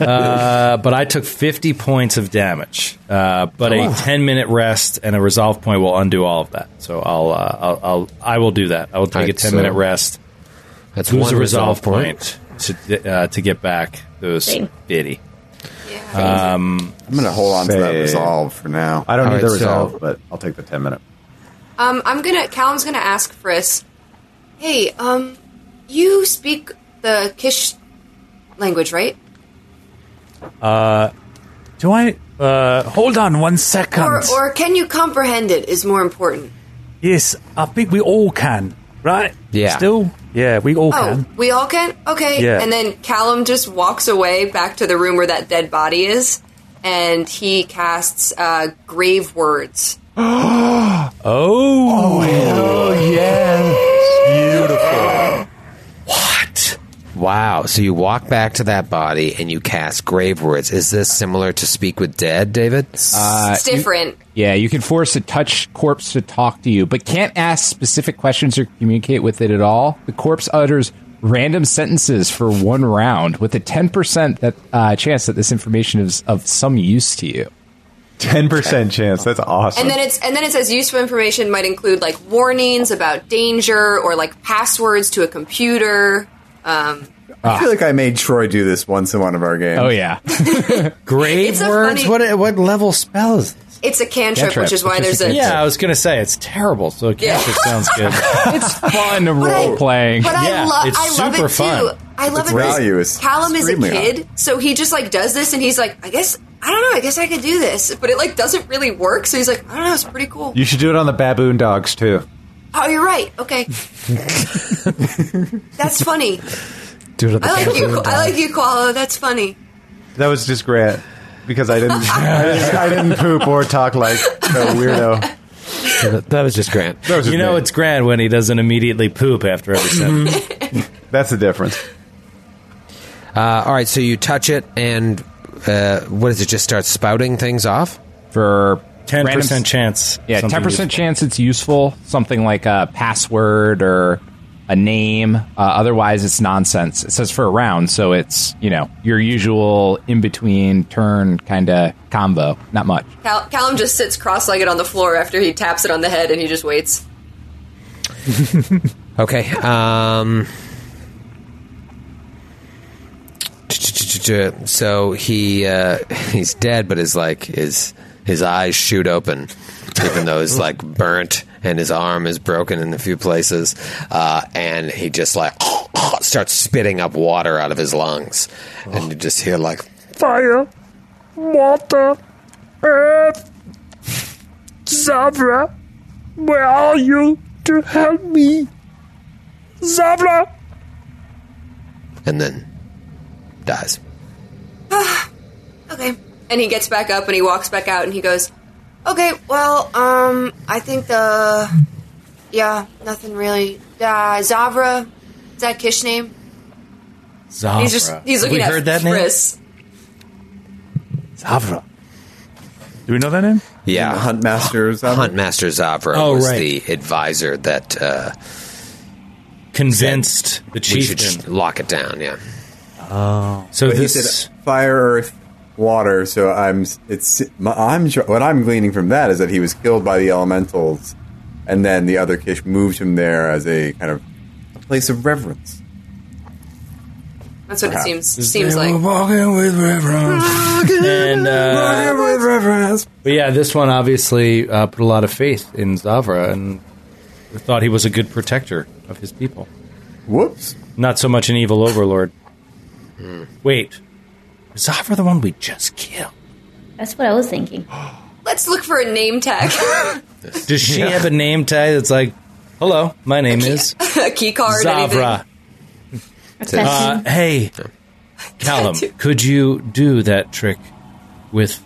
Speaker 2: uh, but I took 50 points of damage. Uh, but a 10 minute rest and a resolve point will undo all of that. So I'll, uh, I'll, I'll I will do that. I will take a
Speaker 3: Alright,
Speaker 2: 10
Speaker 3: so
Speaker 2: minute rest.
Speaker 3: That's
Speaker 2: Lose
Speaker 3: one
Speaker 2: a resolve
Speaker 3: resolve
Speaker 2: point, to uh, to get back those
Speaker 8: Same.
Speaker 2: bitty. Um,
Speaker 7: I'm going to hold on to that
Speaker 4: Save.
Speaker 7: resolve for now.
Speaker 4: I don't
Speaker 3: All
Speaker 4: need the
Speaker 3: right, so-
Speaker 4: resolve, but I'll take the 10 minute.
Speaker 6: Um, I'm gonna. Callum's gonna ask Frisk. Hey, um, you speak the Kish language, right?
Speaker 5: Uh, Do I? Uh, hold on one second.
Speaker 6: Or, or can you comprehend it? Is more important.
Speaker 5: yes, I think we all can, right?
Speaker 3: Yeah.
Speaker 5: Still? Yeah, we all
Speaker 6: Oh,
Speaker 5: can.
Speaker 6: we all can. Okay.
Speaker 5: Yeah.
Speaker 6: And then Callum just walks away back to the room where that dead body is, and he casts uh, grave words.
Speaker 5: Oh,
Speaker 3: Wow. So you walk back to that body and you cast grave words. Is this similar to speak with dead, David?
Speaker 8: Uh,
Speaker 6: it's different.
Speaker 9: Yeah, you can force a touch corpse to talk to you, but can't ask specific questions or communicate with it at all. The corpse utters random sentences for one round with a 10% that, uh, chance that this information is of some use to you.
Speaker 4: 10% chance. That's awesome.
Speaker 6: and then it's and then it says useful information might include like warnings about danger or like passwords to a computer. Um,
Speaker 7: I feel like I made Troy do this once in one of our games.
Speaker 9: Oh, yeah.
Speaker 2: Grave
Speaker 6: It's a
Speaker 2: words?
Speaker 6: funny-
Speaker 2: What what level spell is this?
Speaker 6: It's a cantrip,
Speaker 9: Cantrip,
Speaker 6: which is why
Speaker 9: which is
Speaker 6: there's
Speaker 9: a
Speaker 6: a
Speaker 2: Yeah, I was going to say it's terrible. So it
Speaker 6: Yeah.
Speaker 2: sounds good.
Speaker 9: it's fun role playing.
Speaker 6: But I
Speaker 2: Yeah,
Speaker 6: love
Speaker 2: it's
Speaker 6: I love
Speaker 2: super
Speaker 6: it
Speaker 2: fun.
Speaker 6: too. I love
Speaker 7: The
Speaker 6: it. 'cause
Speaker 7: value is
Speaker 6: Callum is a
Speaker 7: extremely high.
Speaker 6: kid, so he just like does this and he's like, I guess I don't know, I guess I could do this. But it like doesn't really work, so he's like, I don't know, it's pretty cool.
Speaker 4: you should do it on the baboon dogs, too.
Speaker 6: oh, you're right. Okay. That's funny.
Speaker 3: Do it at the
Speaker 6: I like
Speaker 3: same
Speaker 6: you
Speaker 3: time.
Speaker 6: I like you, Koala. That's funny.
Speaker 4: That was just Grant because I didn't, I didn't, I didn't poop or talk like a weirdo.
Speaker 3: That was just Grant.
Speaker 4: That was just
Speaker 2: You know
Speaker 4: me.
Speaker 2: it's grand when he doesn't immediately poop after every sentence.
Speaker 4: that's the difference.
Speaker 3: Uh, all right. So you touch it and uh, what does it just start spouting things off?
Speaker 9: For
Speaker 2: Ten
Speaker 9: random-
Speaker 2: percent chance.
Speaker 9: Yeah,
Speaker 2: Something
Speaker 9: ten percent
Speaker 2: useful.
Speaker 9: chance it's useful. Something like a password or a name. Uh, otherwise, it's nonsense. It says for a round, so it's you know your usual in between turn kind of combo. Not much.
Speaker 6: Cal- Callum just sits cross-legged on the floor after he taps it on the head and he just waits.
Speaker 3: Okay. Um, so he uh, he's dead, but his like his his eyes shoot open, even though he's like burnt and his arm is broken in a few places, uh, and he just like starts spitting up water out of his lungs, and you just hear like
Speaker 10: fire, water, earth, Zavra, where are you to help me? Zavra!
Speaker 3: and then dies.
Speaker 6: Okay. And he gets back up and he walks back out and he goes, Okay, well, um, I think the. Yeah, nothing really. Uh, Zavra, is that Kish name?
Speaker 2: Zafra.
Speaker 6: He's just. He's looking
Speaker 2: we
Speaker 6: at
Speaker 2: heard that
Speaker 6: Chris.
Speaker 5: Zavra. Do we know that name?
Speaker 3: Yeah,
Speaker 7: Huntmaster or something?
Speaker 3: Huntmaster Zavra
Speaker 2: Oh,
Speaker 3: was
Speaker 2: right.
Speaker 3: the advisor that. Uh,
Speaker 2: name. Convinced the
Speaker 3: we should sh-
Speaker 2: chieftain.
Speaker 3: lock it down. Yeah.
Speaker 2: So
Speaker 7: Oh. But he
Speaker 2: this
Speaker 7: said fire, earth, water. So I'm it's my, I'm sure- what I'm gleaning from that is that he was killed by the elementals, and then the other Kish moved him there as a kind of place of reverence.
Speaker 6: That's what it
Speaker 7: Perhaps.
Speaker 6: seems seems like.
Speaker 2: walking with reverence. and uh, but yeah, this one obviously uh, put a lot of faith in Zavra and thought he was a good protector of his people.
Speaker 7: Whoops!
Speaker 2: Not so much an evil overlord.
Speaker 6: Hmm.
Speaker 2: Wait, is Zavra the one we just killed?
Speaker 8: That's what I was thinking.
Speaker 6: Let's look for a name tag,
Speaker 2: Does she have a name tag that's like, hello, my name is
Speaker 6: a key card, anything.
Speaker 2: Zavra. Uh, hey, Callum, could you do that trick with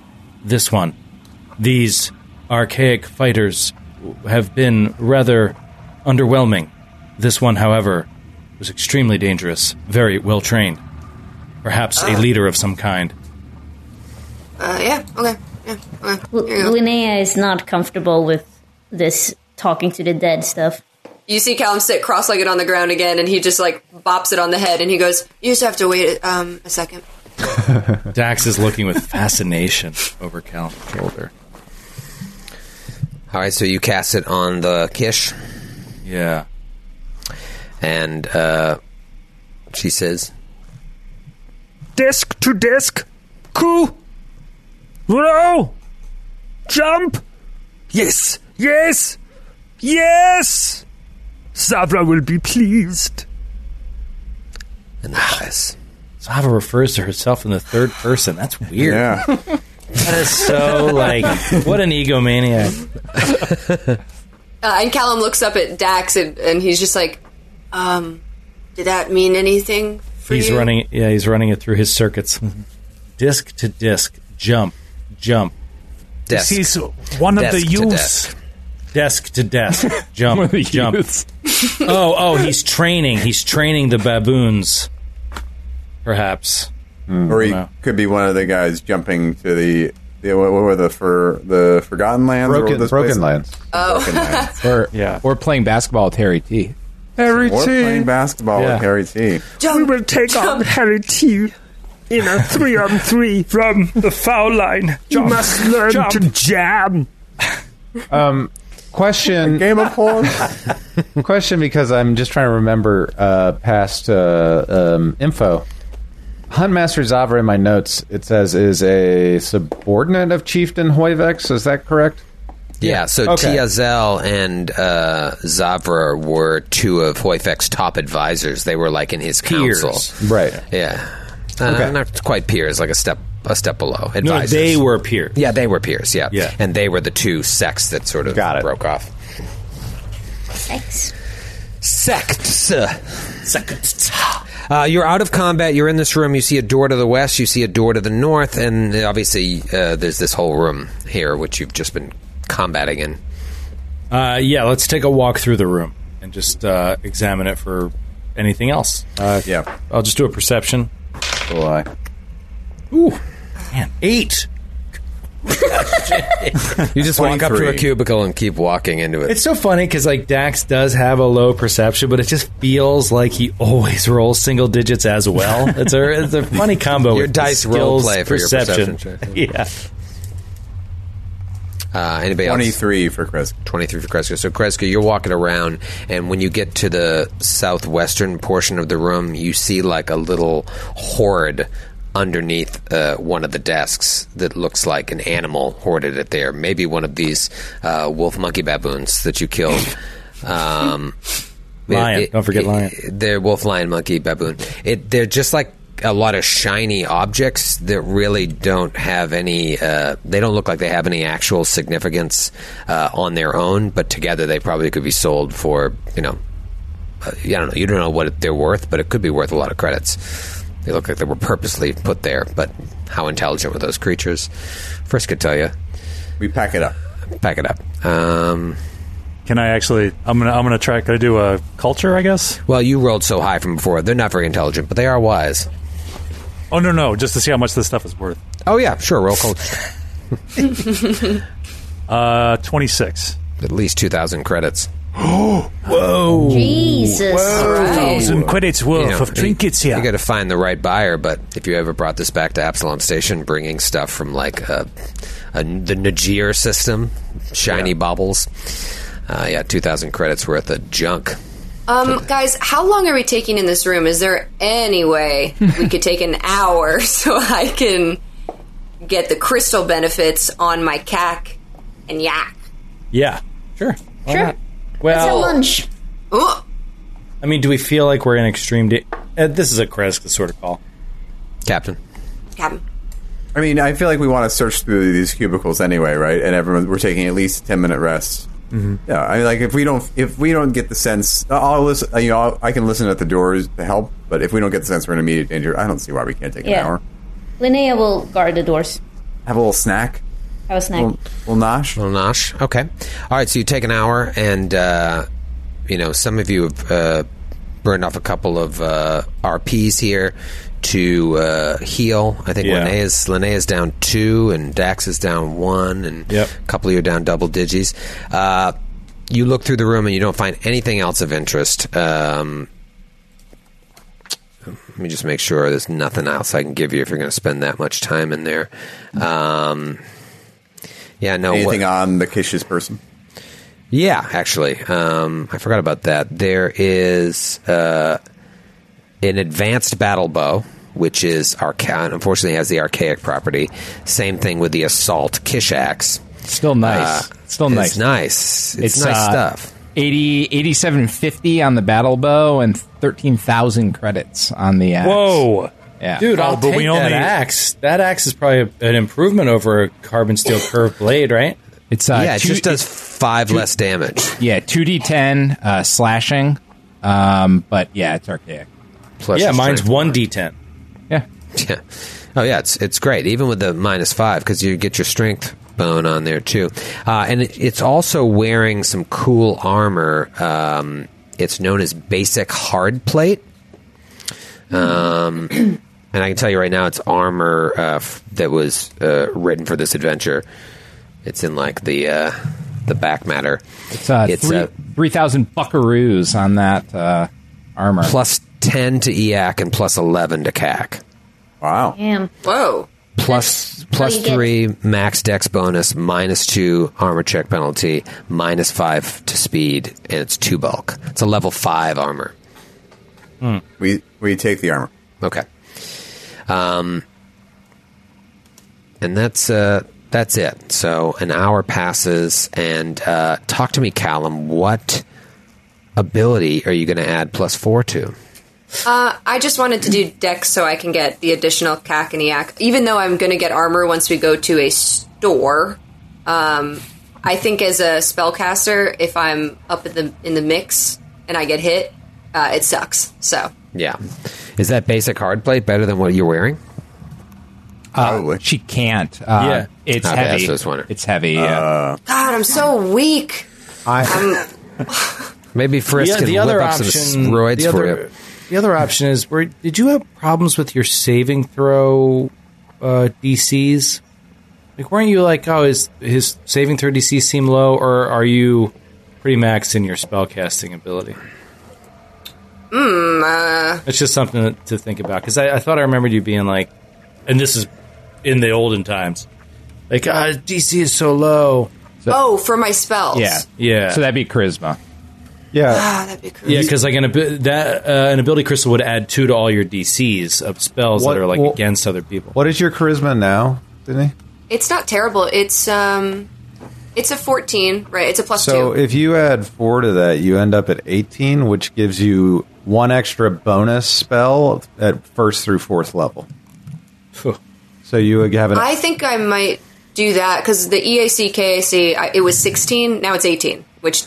Speaker 2: this one? These archaic fighters have been rather underwhelming. This one, however, was extremely dangerous, very well trained. Perhaps
Speaker 6: Ah.
Speaker 2: a leader of some kind.
Speaker 6: Uh, yeah. Okay. Yeah. Okay.
Speaker 8: L-
Speaker 6: Here you go.
Speaker 8: Linnea is not comfortable with this talking to the dead stuff.
Speaker 6: You see Callum sit cross-legged on the ground again, and he just like bops it on the head, and he goes, "You just have to wait um, a second.
Speaker 2: Dax is looking with fascination over Cal's shoulder.
Speaker 3: All right, so you cast it on the Kish,
Speaker 2: Yeah.
Speaker 3: and uh, she says,
Speaker 10: Disc to disc. Cool. Row. Jump.
Speaker 3: "Yes,
Speaker 10: Yes. Yes. Zavra will be pleased.
Speaker 3: and yes."
Speaker 2: Sava refers to herself in the third person. That's weird.
Speaker 7: Yeah.
Speaker 2: That is so like what an egomaniac.
Speaker 6: Uh, and Callum looks up at Dax, and, and he's just like, um, "Did that mean anything?" For
Speaker 2: He's
Speaker 6: you?
Speaker 2: running yeah, he's running it through his circuits. disc to disc, jump, jump,
Speaker 3: Desk.
Speaker 5: He's one of
Speaker 3: Desk
Speaker 5: the
Speaker 3: to
Speaker 5: youths.
Speaker 3: desk.
Speaker 2: desk to desk, jump,
Speaker 9: The
Speaker 2: jump.
Speaker 9: youths.
Speaker 2: Oh, oh, he's training. He's training the baboons. Perhaps.
Speaker 7: or he could be one of the guys jumping to the, the what, what were the for the Forgotten Lands? What were
Speaker 4: Broken,
Speaker 7: those
Speaker 4: broken
Speaker 7: places?
Speaker 4: lands.
Speaker 7: Broken Lands.
Speaker 9: Or,
Speaker 5: Yeah.
Speaker 9: or playing basketball with Harry T.
Speaker 10: Harry
Speaker 7: Or playing
Speaker 10: T.
Speaker 7: basketball
Speaker 5: Yeah.
Speaker 7: with Harry T.
Speaker 10: We will take on Harry T. In a three on three from the foul line. You must learn to jam.
Speaker 4: Question,
Speaker 7: Game of Horns.
Speaker 4: question, because I'm just trying to remember uh, past uh, um, info. Huntmaster Zavra in my notes it says is a subordinate of Chieftain Hoivex. Is that correct?
Speaker 3: Yeah, so
Speaker 4: Okay.
Speaker 3: Tiazel and uh, Zavra were two of Hoifek's top advisors. They were like in his council.
Speaker 4: Right.
Speaker 3: Yeah. Uh, Not quite peers, like a step a step below. Advisors.
Speaker 2: No, they were peers.
Speaker 3: Yeah, they were peers, yeah.
Speaker 2: Yeah.
Speaker 3: And they were the two sects that sort of
Speaker 4: Got it.
Speaker 3: broke off.
Speaker 8: Thanks.
Speaker 3: Sects. Uh, you're out of combat. You're in this room. You see a door to the west. You see a door to the north, and obviously uh, there's this whole room here, which you've just been combating in.
Speaker 2: Uh, yeah, let's take a walk through the room and just uh, examine it for anything else. Uh,
Speaker 7: yeah.
Speaker 2: I'll just do a perception.
Speaker 7: Cool eye.
Speaker 2: Man, eight.
Speaker 3: You just walk up to a
Speaker 7: 23.
Speaker 3: cubicle and keep walking into it.
Speaker 2: It's so funny because like Dax does have a low perception, but it just feels like he always rolls single digits as well. It's a it's a funny combo.
Speaker 3: Your
Speaker 2: with
Speaker 3: dice
Speaker 2: skills,
Speaker 3: role play for your perception
Speaker 2: yeah,
Speaker 3: Uh, anybody
Speaker 7: Twenty
Speaker 3: else?
Speaker 7: three for Chris.
Speaker 3: 23 for Kreska. So, Kreska, you're walking around, and when you get to the southwestern portion of the room, you see like a little horde underneath uh, one of the desks that looks like an animal hoarded it there. Maybe one of these uh, wolf monkey baboons that you killed. Um,
Speaker 2: Lion. Don't forget lion.
Speaker 3: They're wolf, lion, monkey, baboon. It they're just like a lot of shiny objects that really don't have any. Uh, they don't look like they have any actual significance uh, on their own, but together they probably could be sold for you know. Uh, I don't know. You don't know what they're worth, but it could be worth a lot of credits. They look like they were purposely put there, but how intelligent were those creatures? Frisk could tell you.
Speaker 7: We pack it up.
Speaker 3: Pack it up. Um,
Speaker 5: Can I actually? I'm gonna. I'm gonna try. Can I do a culture? I guess.
Speaker 3: well, you rolled so high from before. They're not very intelligent, but they are wise.
Speaker 5: Oh no, no. Just to see how much this stuff is worth.
Speaker 3: Oh yeah, sure. Roll call.
Speaker 5: Uh, 26.
Speaker 3: At least two thousand credits.
Speaker 8: Jesus.
Speaker 5: Thousand credits worth
Speaker 3: You know,
Speaker 5: of trinkets
Speaker 3: you-
Speaker 5: here.
Speaker 3: You got to find the right buyer. But if you ever brought this back to Absalom Station, bringing stuff from like uh, a, the Najir system, shiny baubles. Uh, yeah, two thousand credits worth of junk.
Speaker 6: Um, guys, how long are we taking in this room? Is there any way we could take an hour so I can get the crystal benefits on my cack and yak?
Speaker 2: yeah, sure.
Speaker 8: Sure. It's a
Speaker 2: Well,
Speaker 8: lunch.
Speaker 6: Ooh,
Speaker 2: I mean, do we feel like we're in extreme? Da- uh, this is a Kreska sort of call.
Speaker 3: Captain,
Speaker 6: Captain.
Speaker 7: I mean, I feel like we want to search through these cubicles anyway, right? And everyone, we're taking at least a ten minute rest.
Speaker 10: Mm-hmm.
Speaker 7: Yeah, I mean, like if we don't, if we don't get the sense, I'll listen. You know, I'll, I can listen at the doors to help, but if we don't get the sense we're in immediate danger, I don't see why we can't take
Speaker 8: Yeah.
Speaker 7: an hour.
Speaker 8: Linnea will guard the doors.
Speaker 7: Have a little snack,
Speaker 8: Have a snack.
Speaker 7: little, little nosh.
Speaker 3: Well, Nosh. Okay. All right. So you take an hour, and uh, you know some of you have uh, burned off a couple of uh, RPs here to uh, heal. I think
Speaker 2: Yeah.
Speaker 3: Linnea's Linnea's down two, and Dax is down one, and
Speaker 2: Yep.
Speaker 3: a couple of you are down double digits. Uh, you look through the room and you don't find anything else of interest. Um, let me just make sure there's nothing else I can give you if you're going to spend that much time in there. Um, yeah, no. what-
Speaker 7: Anything on the Kish's person?
Speaker 3: yeah, actually, um, I forgot about that. There is uh, an advanced battle bow, which is archa- unfortunately has the archaic property. Same thing with the assault kish axe.
Speaker 9: Still nice.
Speaker 3: Uh,
Speaker 9: Still
Speaker 3: it's
Speaker 9: nice.
Speaker 3: nice. It's, nice
Speaker 9: uh,
Speaker 3: stuff.
Speaker 9: 80, 8750 on the battle bow and 13,000 credits on the axe.
Speaker 5: Whoa.
Speaker 9: Yeah.
Speaker 2: Dude,
Speaker 5: Oh,
Speaker 2: I'll
Speaker 5: but
Speaker 2: take
Speaker 5: we
Speaker 2: that
Speaker 5: only-
Speaker 2: axe. That axe is probably an improvement over a carbon steel curved blade, right?
Speaker 9: It's uh,
Speaker 3: yeah, it
Speaker 9: two,
Speaker 3: just does five less damage.
Speaker 9: yeah, 2d10 uh, slashing. Um, but yeah, it's archaic.
Speaker 3: Plus
Speaker 2: yeah,
Speaker 3: it's
Speaker 2: mine's
Speaker 3: strength.
Speaker 2: one d10.
Speaker 9: Yeah.
Speaker 3: Yeah. Oh yeah, it's it's great. Even with the minus five, because you get your strength bone on there too, uh, and it, it's also wearing some cool armor. Um, it's known as basic hard plate. Um, and I can tell you right now, it's armor uh, f- that was uh, written for this adventure. It's in like the uh, the back matter.
Speaker 9: It's, uh,
Speaker 3: It's,
Speaker 9: three-
Speaker 3: uh,
Speaker 9: 3,000 buckaroos on that uh, armor.
Speaker 3: Plus ten to EAC and plus eleven to CAC.
Speaker 7: Wow.
Speaker 8: Damn.
Speaker 6: Whoa.
Speaker 3: plus plus
Speaker 8: you get.
Speaker 3: three max dex bonus, minus two armor check penalty, minus five to speed, and it's two bulk. It's a level five armor.
Speaker 7: We we take the armor.
Speaker 3: Okay. Um, and that's uh, that's it. So an hour passes, and uh, talk to me, Callum. What ability are you going to add plus four to?
Speaker 6: Uh, I just wanted to do dex so I can get the additional cac and yak. Even though I'm going to get armor once we go to a store, um, I think as a spellcaster, if I'm up in the in the mix and I get hit, uh, it sucks. So
Speaker 3: Yeah, is that basic hard plate better than what you're wearing?
Speaker 7: Probably.
Speaker 9: Uh, She can't. Uh, It's
Speaker 3: Okay,
Speaker 9: heavy.
Speaker 3: that's what I was wondering.
Speaker 9: It's heavy. yeah.
Speaker 2: Uh,
Speaker 6: God, I'm so weak.
Speaker 4: I,
Speaker 3: Maybe Frisk
Speaker 2: the,
Speaker 3: can
Speaker 2: the
Speaker 3: whip
Speaker 2: other
Speaker 3: up
Speaker 2: option,
Speaker 3: some roids
Speaker 2: the
Speaker 3: for
Speaker 2: other,
Speaker 3: you.
Speaker 2: The other option is where did you have problems with your saving throw uh, DCs? Like, weren't you like, oh, his his saving throw DC seem low, or are you pretty maxed in your spellcasting ability?
Speaker 6: Hmm, uh,
Speaker 2: It's just something to think about because I, I thought I remembered you being like, and this is in the olden times, like, ah, DC is so low.
Speaker 6: Oh, for my spells.
Speaker 9: Yeah.
Speaker 2: Yeah.
Speaker 9: So that'd be charisma.
Speaker 4: yeah,
Speaker 6: Ah, that'd be cool.
Speaker 2: Yeah, because like an abi- that uh, an ability crystal would add two to all your DCs of spells
Speaker 4: What-
Speaker 2: that are like
Speaker 4: what-
Speaker 2: against other people.
Speaker 4: what is your charisma now, Didn't he?
Speaker 6: It's not terrible. It's um, it's a 14, right? It's a plus
Speaker 4: So
Speaker 6: two.
Speaker 4: if you add four to that, you end up at 18, which gives you one extra bonus spell at first through fourth level. so you would have an.
Speaker 6: I think I might do that because the E EAC KAC I, it was 16, now it's 18, which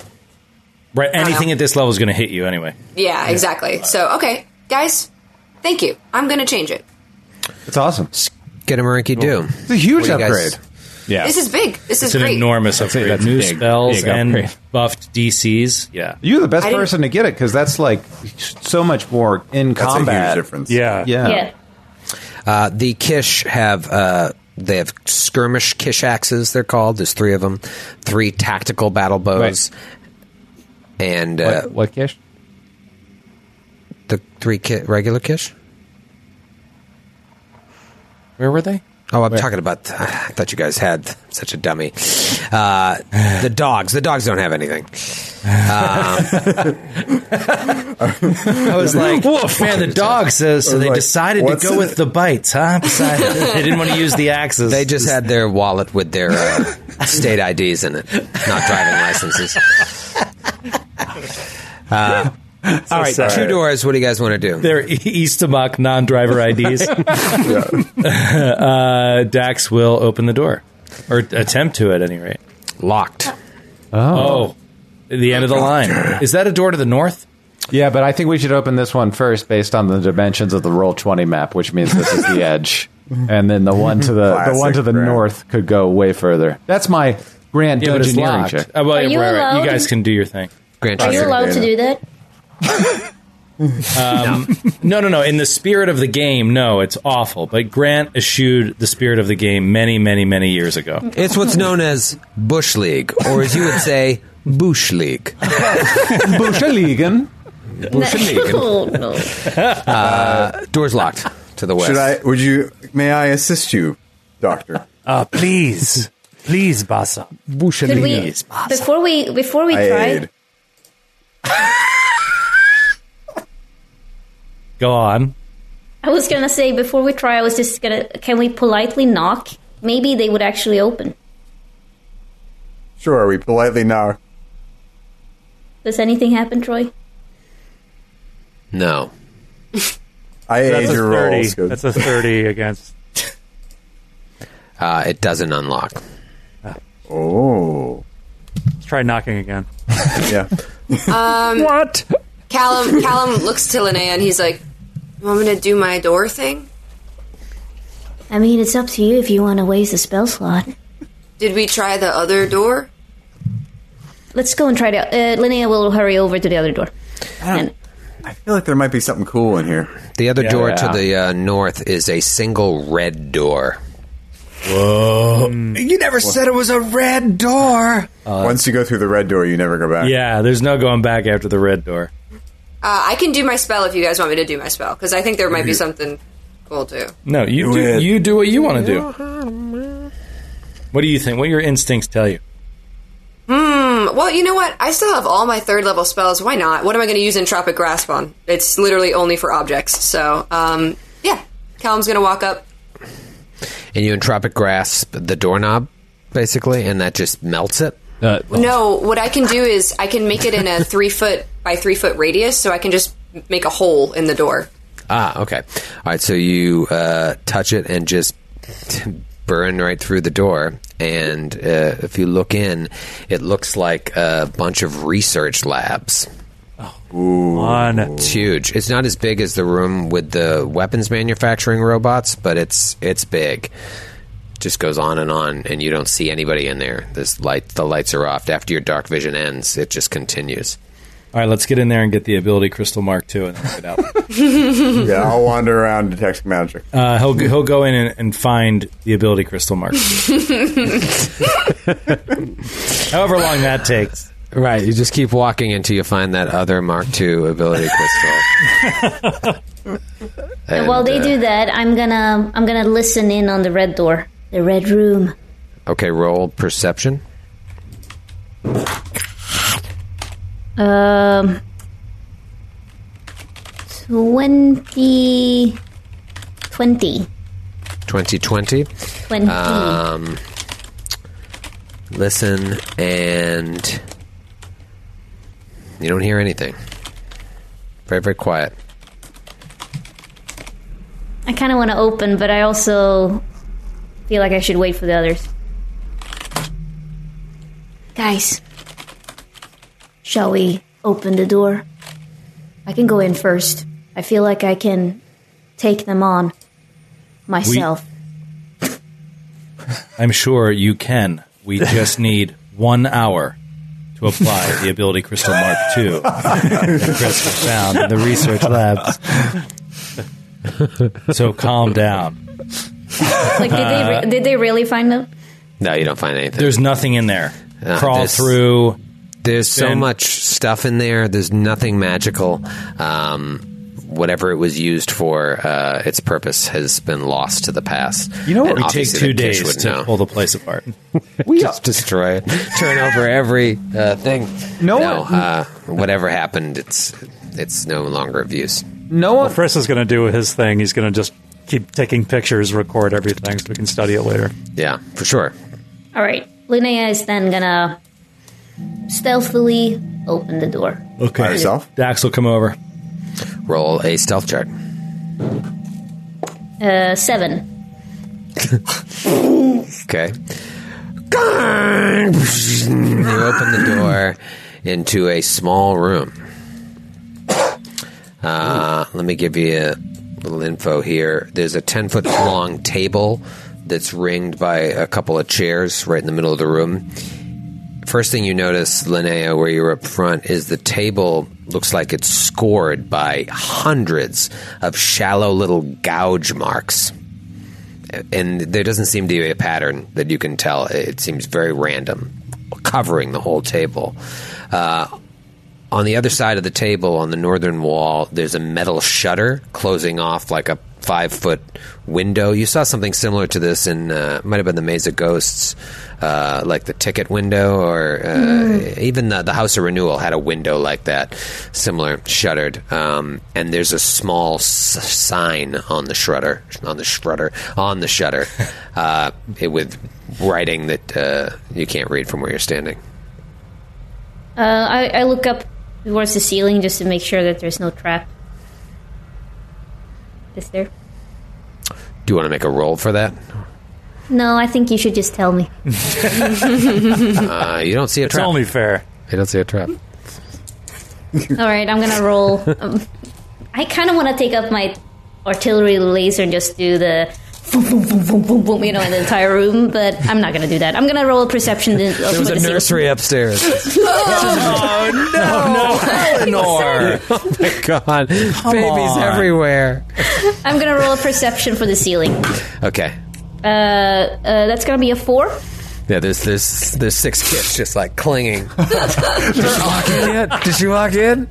Speaker 2: Right, anything
Speaker 6: know.
Speaker 2: at this level is going to hit you anyway.
Speaker 6: Yeah, exactly. So, okay, guys, thank you. I'm going to change it.
Speaker 4: it's awesome.
Speaker 3: Get a Marinky do.
Speaker 4: It's a huge
Speaker 3: What do you guys-
Speaker 4: upgrade.
Speaker 9: Yeah.
Speaker 6: This is big. This is
Speaker 2: It's an
Speaker 6: great.
Speaker 2: enormous upgrade.
Speaker 9: that's
Speaker 2: New
Speaker 9: big,
Speaker 2: spells
Speaker 9: big
Speaker 2: and
Speaker 9: upgrade.
Speaker 2: buffed DCs. Yeah,
Speaker 4: You're the best
Speaker 6: I didn't-
Speaker 4: person to get it because that's like so much more in
Speaker 7: That's
Speaker 4: combat.
Speaker 7: a huge difference.
Speaker 5: Yeah.
Speaker 4: Yeah.
Speaker 8: Yeah.
Speaker 3: Uh, the Kish have uh, they have skirmish Kish axes. They're called. There's three of them. Three tactical battle bows, and uh,
Speaker 9: what, what, Kish?
Speaker 3: the three ki- regular Kish.
Speaker 2: where were they?
Speaker 3: Oh, I'm talking about. I thought you guys had such a dummy. Uh, the dogs. The dogs don't have anything. Um,
Speaker 2: I was like, man, the dog says. So they
Speaker 7: like,
Speaker 2: decided to
Speaker 7: what's
Speaker 2: go
Speaker 7: in
Speaker 2: with
Speaker 7: it?
Speaker 2: the bites, huh? Decided- they didn't want to use the axes.
Speaker 3: They just had their wallet with their uh, state IDs in it, not driving licenses. Uh, all right,
Speaker 5: sad.
Speaker 3: two doors. What do you guys want to do?
Speaker 2: their Eastamock non-driver IDs. uh, Dax will open the door or attempt to at any rate.
Speaker 3: Locked.
Speaker 2: Oh, the end of the line. Is that a door to the north?
Speaker 4: Yeah, but I think we should open this one first based on the dimensions of the roll 20 map, which means this is the edge. And then the one to the the one to the
Speaker 7: Classic, right.
Speaker 4: north could go way further. That's my grand
Speaker 2: Yeah, but it's
Speaker 4: engineering
Speaker 2: locked.
Speaker 4: check.
Speaker 2: Uh, well,
Speaker 8: Are
Speaker 2: yeah,
Speaker 8: you
Speaker 2: right, right. you
Speaker 8: allowed?
Speaker 2: guys can do your thing.
Speaker 3: Grant
Speaker 8: Are you
Speaker 3: your-
Speaker 8: allowed to do that?
Speaker 2: Um, no, no, no. In the spirit of the game, no, it's awful. But Grant eschewed the spirit of the game many, many, many years ago.
Speaker 3: It's what's known as Bush League, or as you would say, Bush League.
Speaker 4: Bushaligan.
Speaker 8: oh, no.
Speaker 3: Uh, doors locked to the west.
Speaker 7: Should I? Would you? May I assist you, Doctor?
Speaker 10: Uh, please. Please, Basa.
Speaker 8: Could we, before we before we
Speaker 7: I
Speaker 8: try,
Speaker 7: aid.
Speaker 2: Go on.
Speaker 8: I was gonna say before we try, I was just gonna. Can we politely knock? Maybe they would actually open.
Speaker 7: Sure. We politely now.
Speaker 8: Does anything happen, Troy?
Speaker 3: No.
Speaker 7: I aid
Speaker 5: That's a
Speaker 7: your rolls.
Speaker 5: 30. That's a 30 against.
Speaker 3: Uh, it doesn't unlock.
Speaker 7: oh.
Speaker 5: Let's try knocking again.
Speaker 7: Yeah.
Speaker 10: What?
Speaker 6: Um, Callum Callum looks to Linnea and he's like, "You want me to do my door thing?
Speaker 8: I mean, it's up to you if you want to waste the spell slot.
Speaker 6: Did we try the other door?
Speaker 8: Let's go and try to. Uh, Linnea will hurry over to the other door. And
Speaker 7: I feel like there might be something cool in here.
Speaker 3: The other door
Speaker 2: yeah.
Speaker 3: to the uh, north is a single red door.
Speaker 1: Hmm.
Speaker 2: You never said it was a red door.
Speaker 7: Uh, Once you go through the red door, you never go back.
Speaker 2: Yeah, there's no going back after the red door.
Speaker 6: Uh, I can do my spell if you guys want me to do my spell because I think there might be something cool too.
Speaker 2: No, you do,
Speaker 7: it.
Speaker 2: you do what you want to do. What do you think? What your instincts tell you?
Speaker 6: Hmm, Well, you know what? I still have all my third level spells. Why not? What am I going to use Entropic Grasp on? It's literally only for objects. So, um, yeah. Callum's going to walk up.
Speaker 3: And you entropic grasp the doorknob, basically, and that just melts it.
Speaker 9: Uh,
Speaker 6: No, what I can do is I can make it in a three foot by three foot radius, so I can just make a hole in the door.
Speaker 3: Ah, okay. All right, so you uh, touch it and just burn right through the door. And uh, if you look in, it looks like a bunch of research labs.
Speaker 5: One.
Speaker 3: It's huge. It's not as big as the room with the weapons manufacturing robots, but it's it's big. Just goes on and on, and you don't see anybody in there. This light, the lights are off. After your dark vision ends, it just continues.
Speaker 2: All right, let's get in there and get the ability crystal mark too, and then get out.
Speaker 7: Yeah, I'll wander around detecting magic.
Speaker 2: Uh, he'll he'll go in and, and find the ability crystal mark. However long that takes.
Speaker 3: Right, you just keep walking until you find that other Mark II ability crystal. And,
Speaker 8: while they
Speaker 3: uh,
Speaker 8: do that, I'm gonna I'm gonna listen in on the red door, the red room.
Speaker 3: okay, roll perception.
Speaker 8: Um, twenty, twenty,
Speaker 3: Twenty twenty.
Speaker 8: twenty.
Speaker 3: Um, listen, and you don't hear anything. Very, very quiet.
Speaker 8: I kind of want to open, but I also feel like I should wait for the others. Guys, shall we open the door? I can go in first. I feel like I can take them on myself.
Speaker 2: I'm sure you can. We just need one hour to apply the ability crystal mark two that Chris has found in the research labs. So calm down.
Speaker 8: like, did they re- did they really find them?
Speaker 3: No, you don't find anything.
Speaker 2: There's nothing in there.
Speaker 3: Uh,
Speaker 2: Crawl
Speaker 3: this-
Speaker 2: through.
Speaker 3: There's so
Speaker 2: Ben.
Speaker 3: much stuff in there. There's nothing magical. Um, whatever it was used for, uh, its purpose has been lost to the past.
Speaker 2: You know
Speaker 3: And
Speaker 2: what? We take
Speaker 3: obviously
Speaker 2: two
Speaker 3: the kids
Speaker 2: days
Speaker 3: would
Speaker 2: to
Speaker 3: know.
Speaker 2: pull the place apart.
Speaker 3: just destroy it, turn over every uh, thing.
Speaker 4: No one-
Speaker 3: uh, whatever happened, it's it's no longer of use.
Speaker 4: No one.
Speaker 5: Chris is going to do his thing. He's going to just keep taking pictures, record everything so we can study it later.
Speaker 3: Yeah, for sure.
Speaker 8: All right, Linnea is then gonna stealthily open the door.
Speaker 2: Okay.
Speaker 7: By yourself?
Speaker 2: Dax will come over.
Speaker 3: Roll a stealth chart.
Speaker 8: Uh, seven.
Speaker 3: Okay. You open the door into a small room. Uh, let me give you a little info here. There's a 10 foot long table that's ringed by a couple of chairs right in the middle of the room. First thing you notice, Linnea, where you're up front, is the table looks like it's scored by hundreds of shallow little gouge marks. And there doesn't seem to be a pattern that you can tell. It seems very random, covering the whole table. Uh, on the other side of the table, on the northern wall, there's a metal shutter closing off like a five foot window. You saw something similar to this in, uh, might have been the Maze of Ghosts, uh, like the ticket window, or uh, even the, the House of Renewal had a window like that, similar, shuttered. Um, and there's a small s- sign on the shredder, on the shredder, on the shutter, uh, it- with writing that uh, you can't read from where you're standing.
Speaker 8: Uh, I, I look up towards the ceiling just to make sure that there's no trap. Is there?
Speaker 3: Do you want to make a roll for that?
Speaker 8: No, I think you should just tell me.
Speaker 3: Uh, you don't see a
Speaker 5: It's
Speaker 3: trap.
Speaker 5: only fair.
Speaker 3: you don't see a trap.
Speaker 8: All right, I'm gonna roll. Um, I kind of want to take up my artillery laser and just do the boom, boom, boom, boom, boom, boom, you know, in the entire room. But I'm not gonna do that. I'm gonna roll a perception. To,
Speaker 3: There was a nursery upstairs. oh no, no, Eleanor! Oh my god, babies
Speaker 5: on.
Speaker 3: everywhere.
Speaker 8: I'm gonna roll a perception for the ceiling. Uh,
Speaker 3: Okay,
Speaker 8: uh, that's gonna be a four.
Speaker 3: yeah. There's there's there's six kids just like clinging. Did she walk in yet? Did she walk in?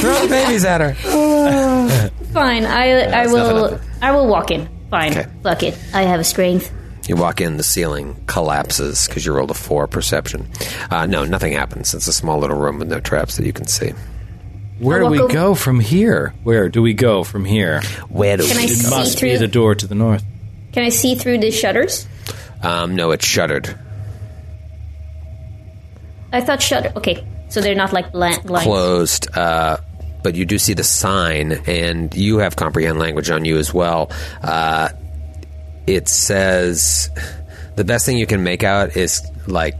Speaker 3: Throw babies at her.
Speaker 8: Fine. I I
Speaker 3: that's not
Speaker 8: will
Speaker 3: enough.
Speaker 8: I will walk in. Fine.
Speaker 3: Okay.
Speaker 8: Fuck it. I have a strength.
Speaker 3: You walk in, the ceiling collapses because you rolled a four perception. Uh, no, nothing happens. It's a small little room with no traps that you can see.
Speaker 2: Where do
Speaker 8: I'll
Speaker 2: we
Speaker 8: walk
Speaker 2: go from here? Where do we go from here?
Speaker 3: Where do
Speaker 8: Can I
Speaker 3: we
Speaker 8: see
Speaker 2: It must be
Speaker 8: through?
Speaker 2: the door to the north.
Speaker 8: Can I see through the shutters?
Speaker 3: Um, no, it's shuttered,
Speaker 8: I thought shutter. Okay, so they're not like blan- blinds.
Speaker 3: closed. Uh, but you do see the sign, and you have comprehend language on you as well. Uh, it says the best thing you can make out is like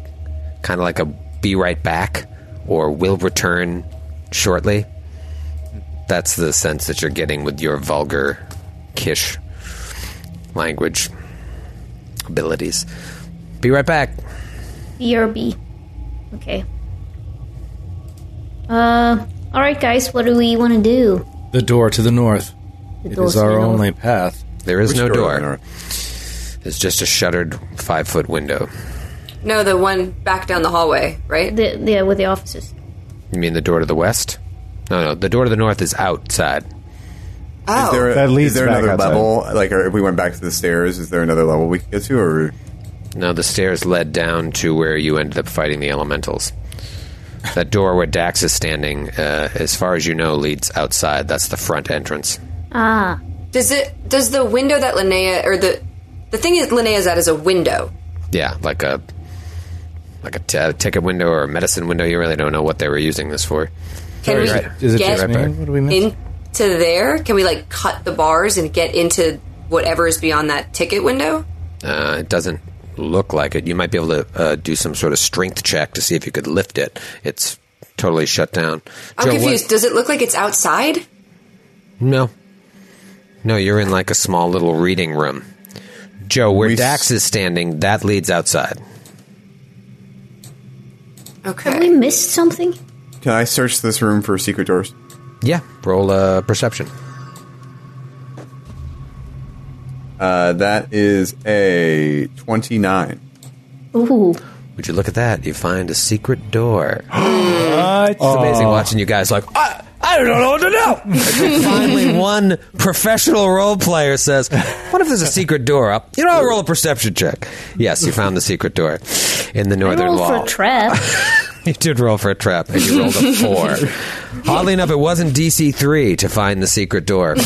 Speaker 3: kind of like a be right back or will return shortly. That's the sense that you're getting with your vulgar kish language abilities. Be right back.
Speaker 8: BRB. Okay. Uh, all right, guys. What do we want to do?
Speaker 2: The door to the north.
Speaker 8: The
Speaker 2: It
Speaker 8: door's
Speaker 2: is our
Speaker 8: not open.
Speaker 2: only path.
Speaker 3: There is
Speaker 7: Which
Speaker 3: no
Speaker 7: door,
Speaker 3: door.
Speaker 7: Eleanor?
Speaker 3: It's just a shuttered five foot window.
Speaker 6: No, the one back down the hallway, right?
Speaker 8: The, yeah, with the offices.
Speaker 3: You mean the door to the west? No, no. The door to the north is outside.
Speaker 7: Is there,
Speaker 4: That leads
Speaker 7: is there
Speaker 4: back
Speaker 7: another
Speaker 4: outside.
Speaker 7: level? Like, or if we went back to the stairs, is there another level we could get to? Or
Speaker 3: No, the stairs led down to where you ended up fighting the elementals. That door where Dax is standing, uh, as far as you know, leads outside. That's the front entrance.
Speaker 8: Ah,
Speaker 6: Does it? Does the window that Linnea or the the thing is Linnea's at is a window?
Speaker 3: Yeah, like a like a t- a ticket window or a medicine window. You really don't know what they were using this for.
Speaker 6: Can we
Speaker 2: Is it
Speaker 6: get
Speaker 2: just me? What do we miss?
Speaker 6: into there? Can we like cut the bars and get into whatever is beyond that ticket window?
Speaker 3: Uh, it doesn't look like it. You might be able to uh, do some sort of strength check to see if you could lift it. It's totally shut down.
Speaker 6: I'm
Speaker 3: Joe, what-
Speaker 6: confused. Does it look like it's outside?
Speaker 3: No. No, you're in like a small little reading room. Joe, where
Speaker 7: We s-
Speaker 3: Dax is standing, that leads outside.
Speaker 8: have we
Speaker 6: Okay.
Speaker 8: missed something?
Speaker 7: can I search this room for secret doors?
Speaker 3: Yeah, roll uh, perception.
Speaker 7: Uh, that is a twenty-nine.
Speaker 8: Ooh,
Speaker 3: Would you look at that? You find a secret door. It's amazing
Speaker 7: Oh.
Speaker 3: watching you guys like, I, I don't know what to do. Until finally, one professional role player says, What if there's a secret door up? You know, I'll roll a perception check. Yes, you found the secret door in the northern
Speaker 8: roll
Speaker 3: wall.
Speaker 8: for a trap.
Speaker 3: You did roll for a trap, and you rolled a four. Oddly enough, it wasn't DC three to find the secret door.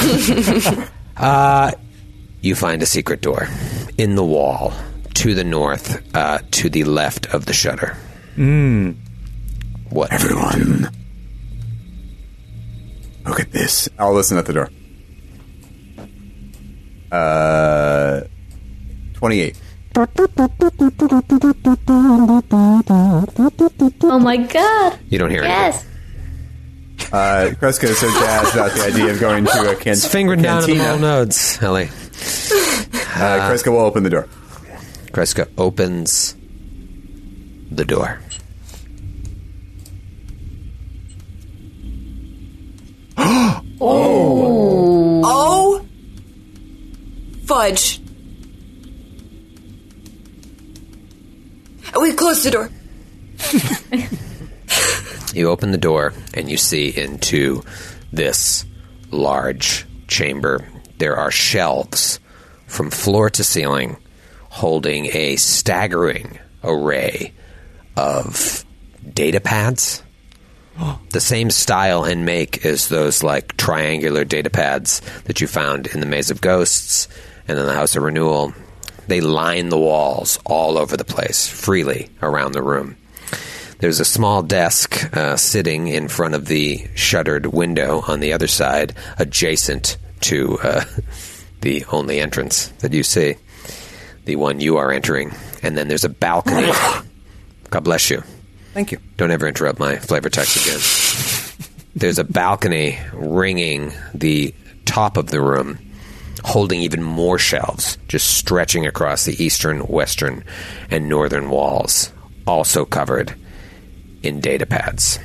Speaker 3: uh, you find a secret door in the wall to the north, uh, to the left of the shutter. Mm. What?
Speaker 7: Everyone, look at this. I'll listen at the door. Uh, twenty-eight.
Speaker 8: oh my god!
Speaker 3: You don't hear anything.
Speaker 8: Yes.
Speaker 7: Uh, Kreska is so jazzed about the idea of going to a can-
Speaker 3: It's fingering down at the
Speaker 7: cantina.
Speaker 3: low nodes, Ellie.
Speaker 7: Uh, Kreska will open the door.
Speaker 3: Kreska opens the door.
Speaker 6: Oh, fudge! We close the door.
Speaker 3: You open the door and you see into this large chamber. There are shelves from floor to ceiling holding a staggering array of data pads. The same style and make as those like triangular data pads that you found in the Maze of Ghosts and in the House of Renewal. They line the walls all over the place, freely around the room. There's a small desk uh, sitting in front of the shuttered window on the other side, adjacent to uh, the only entrance that you see, the one you are entering. And then there's a balcony. God bless you. Thank you. Don't ever interrupt my flavor text again. There's a balcony ringing the top of the room, holding even more shelves, just stretching across the eastern, western, and northern walls, also covered in data pads.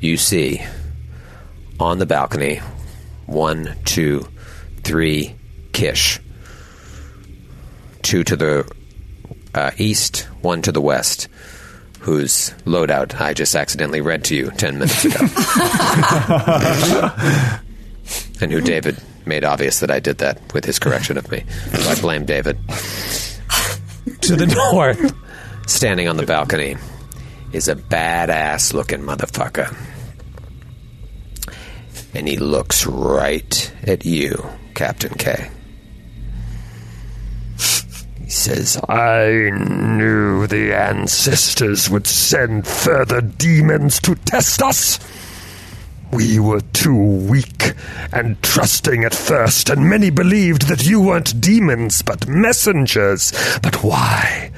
Speaker 3: You see on the balcony one, two, three Kish. Two to the uh, east, one to the west, whose loadout I just accidentally read to you 10 minutes ago. and who David made obvious that I did that with his correction of me. So I blame David. to the north, standing on the balcony, is a badass looking motherfucker. And he looks right at you, Captain K. He says,
Speaker 11: I knew the ancestors would send further demons to test us. We were too weak and trusting at first, and many believed that you weren't demons but messengers. But why?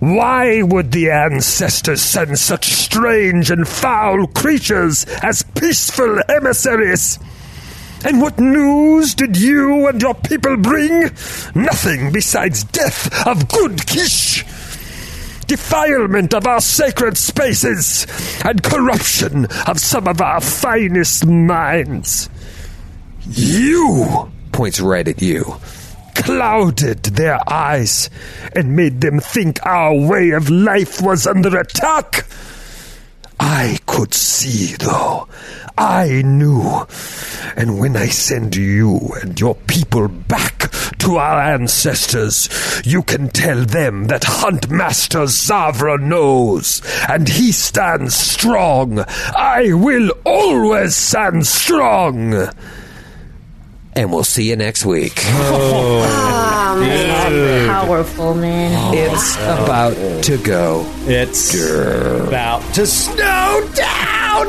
Speaker 11: Why would the ancestors send such strange and foul creatures as peaceful emissaries? And what news did you and your people bring? Nothing besides death of good Kish, defilement of our sacred spaces, and corruption of some of our finest minds. You
Speaker 3: points right at you.
Speaker 11: clouded their eyes and made them think our way of life was under attack. I could see, though. I knew. And when I send you and your people back to our ancestors, you can tell them that Huntmaster Zavra knows, and he stands strong. I will always stand strong.
Speaker 3: And we'll see you next week.
Speaker 8: Oh, man. Powerful, man.
Speaker 3: It's about to go.
Speaker 2: It's about to snow down.